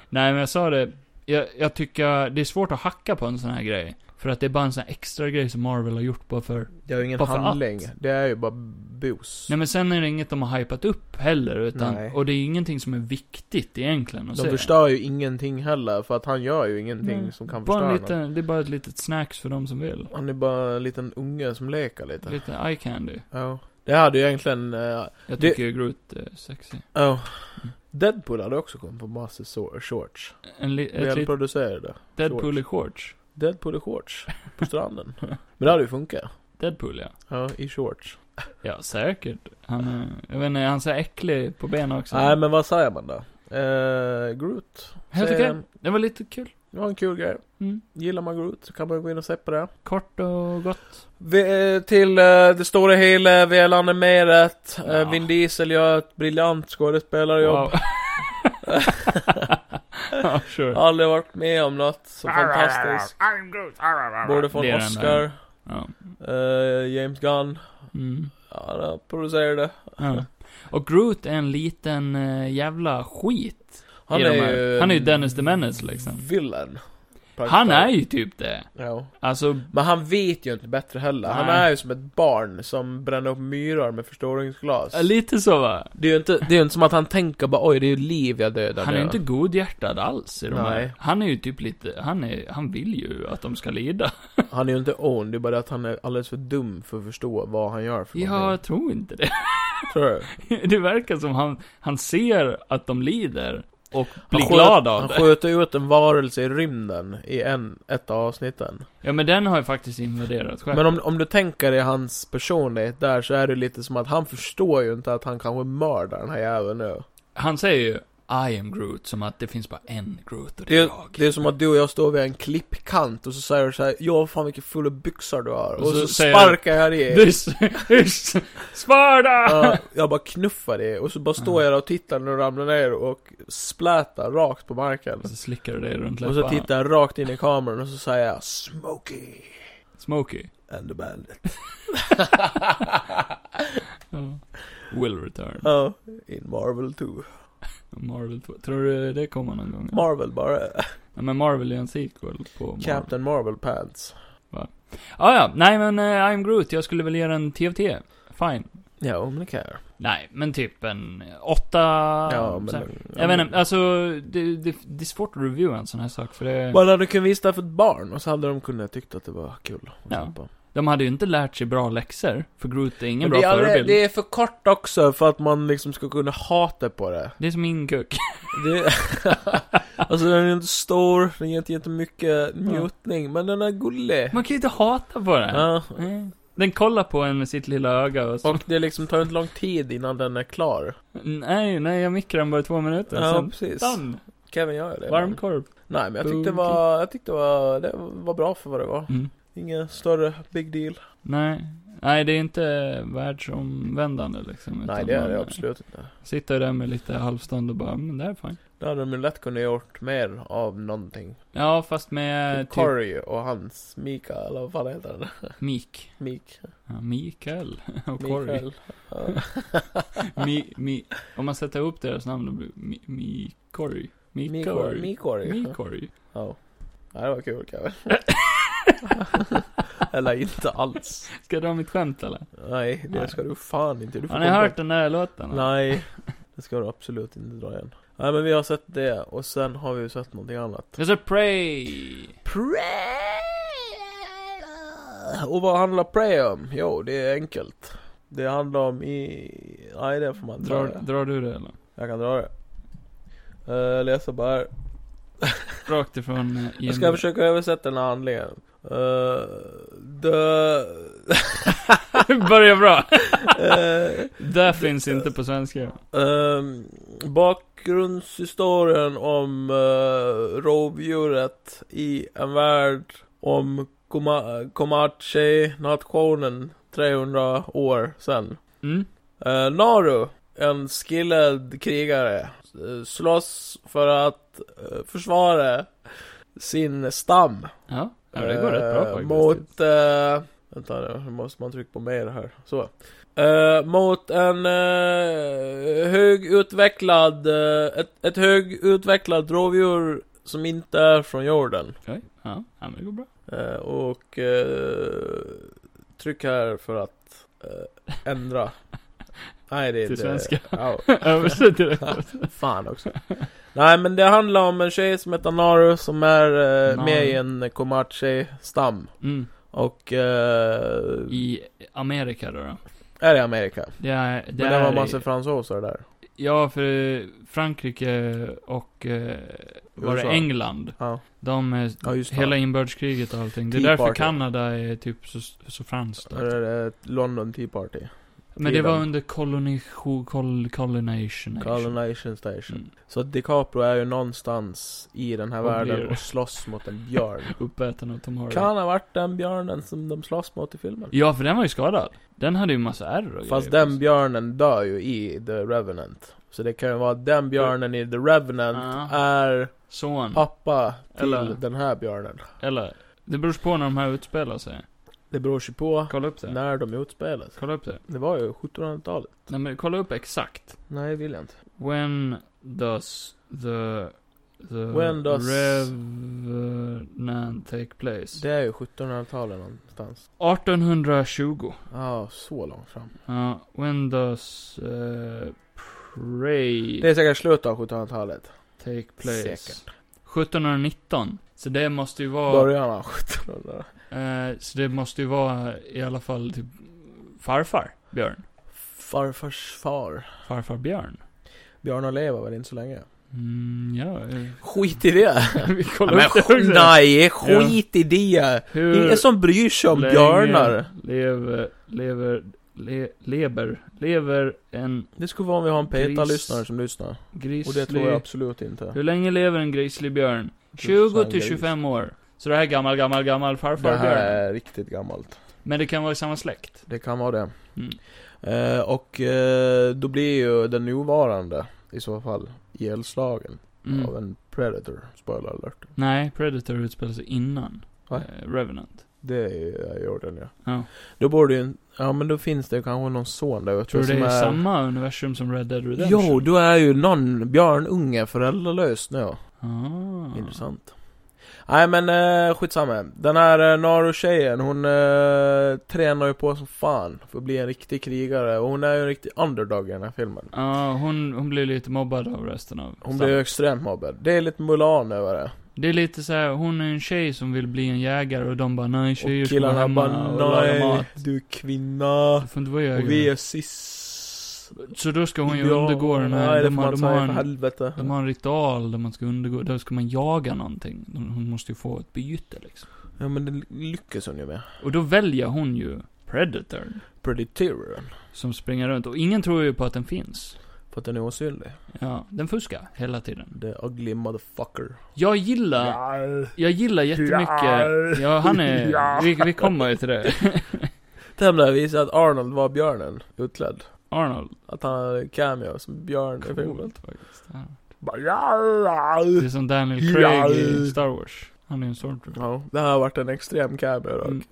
[SPEAKER 2] Nej, men jag sa det. Jag, jag tycker det är svårt att hacka på en sån här grej. För att det är bara en sån här extra grej som Marvel har gjort bara för...
[SPEAKER 1] Det är ju ingen
[SPEAKER 2] Bara för
[SPEAKER 1] handling.
[SPEAKER 2] att.
[SPEAKER 1] Det är ju bara bus.
[SPEAKER 2] Nej men sen är det inget de har hypat upp heller, utan...
[SPEAKER 1] Nej.
[SPEAKER 2] Och det är ingenting som är viktigt egentligen att
[SPEAKER 1] De
[SPEAKER 2] se.
[SPEAKER 1] förstör ju ingenting heller, för att han gör ju ingenting
[SPEAKER 2] Nej,
[SPEAKER 1] som kan
[SPEAKER 2] bara
[SPEAKER 1] förstöra
[SPEAKER 2] en
[SPEAKER 1] liten...
[SPEAKER 2] liten, Det är bara ett litet snacks för de som vill.
[SPEAKER 1] Han är bara en liten unge som leker lite.
[SPEAKER 2] Lite eye candy.
[SPEAKER 1] Ja. Det hade ju egentligen, eh,
[SPEAKER 2] Jag
[SPEAKER 1] Det-
[SPEAKER 2] tycker ju Groot är sexy.
[SPEAKER 1] ja.
[SPEAKER 2] Mm.
[SPEAKER 1] Deadpool hade också kommit på massor so- shorts.
[SPEAKER 2] En li, ett litet
[SPEAKER 1] Välproducerade.
[SPEAKER 2] Deadpool i shorts.
[SPEAKER 1] Deadpool i shorts. På stranden. Men det hade ju funkat.
[SPEAKER 2] Deadpool ja.
[SPEAKER 1] Ja, i shorts.
[SPEAKER 2] Ja, säkert. Han är, jag vet inte, han ser äcklig på benen också.
[SPEAKER 1] Nej men vad säger man då? Eh, Groot.
[SPEAKER 2] Helt
[SPEAKER 1] Säger
[SPEAKER 2] okej.
[SPEAKER 1] den.
[SPEAKER 2] Det var lite kul.
[SPEAKER 1] Det var en kul grej.
[SPEAKER 2] Mm.
[SPEAKER 1] Gillar man Groot så kan man gå in och se på det.
[SPEAKER 2] Kort och gott.
[SPEAKER 1] Vi, eh, till eh, det stora hela, vi är animerat. Eh,
[SPEAKER 2] Ja.
[SPEAKER 1] Vin Diesel gör ett briljant skådespelarjobb.
[SPEAKER 2] Wow. ja, sure.
[SPEAKER 1] Aldrig varit med om något så fantastiskt. Borde få
[SPEAKER 2] Det är
[SPEAKER 1] en
[SPEAKER 2] den
[SPEAKER 1] Oscar.
[SPEAKER 2] Ja.
[SPEAKER 1] Eh, James Gunn.
[SPEAKER 2] Mm.
[SPEAKER 1] Ja, han producerade.
[SPEAKER 2] Ja. Och Groot är en liten eh, jävla skit.
[SPEAKER 1] Han
[SPEAKER 2] I de
[SPEAKER 1] är
[SPEAKER 2] här-
[SPEAKER 1] ju...
[SPEAKER 2] han är ju Dennis the Menace, liksom.
[SPEAKER 1] Villain. Praktiskt
[SPEAKER 2] Han är
[SPEAKER 1] taget.
[SPEAKER 2] ju typ det.
[SPEAKER 1] Ja.
[SPEAKER 2] Alltså,
[SPEAKER 1] Men han vet ju inte bättre heller. Han
[SPEAKER 2] Nej.
[SPEAKER 1] är ju som ett barn som bränner upp myror med förstoringsglas.
[SPEAKER 2] eh, lite så va.
[SPEAKER 1] Det är ju inte, det är ju inte som att han tänker bara oj, det är ju liv jag dödar
[SPEAKER 2] Han är
[SPEAKER 1] nu.
[SPEAKER 2] ju inte godhjärtad alls i de
[SPEAKER 1] Nej.
[SPEAKER 2] här. Han är ju typ lite, han är, han vill ju att de ska lida.
[SPEAKER 1] Han är ju inte ond, det är bara att han är alldeles för dum för att förstå vad han gör för
[SPEAKER 2] Ja,
[SPEAKER 1] någonting.
[SPEAKER 2] jag tror inte det.
[SPEAKER 1] Tror du?
[SPEAKER 2] Det verkar som han, han ser att de lider och blir
[SPEAKER 1] Han sköt-
[SPEAKER 2] glad av
[SPEAKER 1] Han
[SPEAKER 2] det.
[SPEAKER 1] skjuter ut en varelse i rymden i en, ett av avsnitten.
[SPEAKER 2] Ja, men den har ju faktiskt invaderat själv.
[SPEAKER 1] Men om, om du tänker i hans personlighet där så är det lite som att han förstår ju inte att han kanske mördar den här jäveln nu.
[SPEAKER 2] Han säger ju I am Groot, som att det finns bara en Groot och det
[SPEAKER 1] Det
[SPEAKER 2] är
[SPEAKER 1] är,
[SPEAKER 2] jag.
[SPEAKER 1] det är som att du och jag står vid en klippkant och så säger du såhär Ja fan vilka fula byxor du har.
[SPEAKER 2] Och
[SPEAKER 1] Och,
[SPEAKER 2] så
[SPEAKER 1] så,
[SPEAKER 2] säger
[SPEAKER 1] sparkar jag dig.
[SPEAKER 2] This is Sparta!
[SPEAKER 1] Ja, jag bara knuffar det och så bara står jag där och tittar när du ramlar ner och splätar rakt på marken.
[SPEAKER 2] Och så slickar du dig runt
[SPEAKER 1] Och
[SPEAKER 2] läpparna.
[SPEAKER 1] så tittar jag rakt in i kameran och så säger jag Smokey
[SPEAKER 2] Smokey.
[SPEAKER 1] and the bandit.
[SPEAKER 2] Ja. Will return.
[SPEAKER 1] Ja, in Marvel 2.
[SPEAKER 2] Marvel 2. Tror du det kommer någon gång?
[SPEAKER 1] Marvel bara.
[SPEAKER 2] ja, men Marvel är en sequel på Marvel.
[SPEAKER 1] Captain Marvel Pants.
[SPEAKER 2] Ah, ja, nej men eh, I'm Groot, jag skulle väl ge den TFT. Fine.
[SPEAKER 1] Ja, men det kan jag.
[SPEAKER 2] Nej, men typ en åtta...
[SPEAKER 1] Ja, men...
[SPEAKER 2] så här.
[SPEAKER 1] ja,
[SPEAKER 2] jag vet
[SPEAKER 1] men-
[SPEAKER 2] inte, alltså det, det, det är svårt att reviewa en sån här sak för det...
[SPEAKER 1] Man hade kunnat visa det för ett barn och så hade de kunnat tyckt att det var kul. att
[SPEAKER 2] Ja.
[SPEAKER 1] se på.
[SPEAKER 2] De hade ju inte lärt sig bra läxor, för Groot är
[SPEAKER 1] Men
[SPEAKER 2] ingen bra
[SPEAKER 1] det, är, aldrig-
[SPEAKER 2] förebild.
[SPEAKER 1] det är för kort också för att man liksom ska kunna hata på det.
[SPEAKER 2] Det är som min kuk.
[SPEAKER 1] det alltså den är inte stor, den ger inte jättemycket njutning, men den är gullig.
[SPEAKER 2] Man kan ju inte hata på den.
[SPEAKER 1] Ja.
[SPEAKER 2] Nej. Mm. Den kollar på en med sitt lilla öga och så...
[SPEAKER 1] Och det liksom tar inte lång tid innan den är klar.
[SPEAKER 2] Nej, nej, jag mikrar den bara i två minuter.
[SPEAKER 1] Ja,
[SPEAKER 2] sen,
[SPEAKER 1] precis.
[SPEAKER 2] done.
[SPEAKER 1] Kevin gör det.
[SPEAKER 2] Varmkorv.
[SPEAKER 1] Nej, men jag tyckte det
[SPEAKER 2] Bunky.
[SPEAKER 1] var, jag tyckte det var, det var bra för vad det var.
[SPEAKER 2] Mm.
[SPEAKER 1] Ingen större big deal.
[SPEAKER 2] Nej. Nej, det är inte världsomvändande liksom. utan
[SPEAKER 1] Nej, det är
[SPEAKER 2] man,
[SPEAKER 1] det
[SPEAKER 2] eh,
[SPEAKER 1] absolut inte.
[SPEAKER 2] Sitter där med lite halvstånd och bara, men det här är fine.
[SPEAKER 1] Då hade de ju lätt kunnat gjort mer av någonting.
[SPEAKER 2] Ja, fast med
[SPEAKER 1] typ Corey och hans Mika, eller vad fan heter han?
[SPEAKER 2] typ Mik.
[SPEAKER 1] Mik.
[SPEAKER 2] Ja, Mikael och Corey.
[SPEAKER 1] Mikael. Ja.
[SPEAKER 2] Mi, mi, om man sätter ihop deras namn, då blir det mi, mi, Corey. Mi,
[SPEAKER 1] Mikory.
[SPEAKER 2] Corey.
[SPEAKER 1] Mikory.
[SPEAKER 2] Mi, Corey.
[SPEAKER 1] Ja. Nej, det var kul Kevin. eller inte alls.
[SPEAKER 2] Ska jag dra mitt skämt eller?
[SPEAKER 1] Nej, det
[SPEAKER 2] Nej.
[SPEAKER 1] ska du fan inte. Du får
[SPEAKER 2] Har ni
[SPEAKER 1] komma-
[SPEAKER 2] hört den där låten? eller?
[SPEAKER 1] Nej. Det ska du absolut inte dra igen. Nej men vi har sett det och sen har vi ju sett någonting annat.
[SPEAKER 2] Jag sa Prey!
[SPEAKER 1] Prey! Och vad handlar Prey om? Jo, det är enkelt. Det handlar om i... Nej, det får man inte
[SPEAKER 2] Drar,
[SPEAKER 1] dra.
[SPEAKER 2] drar du det eller?
[SPEAKER 1] Jag kan dra det. Uh, läsa bara här.
[SPEAKER 2] Rakt ifrån eh,
[SPEAKER 1] Jag ska
[SPEAKER 2] IMDb.
[SPEAKER 1] försöka översätta den här handlingen. Eh, the...
[SPEAKER 2] Börjar bra.
[SPEAKER 1] eh,
[SPEAKER 2] Det finns inte på svenska.
[SPEAKER 1] Ehm, bakgrundshistorien om uh, rovdjuret i en värld om Coma- Comanche-nationen 300 år sedan.
[SPEAKER 2] Mm.
[SPEAKER 1] Eh, Naru, en skillad krigare, eh, slåss för att eh, försvara sin stam.
[SPEAKER 2] Ja. ja, det går rätt bra
[SPEAKER 1] Eh,
[SPEAKER 2] faktiskt.
[SPEAKER 1] Mot, eh, vänta nu, nu måste man trycka på mer här. Så. Eh, mot en eh, högutvecklad, eh, ett, ett högutvecklat rovdjur som inte är från jorden.
[SPEAKER 2] Okej. Ja. ja, men det går bra.
[SPEAKER 1] Eh, och eh, tryck här för att eh, ändra. Nej, det är
[SPEAKER 2] Till
[SPEAKER 1] inte-
[SPEAKER 2] svenska.
[SPEAKER 1] Ja,
[SPEAKER 2] Översätt direkt.
[SPEAKER 1] Fan också. Nej men det handlar om en tjej som heter Naru som är eh, med
[SPEAKER 2] Naru.
[SPEAKER 1] i en Comanche-stam.
[SPEAKER 2] Mm.
[SPEAKER 1] Och... eh,
[SPEAKER 2] I Amerika då. då.
[SPEAKER 1] är i Amerika.
[SPEAKER 2] Det är, det
[SPEAKER 1] Men det var
[SPEAKER 2] är,
[SPEAKER 1] massa fransoser där.
[SPEAKER 2] Ja, för Frankrike och eh, var det
[SPEAKER 1] USA.
[SPEAKER 2] England.
[SPEAKER 1] Ja,
[SPEAKER 2] De, eh,
[SPEAKER 1] ja just
[SPEAKER 2] hela inbördeskriget och allting. Det är
[SPEAKER 1] Tea
[SPEAKER 2] därför
[SPEAKER 1] Party.
[SPEAKER 2] Kanada är typ så, så franskt.
[SPEAKER 1] det. Eller är det London Tea Party.
[SPEAKER 2] Men det var
[SPEAKER 1] tiden.
[SPEAKER 2] under koloni, kol, colonation.
[SPEAKER 1] Colonation Station.
[SPEAKER 2] Mm.
[SPEAKER 1] Så DiCaprio är ju någonstans i den här
[SPEAKER 2] Och
[SPEAKER 1] världen
[SPEAKER 2] blir-
[SPEAKER 1] och slåss mot en björn.
[SPEAKER 2] Uppäten av Tom Hardy.
[SPEAKER 1] kan ha varit den björnen som de slåss mot i filmen.
[SPEAKER 2] Ja, för den var ju skadad. Den hade ju massa ärr och
[SPEAKER 1] Fast
[SPEAKER 2] grejer på
[SPEAKER 1] den
[SPEAKER 2] sig.
[SPEAKER 1] björnen dör ju i The Revenant. Så det kan ju vara att den björnen i The Revenant
[SPEAKER 2] Ja.
[SPEAKER 1] är
[SPEAKER 2] Son.
[SPEAKER 1] pappa till
[SPEAKER 2] Eller-
[SPEAKER 1] den här björnen.
[SPEAKER 2] Eller, det beror på när de här utspelar sig.
[SPEAKER 1] Det beror sig på
[SPEAKER 2] Kolla upp det.
[SPEAKER 1] när de utspelas.
[SPEAKER 2] Kolla upp det.
[SPEAKER 1] Det var ju 1700-talet.
[SPEAKER 2] Nej men kolla upp exakt.
[SPEAKER 1] Nej, vill jag inte.
[SPEAKER 2] When does the... the
[SPEAKER 1] When does-
[SPEAKER 2] Revenant take place?
[SPEAKER 1] Det är ju 1700-talet någonstans.
[SPEAKER 2] 1820.
[SPEAKER 1] Ja, så långt fram.
[SPEAKER 2] Ja, when does... Uh, Prey
[SPEAKER 1] Det är säkert slutet av 1700-talet.
[SPEAKER 2] take place?
[SPEAKER 1] Säkert.
[SPEAKER 2] 1719. Så det måste ju vara...
[SPEAKER 1] Början av 1700-talet.
[SPEAKER 2] Eh, så det måste ju vara i alla fall typ farfar Björn.
[SPEAKER 1] Farfars far.
[SPEAKER 2] Farfar Björn.
[SPEAKER 1] Björnar lever väl inte så länge?
[SPEAKER 2] Mm, ja. eh,
[SPEAKER 1] Skit i det!
[SPEAKER 2] Vi kollar
[SPEAKER 1] Men,
[SPEAKER 2] upp det
[SPEAKER 1] sk-
[SPEAKER 2] också.
[SPEAKER 1] nej, skit i det!
[SPEAKER 2] Hur
[SPEAKER 1] Ingen som bryr sig om
[SPEAKER 2] länge
[SPEAKER 1] björnar.
[SPEAKER 2] Lever, lever, le, lever, lever en
[SPEAKER 1] Det skulle vara om vi har en PETA-lyssnare
[SPEAKER 2] Gris.
[SPEAKER 1] som lyssnar.
[SPEAKER 2] grizzly.
[SPEAKER 1] Och det tror jag absolut inte.
[SPEAKER 2] Hur länge lever en grizzlybjörn?
[SPEAKER 1] Grizzly.
[SPEAKER 2] 20 till 25 år. Så det här är gammal, gammal, gammal
[SPEAKER 1] Det
[SPEAKER 2] farfar
[SPEAKER 1] här
[SPEAKER 2] björn.
[SPEAKER 1] är riktigt gammalt.
[SPEAKER 2] Men det kan vara i samma släkt.
[SPEAKER 1] Det kan vara det.
[SPEAKER 2] Mm.
[SPEAKER 1] Eh, och eh, då blir ju den nuvarande, i så fall, ihjälslagen
[SPEAKER 2] Mm.
[SPEAKER 1] av en predator. Spoiler alert.
[SPEAKER 2] Nej, Predator utspelar sig innan.
[SPEAKER 1] Va?
[SPEAKER 2] eh, Revenant.
[SPEAKER 1] Det är ju jag gjorde den ja.
[SPEAKER 2] Ja.
[SPEAKER 1] Då borde ju, ja men då finns det ju kanske någon son där ute
[SPEAKER 2] Tror du
[SPEAKER 1] som
[SPEAKER 2] det är samma universum som Red Dead Redemption?
[SPEAKER 1] Jo, då är ju någon björnunge föräldralös nu.
[SPEAKER 2] Ah.
[SPEAKER 1] Intressant. Nej men eh, skitsamma. Den här eh, Naru-tjejen, hon eh, tränar ju på som fan för att bli en riktig krigare. Och hon är ju en riktig underdog i den här filmen.
[SPEAKER 2] Ja, hon, hon blir lite mobbad av resten av
[SPEAKER 1] Hon
[SPEAKER 2] stammen.
[SPEAKER 1] blir ju extremt mobbad. Det är lite Mulan över det.
[SPEAKER 2] Det är lite så här, hon är en tjej som vill bli en jägare och de bara nej tjejer
[SPEAKER 1] Och
[SPEAKER 2] ska vara
[SPEAKER 1] killarna
[SPEAKER 2] hemma
[SPEAKER 1] bara
[SPEAKER 2] och laga
[SPEAKER 1] nej,
[SPEAKER 2] mat.
[SPEAKER 1] du är kvinna.
[SPEAKER 2] Du får inte vara
[SPEAKER 1] Och vi
[SPEAKER 2] jägare.
[SPEAKER 1] är sis.
[SPEAKER 2] Så då ska hon ju
[SPEAKER 1] Ja,
[SPEAKER 2] undergå den
[SPEAKER 1] Nej,
[SPEAKER 2] här,
[SPEAKER 1] det
[SPEAKER 2] de,
[SPEAKER 1] får
[SPEAKER 2] har,
[SPEAKER 1] man
[SPEAKER 2] de,
[SPEAKER 1] inte
[SPEAKER 2] har
[SPEAKER 1] säga för
[SPEAKER 2] en,
[SPEAKER 1] helvete.
[SPEAKER 2] de har en ritual där man ska undergå, där ska man jaga någonting. De- Hon måste ju få ett byte liksom.
[SPEAKER 1] Ja men det lyckas hon ju med.
[SPEAKER 2] Och då väljer hon ju Predator
[SPEAKER 1] Predatoren.
[SPEAKER 2] som springer runt. Och ingen tror ju på att den finns.
[SPEAKER 1] För att den är osynlig.
[SPEAKER 2] Ja, den fuskar hela tiden.
[SPEAKER 1] The ugly motherfucker.
[SPEAKER 2] Jag gillar, jag gillar jättemycket, ja han är, vi, vi kommer ju till det.
[SPEAKER 1] Den där visade att Arnold var björnen, utklädd.
[SPEAKER 2] Arnold.
[SPEAKER 1] Att han hade cameo som björn i filmen.
[SPEAKER 2] Coolt faktiskt. Ja.
[SPEAKER 1] Bara,
[SPEAKER 2] Det är som Daniel Craig
[SPEAKER 1] Ja.
[SPEAKER 2] i Star Wars. Han är en stormtrooper.
[SPEAKER 1] Ja, det här har varit en extrem cameo dock.
[SPEAKER 2] Mm,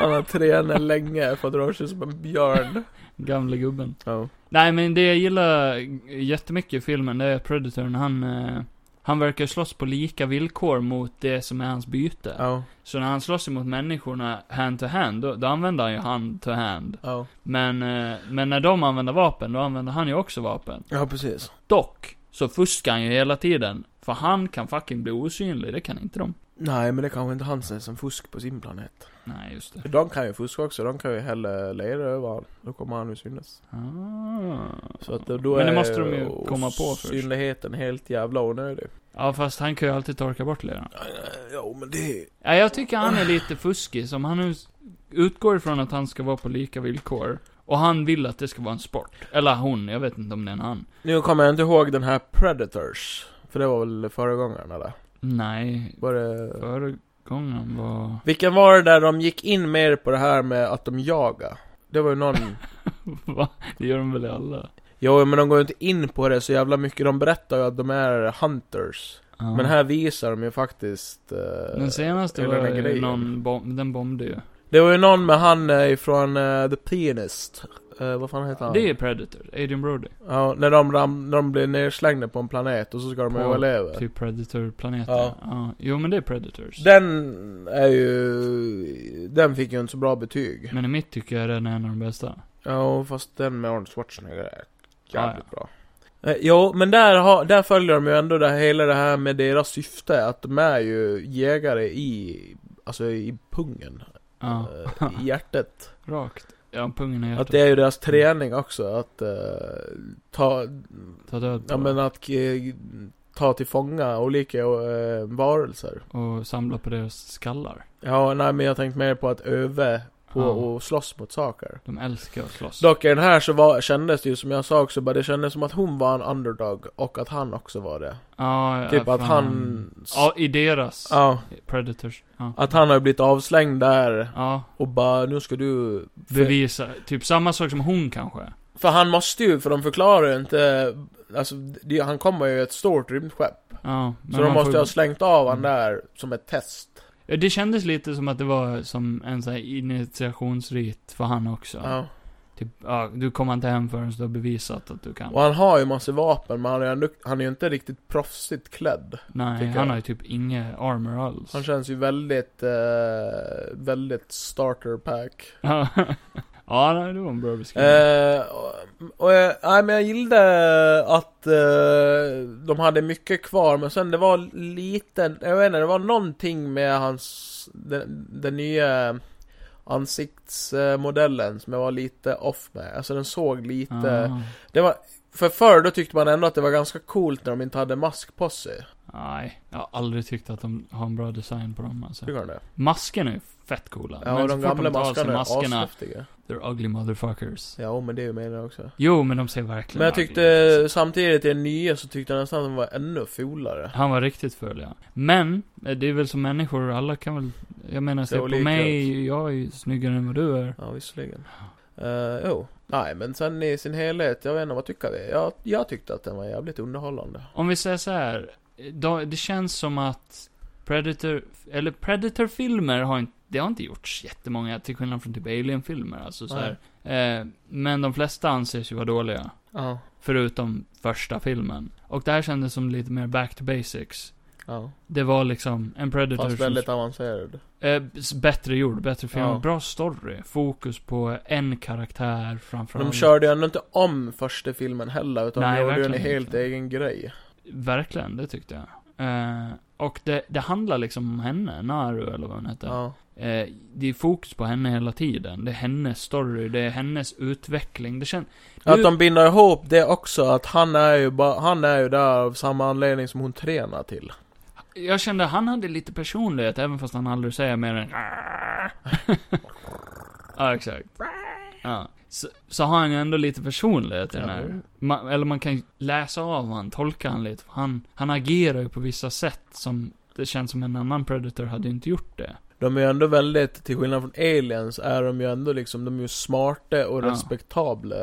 [SPEAKER 1] Han har tränat länge för att röra sig som en björn.
[SPEAKER 2] gamle gubben.
[SPEAKER 1] Ja.
[SPEAKER 2] Nej men det jag gillar jättemycket i filmen, det är Predatorn. Han, eh, Han verkar slåss på lika villkor mot det som är hans byte.
[SPEAKER 1] Ja,
[SPEAKER 2] Så när han slåss emot människorna hand to hand, då, då använder han ju hand to hand.
[SPEAKER 1] ja.
[SPEAKER 2] Men, eh, men när de använder vapen, då använder han ju också vapen.
[SPEAKER 1] Ja, precis.
[SPEAKER 2] Dock, så fuskar han ju hela tiden. För han kan fucking bli osynlig, det kan inte de.
[SPEAKER 1] Nej, men det kanske inte han ser som fusk på sin planet.
[SPEAKER 2] Nej, just det.
[SPEAKER 1] De kan ju fuska också, de kan ju hälla lera över honom. Då kommer han ju synas.
[SPEAKER 2] Ah.
[SPEAKER 1] Så att då
[SPEAKER 2] Men det
[SPEAKER 1] är
[SPEAKER 2] måste de ju komma på först.
[SPEAKER 1] Synligheten helt jävla onödig.
[SPEAKER 2] Ja, fast han kan ju alltid torka bort leran.
[SPEAKER 1] Ja, men det...
[SPEAKER 2] Ja, jag tycker han är lite fuskig, som han nu s- utgår ifrån att han ska vara på lika villkor. Och han vill att det ska vara en sport. Eller hon, jag vet inte om det är en han.
[SPEAKER 1] Nu kommer jag inte ihåg den här Predators. För det var väl föregångaren eller?
[SPEAKER 2] Nej,
[SPEAKER 1] Var det...
[SPEAKER 2] föregångaren var...
[SPEAKER 1] Vilken var det där de gick in mer på det här med att de jagar? Det var ju någon...
[SPEAKER 2] Va? Det gör de väl i alla?
[SPEAKER 1] jo, men de går ju inte in på det så jävla mycket. De berättar ju att de är hunters.
[SPEAKER 2] Ja.
[SPEAKER 1] Men här visar de ju faktiskt... eh,
[SPEAKER 2] Den senaste
[SPEAKER 1] hela
[SPEAKER 2] var
[SPEAKER 1] den här
[SPEAKER 2] ju
[SPEAKER 1] grejen.
[SPEAKER 2] någon bomb, den bombade ju.
[SPEAKER 1] Det var ju någon med han eh, ifrån eh, The Pianist. Eh, vad fan heter han?
[SPEAKER 2] Det är Predator, Adrian Brody.
[SPEAKER 1] Ja, när de, ram, när de blir nedslängda på en planet och så ska de
[SPEAKER 2] På-
[SPEAKER 1] överleva.
[SPEAKER 2] Typ Predator-planeten. Ja.
[SPEAKER 1] Ja.
[SPEAKER 2] Jo men det är Predators.
[SPEAKER 1] Den är ju... Den fick ju inte så bra betyg.
[SPEAKER 2] Men i mitt tycke är den en av de bästa.
[SPEAKER 1] Ja, fast den med Arnold Schwarzenegger är jävligt
[SPEAKER 2] Ah,
[SPEAKER 1] bra. Eh, jo, men där, har, där följer de ju ändå det, här- hela det här med deras syfte, att de är ju jägare i, alltså i pungen,
[SPEAKER 2] Ja,
[SPEAKER 1] eh, i hjärtat.
[SPEAKER 2] rakt. Ja, pungen i
[SPEAKER 1] Att
[SPEAKER 2] hjärtat.
[SPEAKER 1] det är ju deras träning också, att eh, ta,
[SPEAKER 2] Ta död på.
[SPEAKER 1] ja men att eh, ta till fånga olika eh, varelser.
[SPEAKER 2] Och samla på deras skallar.
[SPEAKER 1] Ja, nej men jag tänkte mer på att öva på
[SPEAKER 2] Ja.
[SPEAKER 1] och slåss mot saker.
[SPEAKER 2] De älskar att slåss.
[SPEAKER 1] Dock i den här så var, kändes det ju som jag sa också, bara det kändes som att hon var en underdog och att han också var det.
[SPEAKER 2] Ja, ja,
[SPEAKER 1] typ att
[SPEAKER 2] fan.
[SPEAKER 1] han...
[SPEAKER 2] Ja, i deras.
[SPEAKER 1] Ja,
[SPEAKER 2] Predators. Ja.
[SPEAKER 1] att han har ju blivit avslängd där
[SPEAKER 2] Ja,
[SPEAKER 1] och bara nu ska du... För,
[SPEAKER 2] bevisa. Typ samma sak som hon kanske.
[SPEAKER 1] för han måste ju, för de förklarar ju inte... Alltså, det, han kommer ju i ett stort rymdskepp.
[SPEAKER 2] Ja, men
[SPEAKER 1] Så de
[SPEAKER 2] man
[SPEAKER 1] måste
[SPEAKER 2] får-
[SPEAKER 1] ju ha slängt av han
[SPEAKER 2] Mm.
[SPEAKER 1] där som ett test.
[SPEAKER 2] Ja, Det kändes lite som att det var som en sån här initiationsrit för han också.
[SPEAKER 1] Ja.
[SPEAKER 2] Typ, ja, du kommer inte hem förrän du har bevisat att du kan.
[SPEAKER 1] Och han har ju massor vapen, men han är, ändå, han är ju inte riktigt proffsigt klädd.
[SPEAKER 2] Nej,
[SPEAKER 1] tycker jag.
[SPEAKER 2] han har ju typ inget armor alls.
[SPEAKER 1] Han känns ju väldigt, eh, väldigt starter pack.
[SPEAKER 2] Ja, ja nej, det var en bra beskrivning.
[SPEAKER 1] Eh, och, och jag, nej, men jag gillade att eh, de hade mycket kvar, men sen det var lite, jag vet inte, det var någonting med hans, den, den nya ansiktsmodellen som jag var lite off med. Alltså den såg lite,
[SPEAKER 2] Ah.
[SPEAKER 1] det var, för förr då tyckte man ändå att det var ganska coolt när de inte hade mask på sig.
[SPEAKER 2] Nej, jag har aldrig tyckt att de har en bra design på dem alltså.
[SPEAKER 1] Tycker du det?
[SPEAKER 2] Maskerna är ju fett coola.
[SPEAKER 1] Ja,
[SPEAKER 2] men
[SPEAKER 1] och
[SPEAKER 2] så
[SPEAKER 1] de
[SPEAKER 2] fort
[SPEAKER 1] gamla
[SPEAKER 2] tar av sig
[SPEAKER 1] maskarna är
[SPEAKER 2] maskerna,
[SPEAKER 1] ashäftiga.
[SPEAKER 2] they're ugly motherfuckers.
[SPEAKER 1] Ja, men det är ju meningen också.
[SPEAKER 2] Jo, men de ser verkligen
[SPEAKER 1] Men jag
[SPEAKER 2] ugly ut,
[SPEAKER 1] tyckte, samtidigt i den nya så tyckte jag nästan att de var ännu fulare.
[SPEAKER 2] alltså. Han var riktigt full, ja. Men, eh, det är väl som människor, alla kan väl... Jag menar, se
[SPEAKER 1] Det är
[SPEAKER 2] på
[SPEAKER 1] olika.
[SPEAKER 2] mig, jag är ju snyggare än vad du är.
[SPEAKER 1] Ja, visserligen. Uh, jo. Nej, men sen i sin helhet, jag vet inte, vad tycker vi? Jag, jag tyckte att den var jävligt underhållande.
[SPEAKER 2] Om vi säger så här, eh, då, det känns som att Predator, eller Predator-filmer har inte, det har inte gjorts jättemånga, till skillnad från typ Alien-filmer, alltså så här. Eh, men de flesta anses ju vara dåliga.
[SPEAKER 1] Ja.
[SPEAKER 2] Förutom första filmen. Och det här kändes som lite mer back to basics.
[SPEAKER 1] Ja.
[SPEAKER 2] Det var liksom en Predator
[SPEAKER 1] Fast
[SPEAKER 2] som-
[SPEAKER 1] väldigt avancerad.
[SPEAKER 2] Eh, s- bättre gjord, bättre film,
[SPEAKER 1] Ja.
[SPEAKER 2] bra story. Fokus på en karaktär framför
[SPEAKER 1] De
[SPEAKER 2] allt.
[SPEAKER 1] körde ju ändå inte om första filmen heller, utan
[SPEAKER 2] Nej,
[SPEAKER 1] de gjorde ju en
[SPEAKER 2] verkligen
[SPEAKER 1] helt
[SPEAKER 2] inte.
[SPEAKER 1] egen grej.
[SPEAKER 2] Verkligen, det tyckte jag. Eh, och det, det handlar liksom om henne, Naru eller vad hon heter.
[SPEAKER 1] Ja.
[SPEAKER 2] Eh, det är fokus på henne hela tiden. Det är hennes story, det är hennes utveckling. Det känns...
[SPEAKER 1] Att de binder ihop det också, att han är ju bara, han är ju där av samma anledning som hon tränar till.
[SPEAKER 2] Jag kände att han hade lite personlighet, även fast han aldrig säger mer än Ja, exakt. Ja. Så, så har han ju ändå lite personlighet i den här. Ma, eller man kan ju läsa av han, tolka han lite. Han, han agerar ju på vissa sätt som det känns som en annan Predator hade ju inte gjort det.
[SPEAKER 1] De är ju ändå väldigt, till skillnad från aliens, är de ju ändå liksom, de är ju smarta och
[SPEAKER 2] Ja.
[SPEAKER 1] respektabla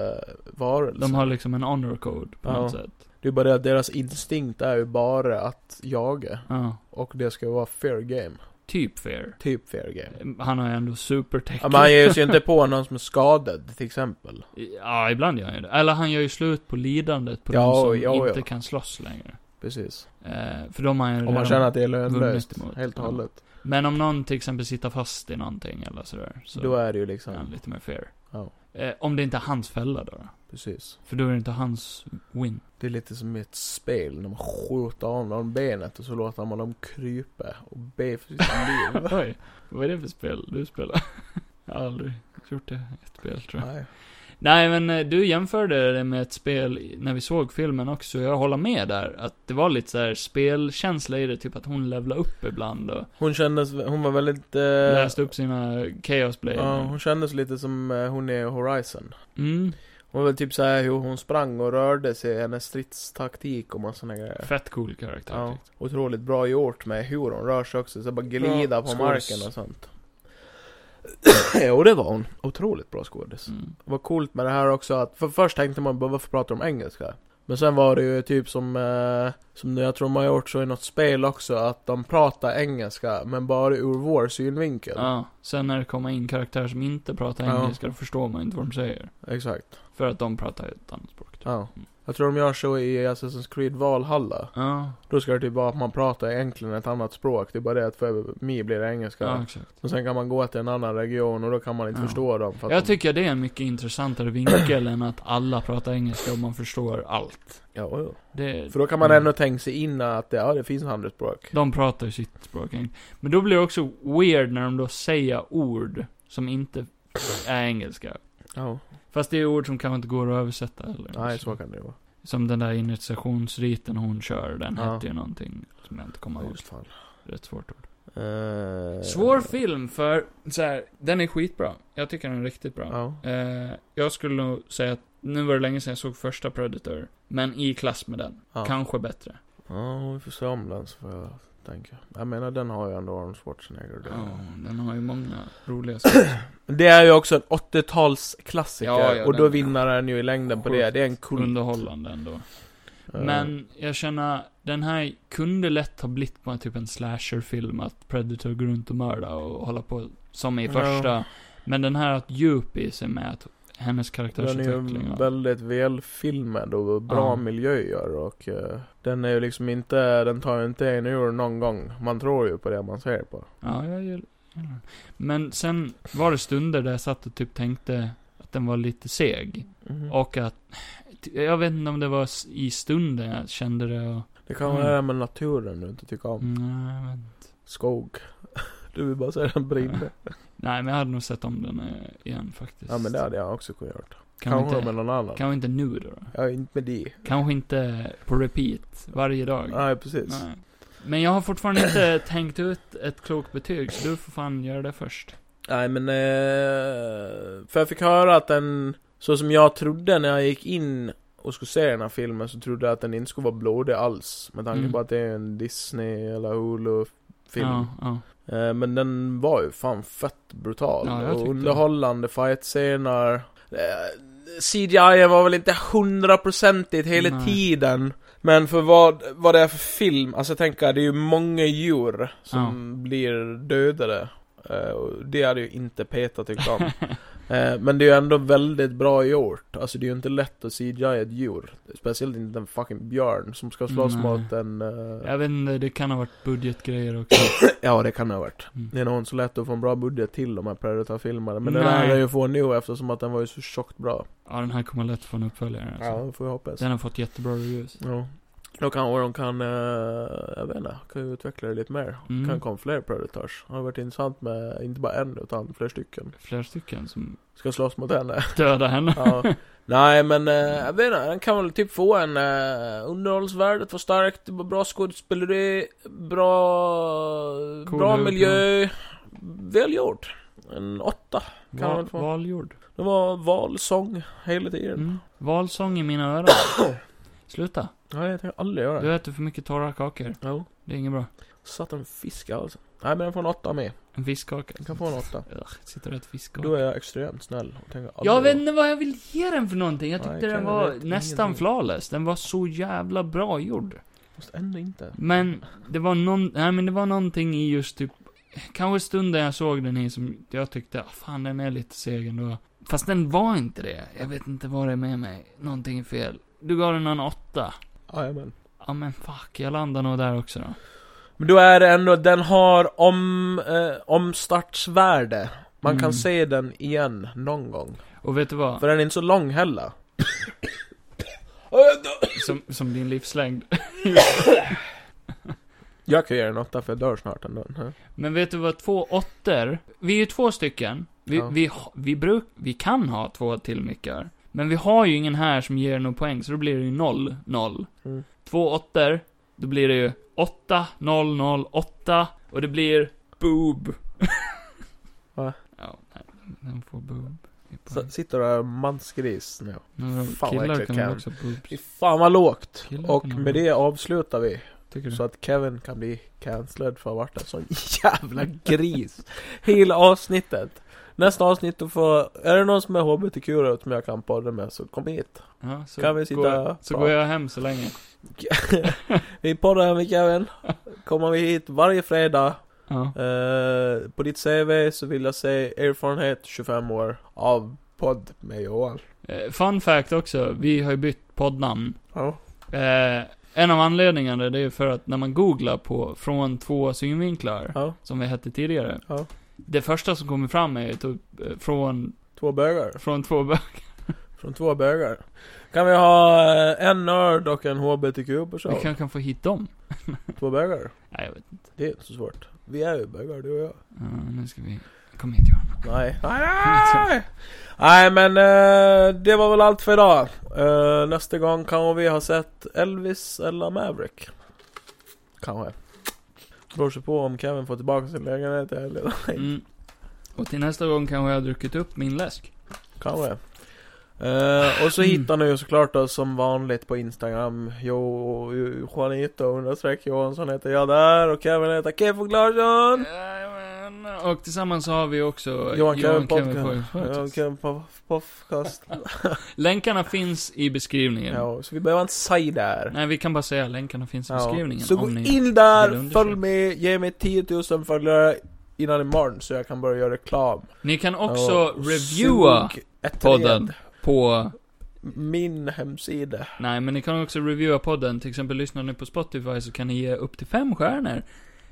[SPEAKER 1] varelser.
[SPEAKER 2] De har liksom en honor code på
[SPEAKER 1] Ja.
[SPEAKER 2] något sätt.
[SPEAKER 1] Det är bara det att deras instinkt är ju bara att jaga.
[SPEAKER 2] Ja.
[SPEAKER 1] Och det ska vara fair game.
[SPEAKER 2] Typ fair.
[SPEAKER 1] Typ fair game.
[SPEAKER 2] Han har ju ändå supertech.
[SPEAKER 1] Ja, men han ger sig ju inte på någon som är skadad till exempel.
[SPEAKER 2] Ja, ibland gör han ju det. Eller han gör ju slut på lidandet på
[SPEAKER 1] Ja,
[SPEAKER 2] de som
[SPEAKER 1] ja, ja.
[SPEAKER 2] inte kan slåss längre.
[SPEAKER 1] precis.
[SPEAKER 2] Eh, för de har ju
[SPEAKER 1] Om man
[SPEAKER 2] redan-
[SPEAKER 1] känner att det är
[SPEAKER 2] vunnit
[SPEAKER 1] lönlöst,
[SPEAKER 2] emot.
[SPEAKER 1] helt och
[SPEAKER 2] Ja.
[SPEAKER 1] hållet.
[SPEAKER 2] Men om någon till exempel sitter fast i någonting eller sådär. Så
[SPEAKER 1] Då är det ju
[SPEAKER 2] är han
[SPEAKER 1] liksom,
[SPEAKER 2] lite mer fair.
[SPEAKER 1] ja,
[SPEAKER 2] Eh, om det inte är hans fälla då, då.
[SPEAKER 1] precis.
[SPEAKER 2] För då är det inte hans win.
[SPEAKER 1] Det är lite som i ett spel, när man skjuter av någon benet och så låter man dem krypa och be för sitt liv.
[SPEAKER 2] Oj, vad är det för spel du spelar? Jag har aldrig gjort det, ett spel tror jag.
[SPEAKER 1] Nej.
[SPEAKER 2] Nej men eh, du jämförde det med ett spel i- när vi såg filmen också, jag håller med där. Att det var lite så här spelkänsla i det, typ att hon levlade upp ibland och
[SPEAKER 1] Hon kändes, hon var väldigt... Eh,
[SPEAKER 2] läste upp sina Chaos Blade.
[SPEAKER 1] ja, hon kändes lite som eh, hon är i Horizon.
[SPEAKER 2] Mm,
[SPEAKER 1] Hon var typ såhär hur hon sprang och rörde sig, hennes stridstaktik och massa såna grejer.
[SPEAKER 2] fett cool karaktär.
[SPEAKER 1] Eh. Ja,
[SPEAKER 2] tyckte
[SPEAKER 1] otroligt bra gjort med hur hon rör sig också, så bara glida
[SPEAKER 2] Ja,
[SPEAKER 1] på
[SPEAKER 2] skådis.
[SPEAKER 1] marken och sånt. jo, det var hon. Otroligt bra skådis.
[SPEAKER 2] jag. Mm.
[SPEAKER 1] Vad coolt med det här också att, för först tänkte man bara varför pratar de engelska? Men sen var det ju typ som, eh, som jag tror man har gjort så i något spel också, att de pratar engelska men bara ur vår synvinkel.
[SPEAKER 2] Ja, sen när det kommer in karaktärer som inte pratar
[SPEAKER 1] Ja.
[SPEAKER 2] engelska, då förstår man inte vad de säger.
[SPEAKER 1] Exakt.
[SPEAKER 2] För att de pratar ett annat språk. Typ.
[SPEAKER 1] Ja. Jag tror de gör så i Assassin's Creed Valhalla.
[SPEAKER 2] Ja,
[SPEAKER 1] Då ska det typ vara att man pratar egentligen ett annat språk, det är bara det att för mig blir det engelska.
[SPEAKER 2] ja exakt.
[SPEAKER 1] Och sen kan man gå till en annan region och då kan man inte
[SPEAKER 2] Ja.
[SPEAKER 1] förstå dem. För att
[SPEAKER 2] Jag
[SPEAKER 1] de...
[SPEAKER 2] tycker det är en mycket intressantare vinkel än att alla pratar engelska och man förstår allt.
[SPEAKER 1] Ja, ja.
[SPEAKER 2] Det,
[SPEAKER 1] För då kan man
[SPEAKER 2] Mm.
[SPEAKER 1] ändå tänka sig in att det, ja, det finns handelsspråk.
[SPEAKER 2] de pratar ju sitt språk. eng- Men då blir det också weird när de då säger ord som inte är engelska.
[SPEAKER 1] Ja.
[SPEAKER 2] Fast det är ord som kanske inte går att översätta eller
[SPEAKER 1] Nej, så kan det ju vara.
[SPEAKER 2] Som den där initiationsriten hon kör, den
[SPEAKER 1] Ja.
[SPEAKER 2] hette ju någonting som jag inte kommer
[SPEAKER 1] Ja,
[SPEAKER 2] ihåg.
[SPEAKER 1] Just fan.
[SPEAKER 2] Rätt svårt ord.
[SPEAKER 1] Eh,
[SPEAKER 2] Svår film för, så här, den är skitbra. Jag tycker den är riktigt bra.
[SPEAKER 1] Ja.
[SPEAKER 2] Eh, jag skulle nog säga att, nu var det länge sedan jag såg första Predator, men i klass med den.
[SPEAKER 1] Ja.
[SPEAKER 2] Kanske bättre.
[SPEAKER 1] ja, vi får se om den så får jag tänka. Jag menar den har ju ändå Arnold Schwarzenegger. där.
[SPEAKER 2] Ja, den har ju många roliga saker.
[SPEAKER 1] Det är ju också en 80-talsklassiker.
[SPEAKER 2] Ja, ja,
[SPEAKER 1] och då
[SPEAKER 2] den-
[SPEAKER 1] vinner den ju i längden på det. Det är en kult.
[SPEAKER 2] Underhållande ändå.
[SPEAKER 1] Eh,
[SPEAKER 2] Men jag känner, den här kunde lätt ha blivit på en typ en slasherfilm, att Predator går runt och mördar och håller på som i
[SPEAKER 1] Ja.
[SPEAKER 2] första. Men den här har ett djup i sig med att hennes
[SPEAKER 1] Den är ju
[SPEAKER 2] karaktärsutveckling. och-
[SPEAKER 1] väldigt välfilmad och bra
[SPEAKER 2] Ja.
[SPEAKER 1] miljöer och eh, Den är ju liksom inte, den tar ju inte en ur någon gång. Man tror ju på det man ser på.
[SPEAKER 2] Ja, jag gillar gillar den. Men sen var det stunder där jag satt och typ tänkte att den var lite seg. Mhm. Och att, jag vet inte om det var s- i stunden jag kände det och,
[SPEAKER 1] Det kan vara
[SPEAKER 2] Mm.
[SPEAKER 1] det här med naturen du inte tycker om.
[SPEAKER 2] nej, men,
[SPEAKER 1] Skog. Du vill bara se den brinna.
[SPEAKER 2] nej men jag hade nog sett om den eh, igen faktiskt.
[SPEAKER 1] Ja men det hade jag också kunnat göra.
[SPEAKER 2] kan vi
[SPEAKER 1] Kanske
[SPEAKER 2] inte,
[SPEAKER 1] med någon annan.
[SPEAKER 2] Kanske inte nu då. då.
[SPEAKER 1] Ja, inte med dig.
[SPEAKER 2] Kanske inte på repeat varje dag.
[SPEAKER 1] Nej, precis.
[SPEAKER 2] Nej. Men jag har fortfarande inte tänkt ut ett klokt betyg, så du får fan göra det först.
[SPEAKER 1] Nej men, eh, för jag fick höra att den, så som jag trodde när jag gick in och skulle se den här filmen så trodde jag att den inte skulle vara blodig alls. Med tanke
[SPEAKER 2] Mm.
[SPEAKER 1] på att det är en Disney eller Hulu-film.
[SPEAKER 2] Ja, ja.
[SPEAKER 1] Eh, men den var ju fan fett brutal.
[SPEAKER 2] Ja, jag
[SPEAKER 1] och
[SPEAKER 2] tyckte
[SPEAKER 1] underhållande fight-scener. Eh, CGI var väl inte hundraprocentigt hela
[SPEAKER 2] Nej.
[SPEAKER 1] tiden. Men för vad, vad det är för film, alltså jag tänker det är ju många djur som blir dödade. Eh, och det hade ju inte Peter tyckt om. Eh, Men det är ju ändå väldigt bra gjort. Alltså det är ju inte lätt att CGI ett djur. Speciellt inte en fucking björn som ska slåss
[SPEAKER 2] Nej.
[SPEAKER 1] mot en... eh,
[SPEAKER 2] Jag vet inte, det kan ha varit budgetgrejer också.
[SPEAKER 1] Ja, det kan det ha varit.
[SPEAKER 2] Mm.
[SPEAKER 1] Det är nog inte så lätt att få en bra budget till de här Predator-filmerna. Men den
[SPEAKER 2] Nej.
[SPEAKER 1] här är ju få nu eftersom att den var ju så tjockt bra.
[SPEAKER 2] Ja, den här kommer lätt få en uppföljare. Alltså.
[SPEAKER 1] Ja, det får jag hoppas.
[SPEAKER 2] Den har fått jättebra reviews.
[SPEAKER 1] Ja. Då kan, och de kan, eh, jag vet inte, kan ju utveckla det lite mer.
[SPEAKER 2] Mm.
[SPEAKER 1] Kan komma fler Predators. Det har varit intressant med, inte bara en, utan fler stycken.
[SPEAKER 2] Flera stycken som
[SPEAKER 1] Ska slåss mot henne.
[SPEAKER 2] dödar henne.
[SPEAKER 1] ja. Nej men, eh, jag vet inte, den kan väl typ få en, eh, underhållsvärdet var starkt, det var bra skådespeleri, bra,
[SPEAKER 2] Cool
[SPEAKER 1] bra
[SPEAKER 2] huvud,
[SPEAKER 1] miljö, välgjord. En åtta. Kan
[SPEAKER 2] Val,
[SPEAKER 1] väl få.
[SPEAKER 2] Valjord.
[SPEAKER 1] Det var valsång hela tiden.
[SPEAKER 2] Mm. Valsång i mina öron. Sluta.
[SPEAKER 1] Nej, jag tänker aldrig göra det.
[SPEAKER 2] Du äter för mycket torra kakor.
[SPEAKER 1] Jo.
[SPEAKER 2] Det är inget bra.
[SPEAKER 1] Satt en fisk alltså. Nej, men den får en åtta med.
[SPEAKER 2] En fiskkaka.
[SPEAKER 1] Den kan få en åtta.
[SPEAKER 2] Ugh, Sitter och äter fiskkaka.
[SPEAKER 1] Då är jag extremt snäll och tänker aldrig
[SPEAKER 2] Jag vet
[SPEAKER 1] göra
[SPEAKER 2] inte vad jag vill ge den för någonting. Jag
[SPEAKER 1] Nej,
[SPEAKER 2] tyckte den
[SPEAKER 1] kan jag
[SPEAKER 2] var
[SPEAKER 1] vet
[SPEAKER 2] nästan
[SPEAKER 1] ingenting.
[SPEAKER 2] flawless. Den var så jävla bra gjord.
[SPEAKER 1] det. Fast ändå inte.
[SPEAKER 2] Men det var någon, nej men det var någonting i just typ, kanske stunden jag såg den i som jag tyckte, ah, fan den är lite seg ändå. Fast den var inte det. Jag vet inte vad det är med mig. Någonting är fel. Du gav den en åtta.
[SPEAKER 1] Jajamän.
[SPEAKER 2] Ja, Ja men fuck, jag landar nog där också då.
[SPEAKER 1] Men då är det ändå, den har om, eh, omstartsvärde. Man
[SPEAKER 2] Mm.
[SPEAKER 1] kan se den igen någon gång.
[SPEAKER 2] Och vet du vad?
[SPEAKER 1] För den är inte så lång heller.
[SPEAKER 2] Som, som din livslängd.
[SPEAKER 1] Jag kan ge den åtta för jag dör snart ändå.
[SPEAKER 2] Men vet du vad två åttor, vi är ju två stycken. Vi,
[SPEAKER 1] Ja.
[SPEAKER 2] vi, vi, bruk, vi kan ha två till mickar. Men vi har ju ingen här som ger någon poäng, så då blir det ju noll noll.
[SPEAKER 1] Mm.
[SPEAKER 2] Två åttor, då blir det ju åtta noll noll åtta och det blir boob.
[SPEAKER 1] Va?
[SPEAKER 2] Ja, nej, den får boob. i
[SPEAKER 1] Så
[SPEAKER 2] poäng.
[SPEAKER 1] sitter du där mansgris nu.
[SPEAKER 2] Några
[SPEAKER 1] fan vad
[SPEAKER 2] killar
[SPEAKER 1] äckligt,
[SPEAKER 2] kan väl
[SPEAKER 1] Cam.
[SPEAKER 2] också ha boobs.
[SPEAKER 1] Fy Fan vad lågt.
[SPEAKER 2] Killar
[SPEAKER 1] Och
[SPEAKER 2] kan ha
[SPEAKER 1] med det avslutar vi.
[SPEAKER 2] Tycker du?
[SPEAKER 1] Så att Kevin kan bli cancelled för att ha varit en sån jävla gris. Hela avsnittet. Nästa avsnitt då får, är det någon som är hbtq -are som jag kan podda med så kom hit.
[SPEAKER 2] Ja, så
[SPEAKER 1] kan vi sitta
[SPEAKER 2] går,
[SPEAKER 1] och
[SPEAKER 2] Så
[SPEAKER 1] prata.
[SPEAKER 2] går jag hem så länge.
[SPEAKER 1] Vi poddar med Kevin. Kommer vi hit varje fredag.
[SPEAKER 2] Ja.
[SPEAKER 1] Eh, på ditt CV så vill jag säga erfarenhet 25 år av podd med Johan.
[SPEAKER 2] Eh, Fun fact också, vi har ju bytt poddnamn.
[SPEAKER 1] Ja.
[SPEAKER 2] Eh, en av anledningarna det är för att när man googlar på från två synvinklar,
[SPEAKER 1] ja.
[SPEAKER 2] som vi hette tidigare.
[SPEAKER 1] Ja.
[SPEAKER 2] Det första som kommer fram är ju typ eh, från,
[SPEAKER 1] Två bögar.
[SPEAKER 2] från två bö-
[SPEAKER 1] Från två bögar. Kan vi ha eh, en nörd och en
[SPEAKER 2] Vi
[SPEAKER 1] hbtq-person?
[SPEAKER 2] kanske kan få hit dem.
[SPEAKER 1] Två bögar.
[SPEAKER 2] Nej, jag vet inte.
[SPEAKER 1] Det är inte så svårt. Vi är ju bögar, du och jag.
[SPEAKER 2] Ja, nu ska vi... Kom hit Johan.
[SPEAKER 1] Nej. Nej, nej. nej men eh, det var väl allt för idag. Eh, nästa gång kanske vi har sett Elvis eller Maverick. Kanske. Beror sig på om Kevin får tillbaka sin lägenhet eller
[SPEAKER 2] Mm. Och till nästa gång kanske jag har druckit upp min läsk.
[SPEAKER 1] Kanske. Eh, och så hittar ni ju såklart oss som vanligt på Instagram. Jo, Juanito understreck Johansson heter jag där och Kevin heter Kevin Larsson.
[SPEAKER 2] Jajamän. Och tillsammans har vi också
[SPEAKER 1] Johan Kevin
[SPEAKER 2] Kevin
[SPEAKER 1] Podcast. Johan
[SPEAKER 2] Podcast.
[SPEAKER 1] Kevin Pof- Podcast.
[SPEAKER 2] Länkarna finns i beskrivningen.
[SPEAKER 1] Ja, så vi behöver inte säga där.
[SPEAKER 2] Nej, vi kan bara säga länkarna finns i
[SPEAKER 1] Ja.
[SPEAKER 2] beskrivningen.
[SPEAKER 1] Så
[SPEAKER 2] om
[SPEAKER 1] gå
[SPEAKER 2] ni-
[SPEAKER 1] in
[SPEAKER 2] vill
[SPEAKER 1] där,
[SPEAKER 2] undersöka.
[SPEAKER 1] följ med, ge mig 10 000 följare innan imorgon så jag kan börja göra reklam.
[SPEAKER 2] Ni kan också
[SPEAKER 1] Ja, och
[SPEAKER 2] reviewa
[SPEAKER 1] sug ett
[SPEAKER 2] podden
[SPEAKER 1] led.
[SPEAKER 2] på...
[SPEAKER 1] Min hemsida.
[SPEAKER 2] Nej, men ni kan också reviewa podden. Till exempel lyssnar ni på Spotify så kan ni ge upp till fem stjärnor.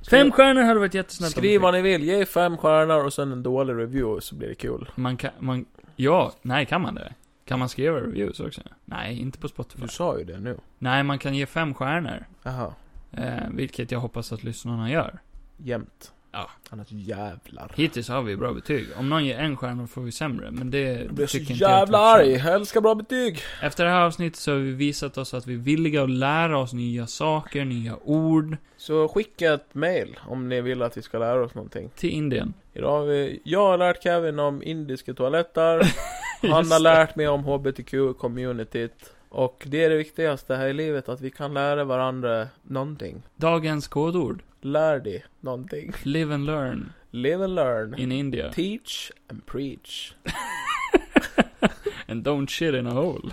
[SPEAKER 2] Fem stjärnor hade varit jättesnällt om ni
[SPEAKER 1] Skriv
[SPEAKER 2] fick.
[SPEAKER 1] vad ni vill, ge fem stjärnor och sen en dålig review så blir det kul.
[SPEAKER 2] Man kan... Man, ja, nej, kan man det? Kan man skriva reviews också? Nej, inte på Spotify.
[SPEAKER 1] Du sa ju det nu.
[SPEAKER 2] Nej, man kan ge fem stjärnor.
[SPEAKER 1] Jaha.
[SPEAKER 2] Eh, vilket jag hoppas att lyssnarna gör.
[SPEAKER 1] Jämt.
[SPEAKER 2] Ja.
[SPEAKER 1] Annars jävlar.
[SPEAKER 2] Hittills har vi bra betyg. Om någon ger en stjärna får vi sämre, men det
[SPEAKER 1] Jag blir så
[SPEAKER 2] tycker inte jag att vi
[SPEAKER 1] jävla
[SPEAKER 2] förtjänar.
[SPEAKER 1] arg. Jag älskar bra betyg.
[SPEAKER 2] Efter det här avsnittet så har vi visat oss att vi är villiga att lära oss nya saker, nya ord,
[SPEAKER 1] Så skicka ett mail om ni vill att vi ska lära oss någonting.
[SPEAKER 2] till Indien.
[SPEAKER 1] Idag har vi, jag har lärt Kevin om indiska toaletter. Han
[SPEAKER 2] Just
[SPEAKER 1] har
[SPEAKER 2] det.
[SPEAKER 1] lärt mig om HBTQ-communityt. Och det är det viktigaste här i livet, att vi kan lära varandra någonting.
[SPEAKER 2] Dagens kodord.
[SPEAKER 1] Lär dig någonting.
[SPEAKER 2] Live and learn
[SPEAKER 1] Live and learn.
[SPEAKER 2] in India.
[SPEAKER 1] Teach and preach.
[SPEAKER 2] And don't shit in a hole.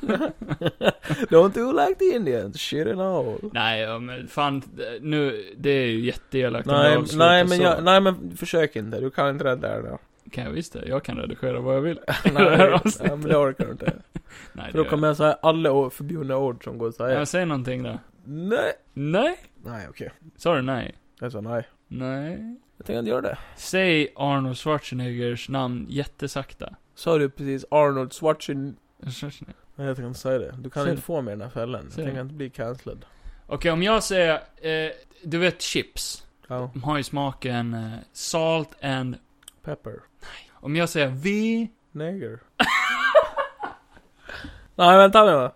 [SPEAKER 1] Don't do like the Indians, shit in a hole.
[SPEAKER 2] nej, ja, men fan, nu, det är ju jätteelakt om jag
[SPEAKER 1] Nej,
[SPEAKER 2] avslutar
[SPEAKER 1] nej, men
[SPEAKER 2] så.
[SPEAKER 1] jag, nej men försök inte, du kan inte rädda dig då.
[SPEAKER 2] Kan jag visst det, jag kan redigera vad jag vill. Det här
[SPEAKER 1] nej, nej,
[SPEAKER 2] avsnittet.
[SPEAKER 1] men det orkar du inte.
[SPEAKER 2] Nej,
[SPEAKER 1] Äh, För då
[SPEAKER 2] det
[SPEAKER 1] kommer jag säga alla ord- förbjudna ord som går att
[SPEAKER 2] jag.
[SPEAKER 1] säga.
[SPEAKER 2] Jag säger någonting då.
[SPEAKER 1] Nej.
[SPEAKER 2] Nej?
[SPEAKER 1] Nej, okej.
[SPEAKER 2] Sa du nej?
[SPEAKER 1] Jag sa nej.
[SPEAKER 2] Nej.
[SPEAKER 1] Jag tänker inte göra det.
[SPEAKER 2] Säg Arnold Schwarzeneggers namn jättesakta.
[SPEAKER 1] Sa du precis Arnold Schwarzenegger?
[SPEAKER 2] Schwarzenegger.
[SPEAKER 1] Nej, jag tänker inte säga det. Du kan
[SPEAKER 2] Säg
[SPEAKER 1] inte
[SPEAKER 2] det.
[SPEAKER 1] få mig i den här fällan. Jag
[SPEAKER 2] Säg
[SPEAKER 1] tänker
[SPEAKER 2] det.
[SPEAKER 1] inte bli cancelled.
[SPEAKER 2] Okej, om jag säger, eh, du vet chips?
[SPEAKER 1] Ja.
[SPEAKER 2] De har ju smaken eh, salt and...
[SPEAKER 1] Pepper.
[SPEAKER 2] Om jag säger vi...
[SPEAKER 1] Neger. nej, vänta nu.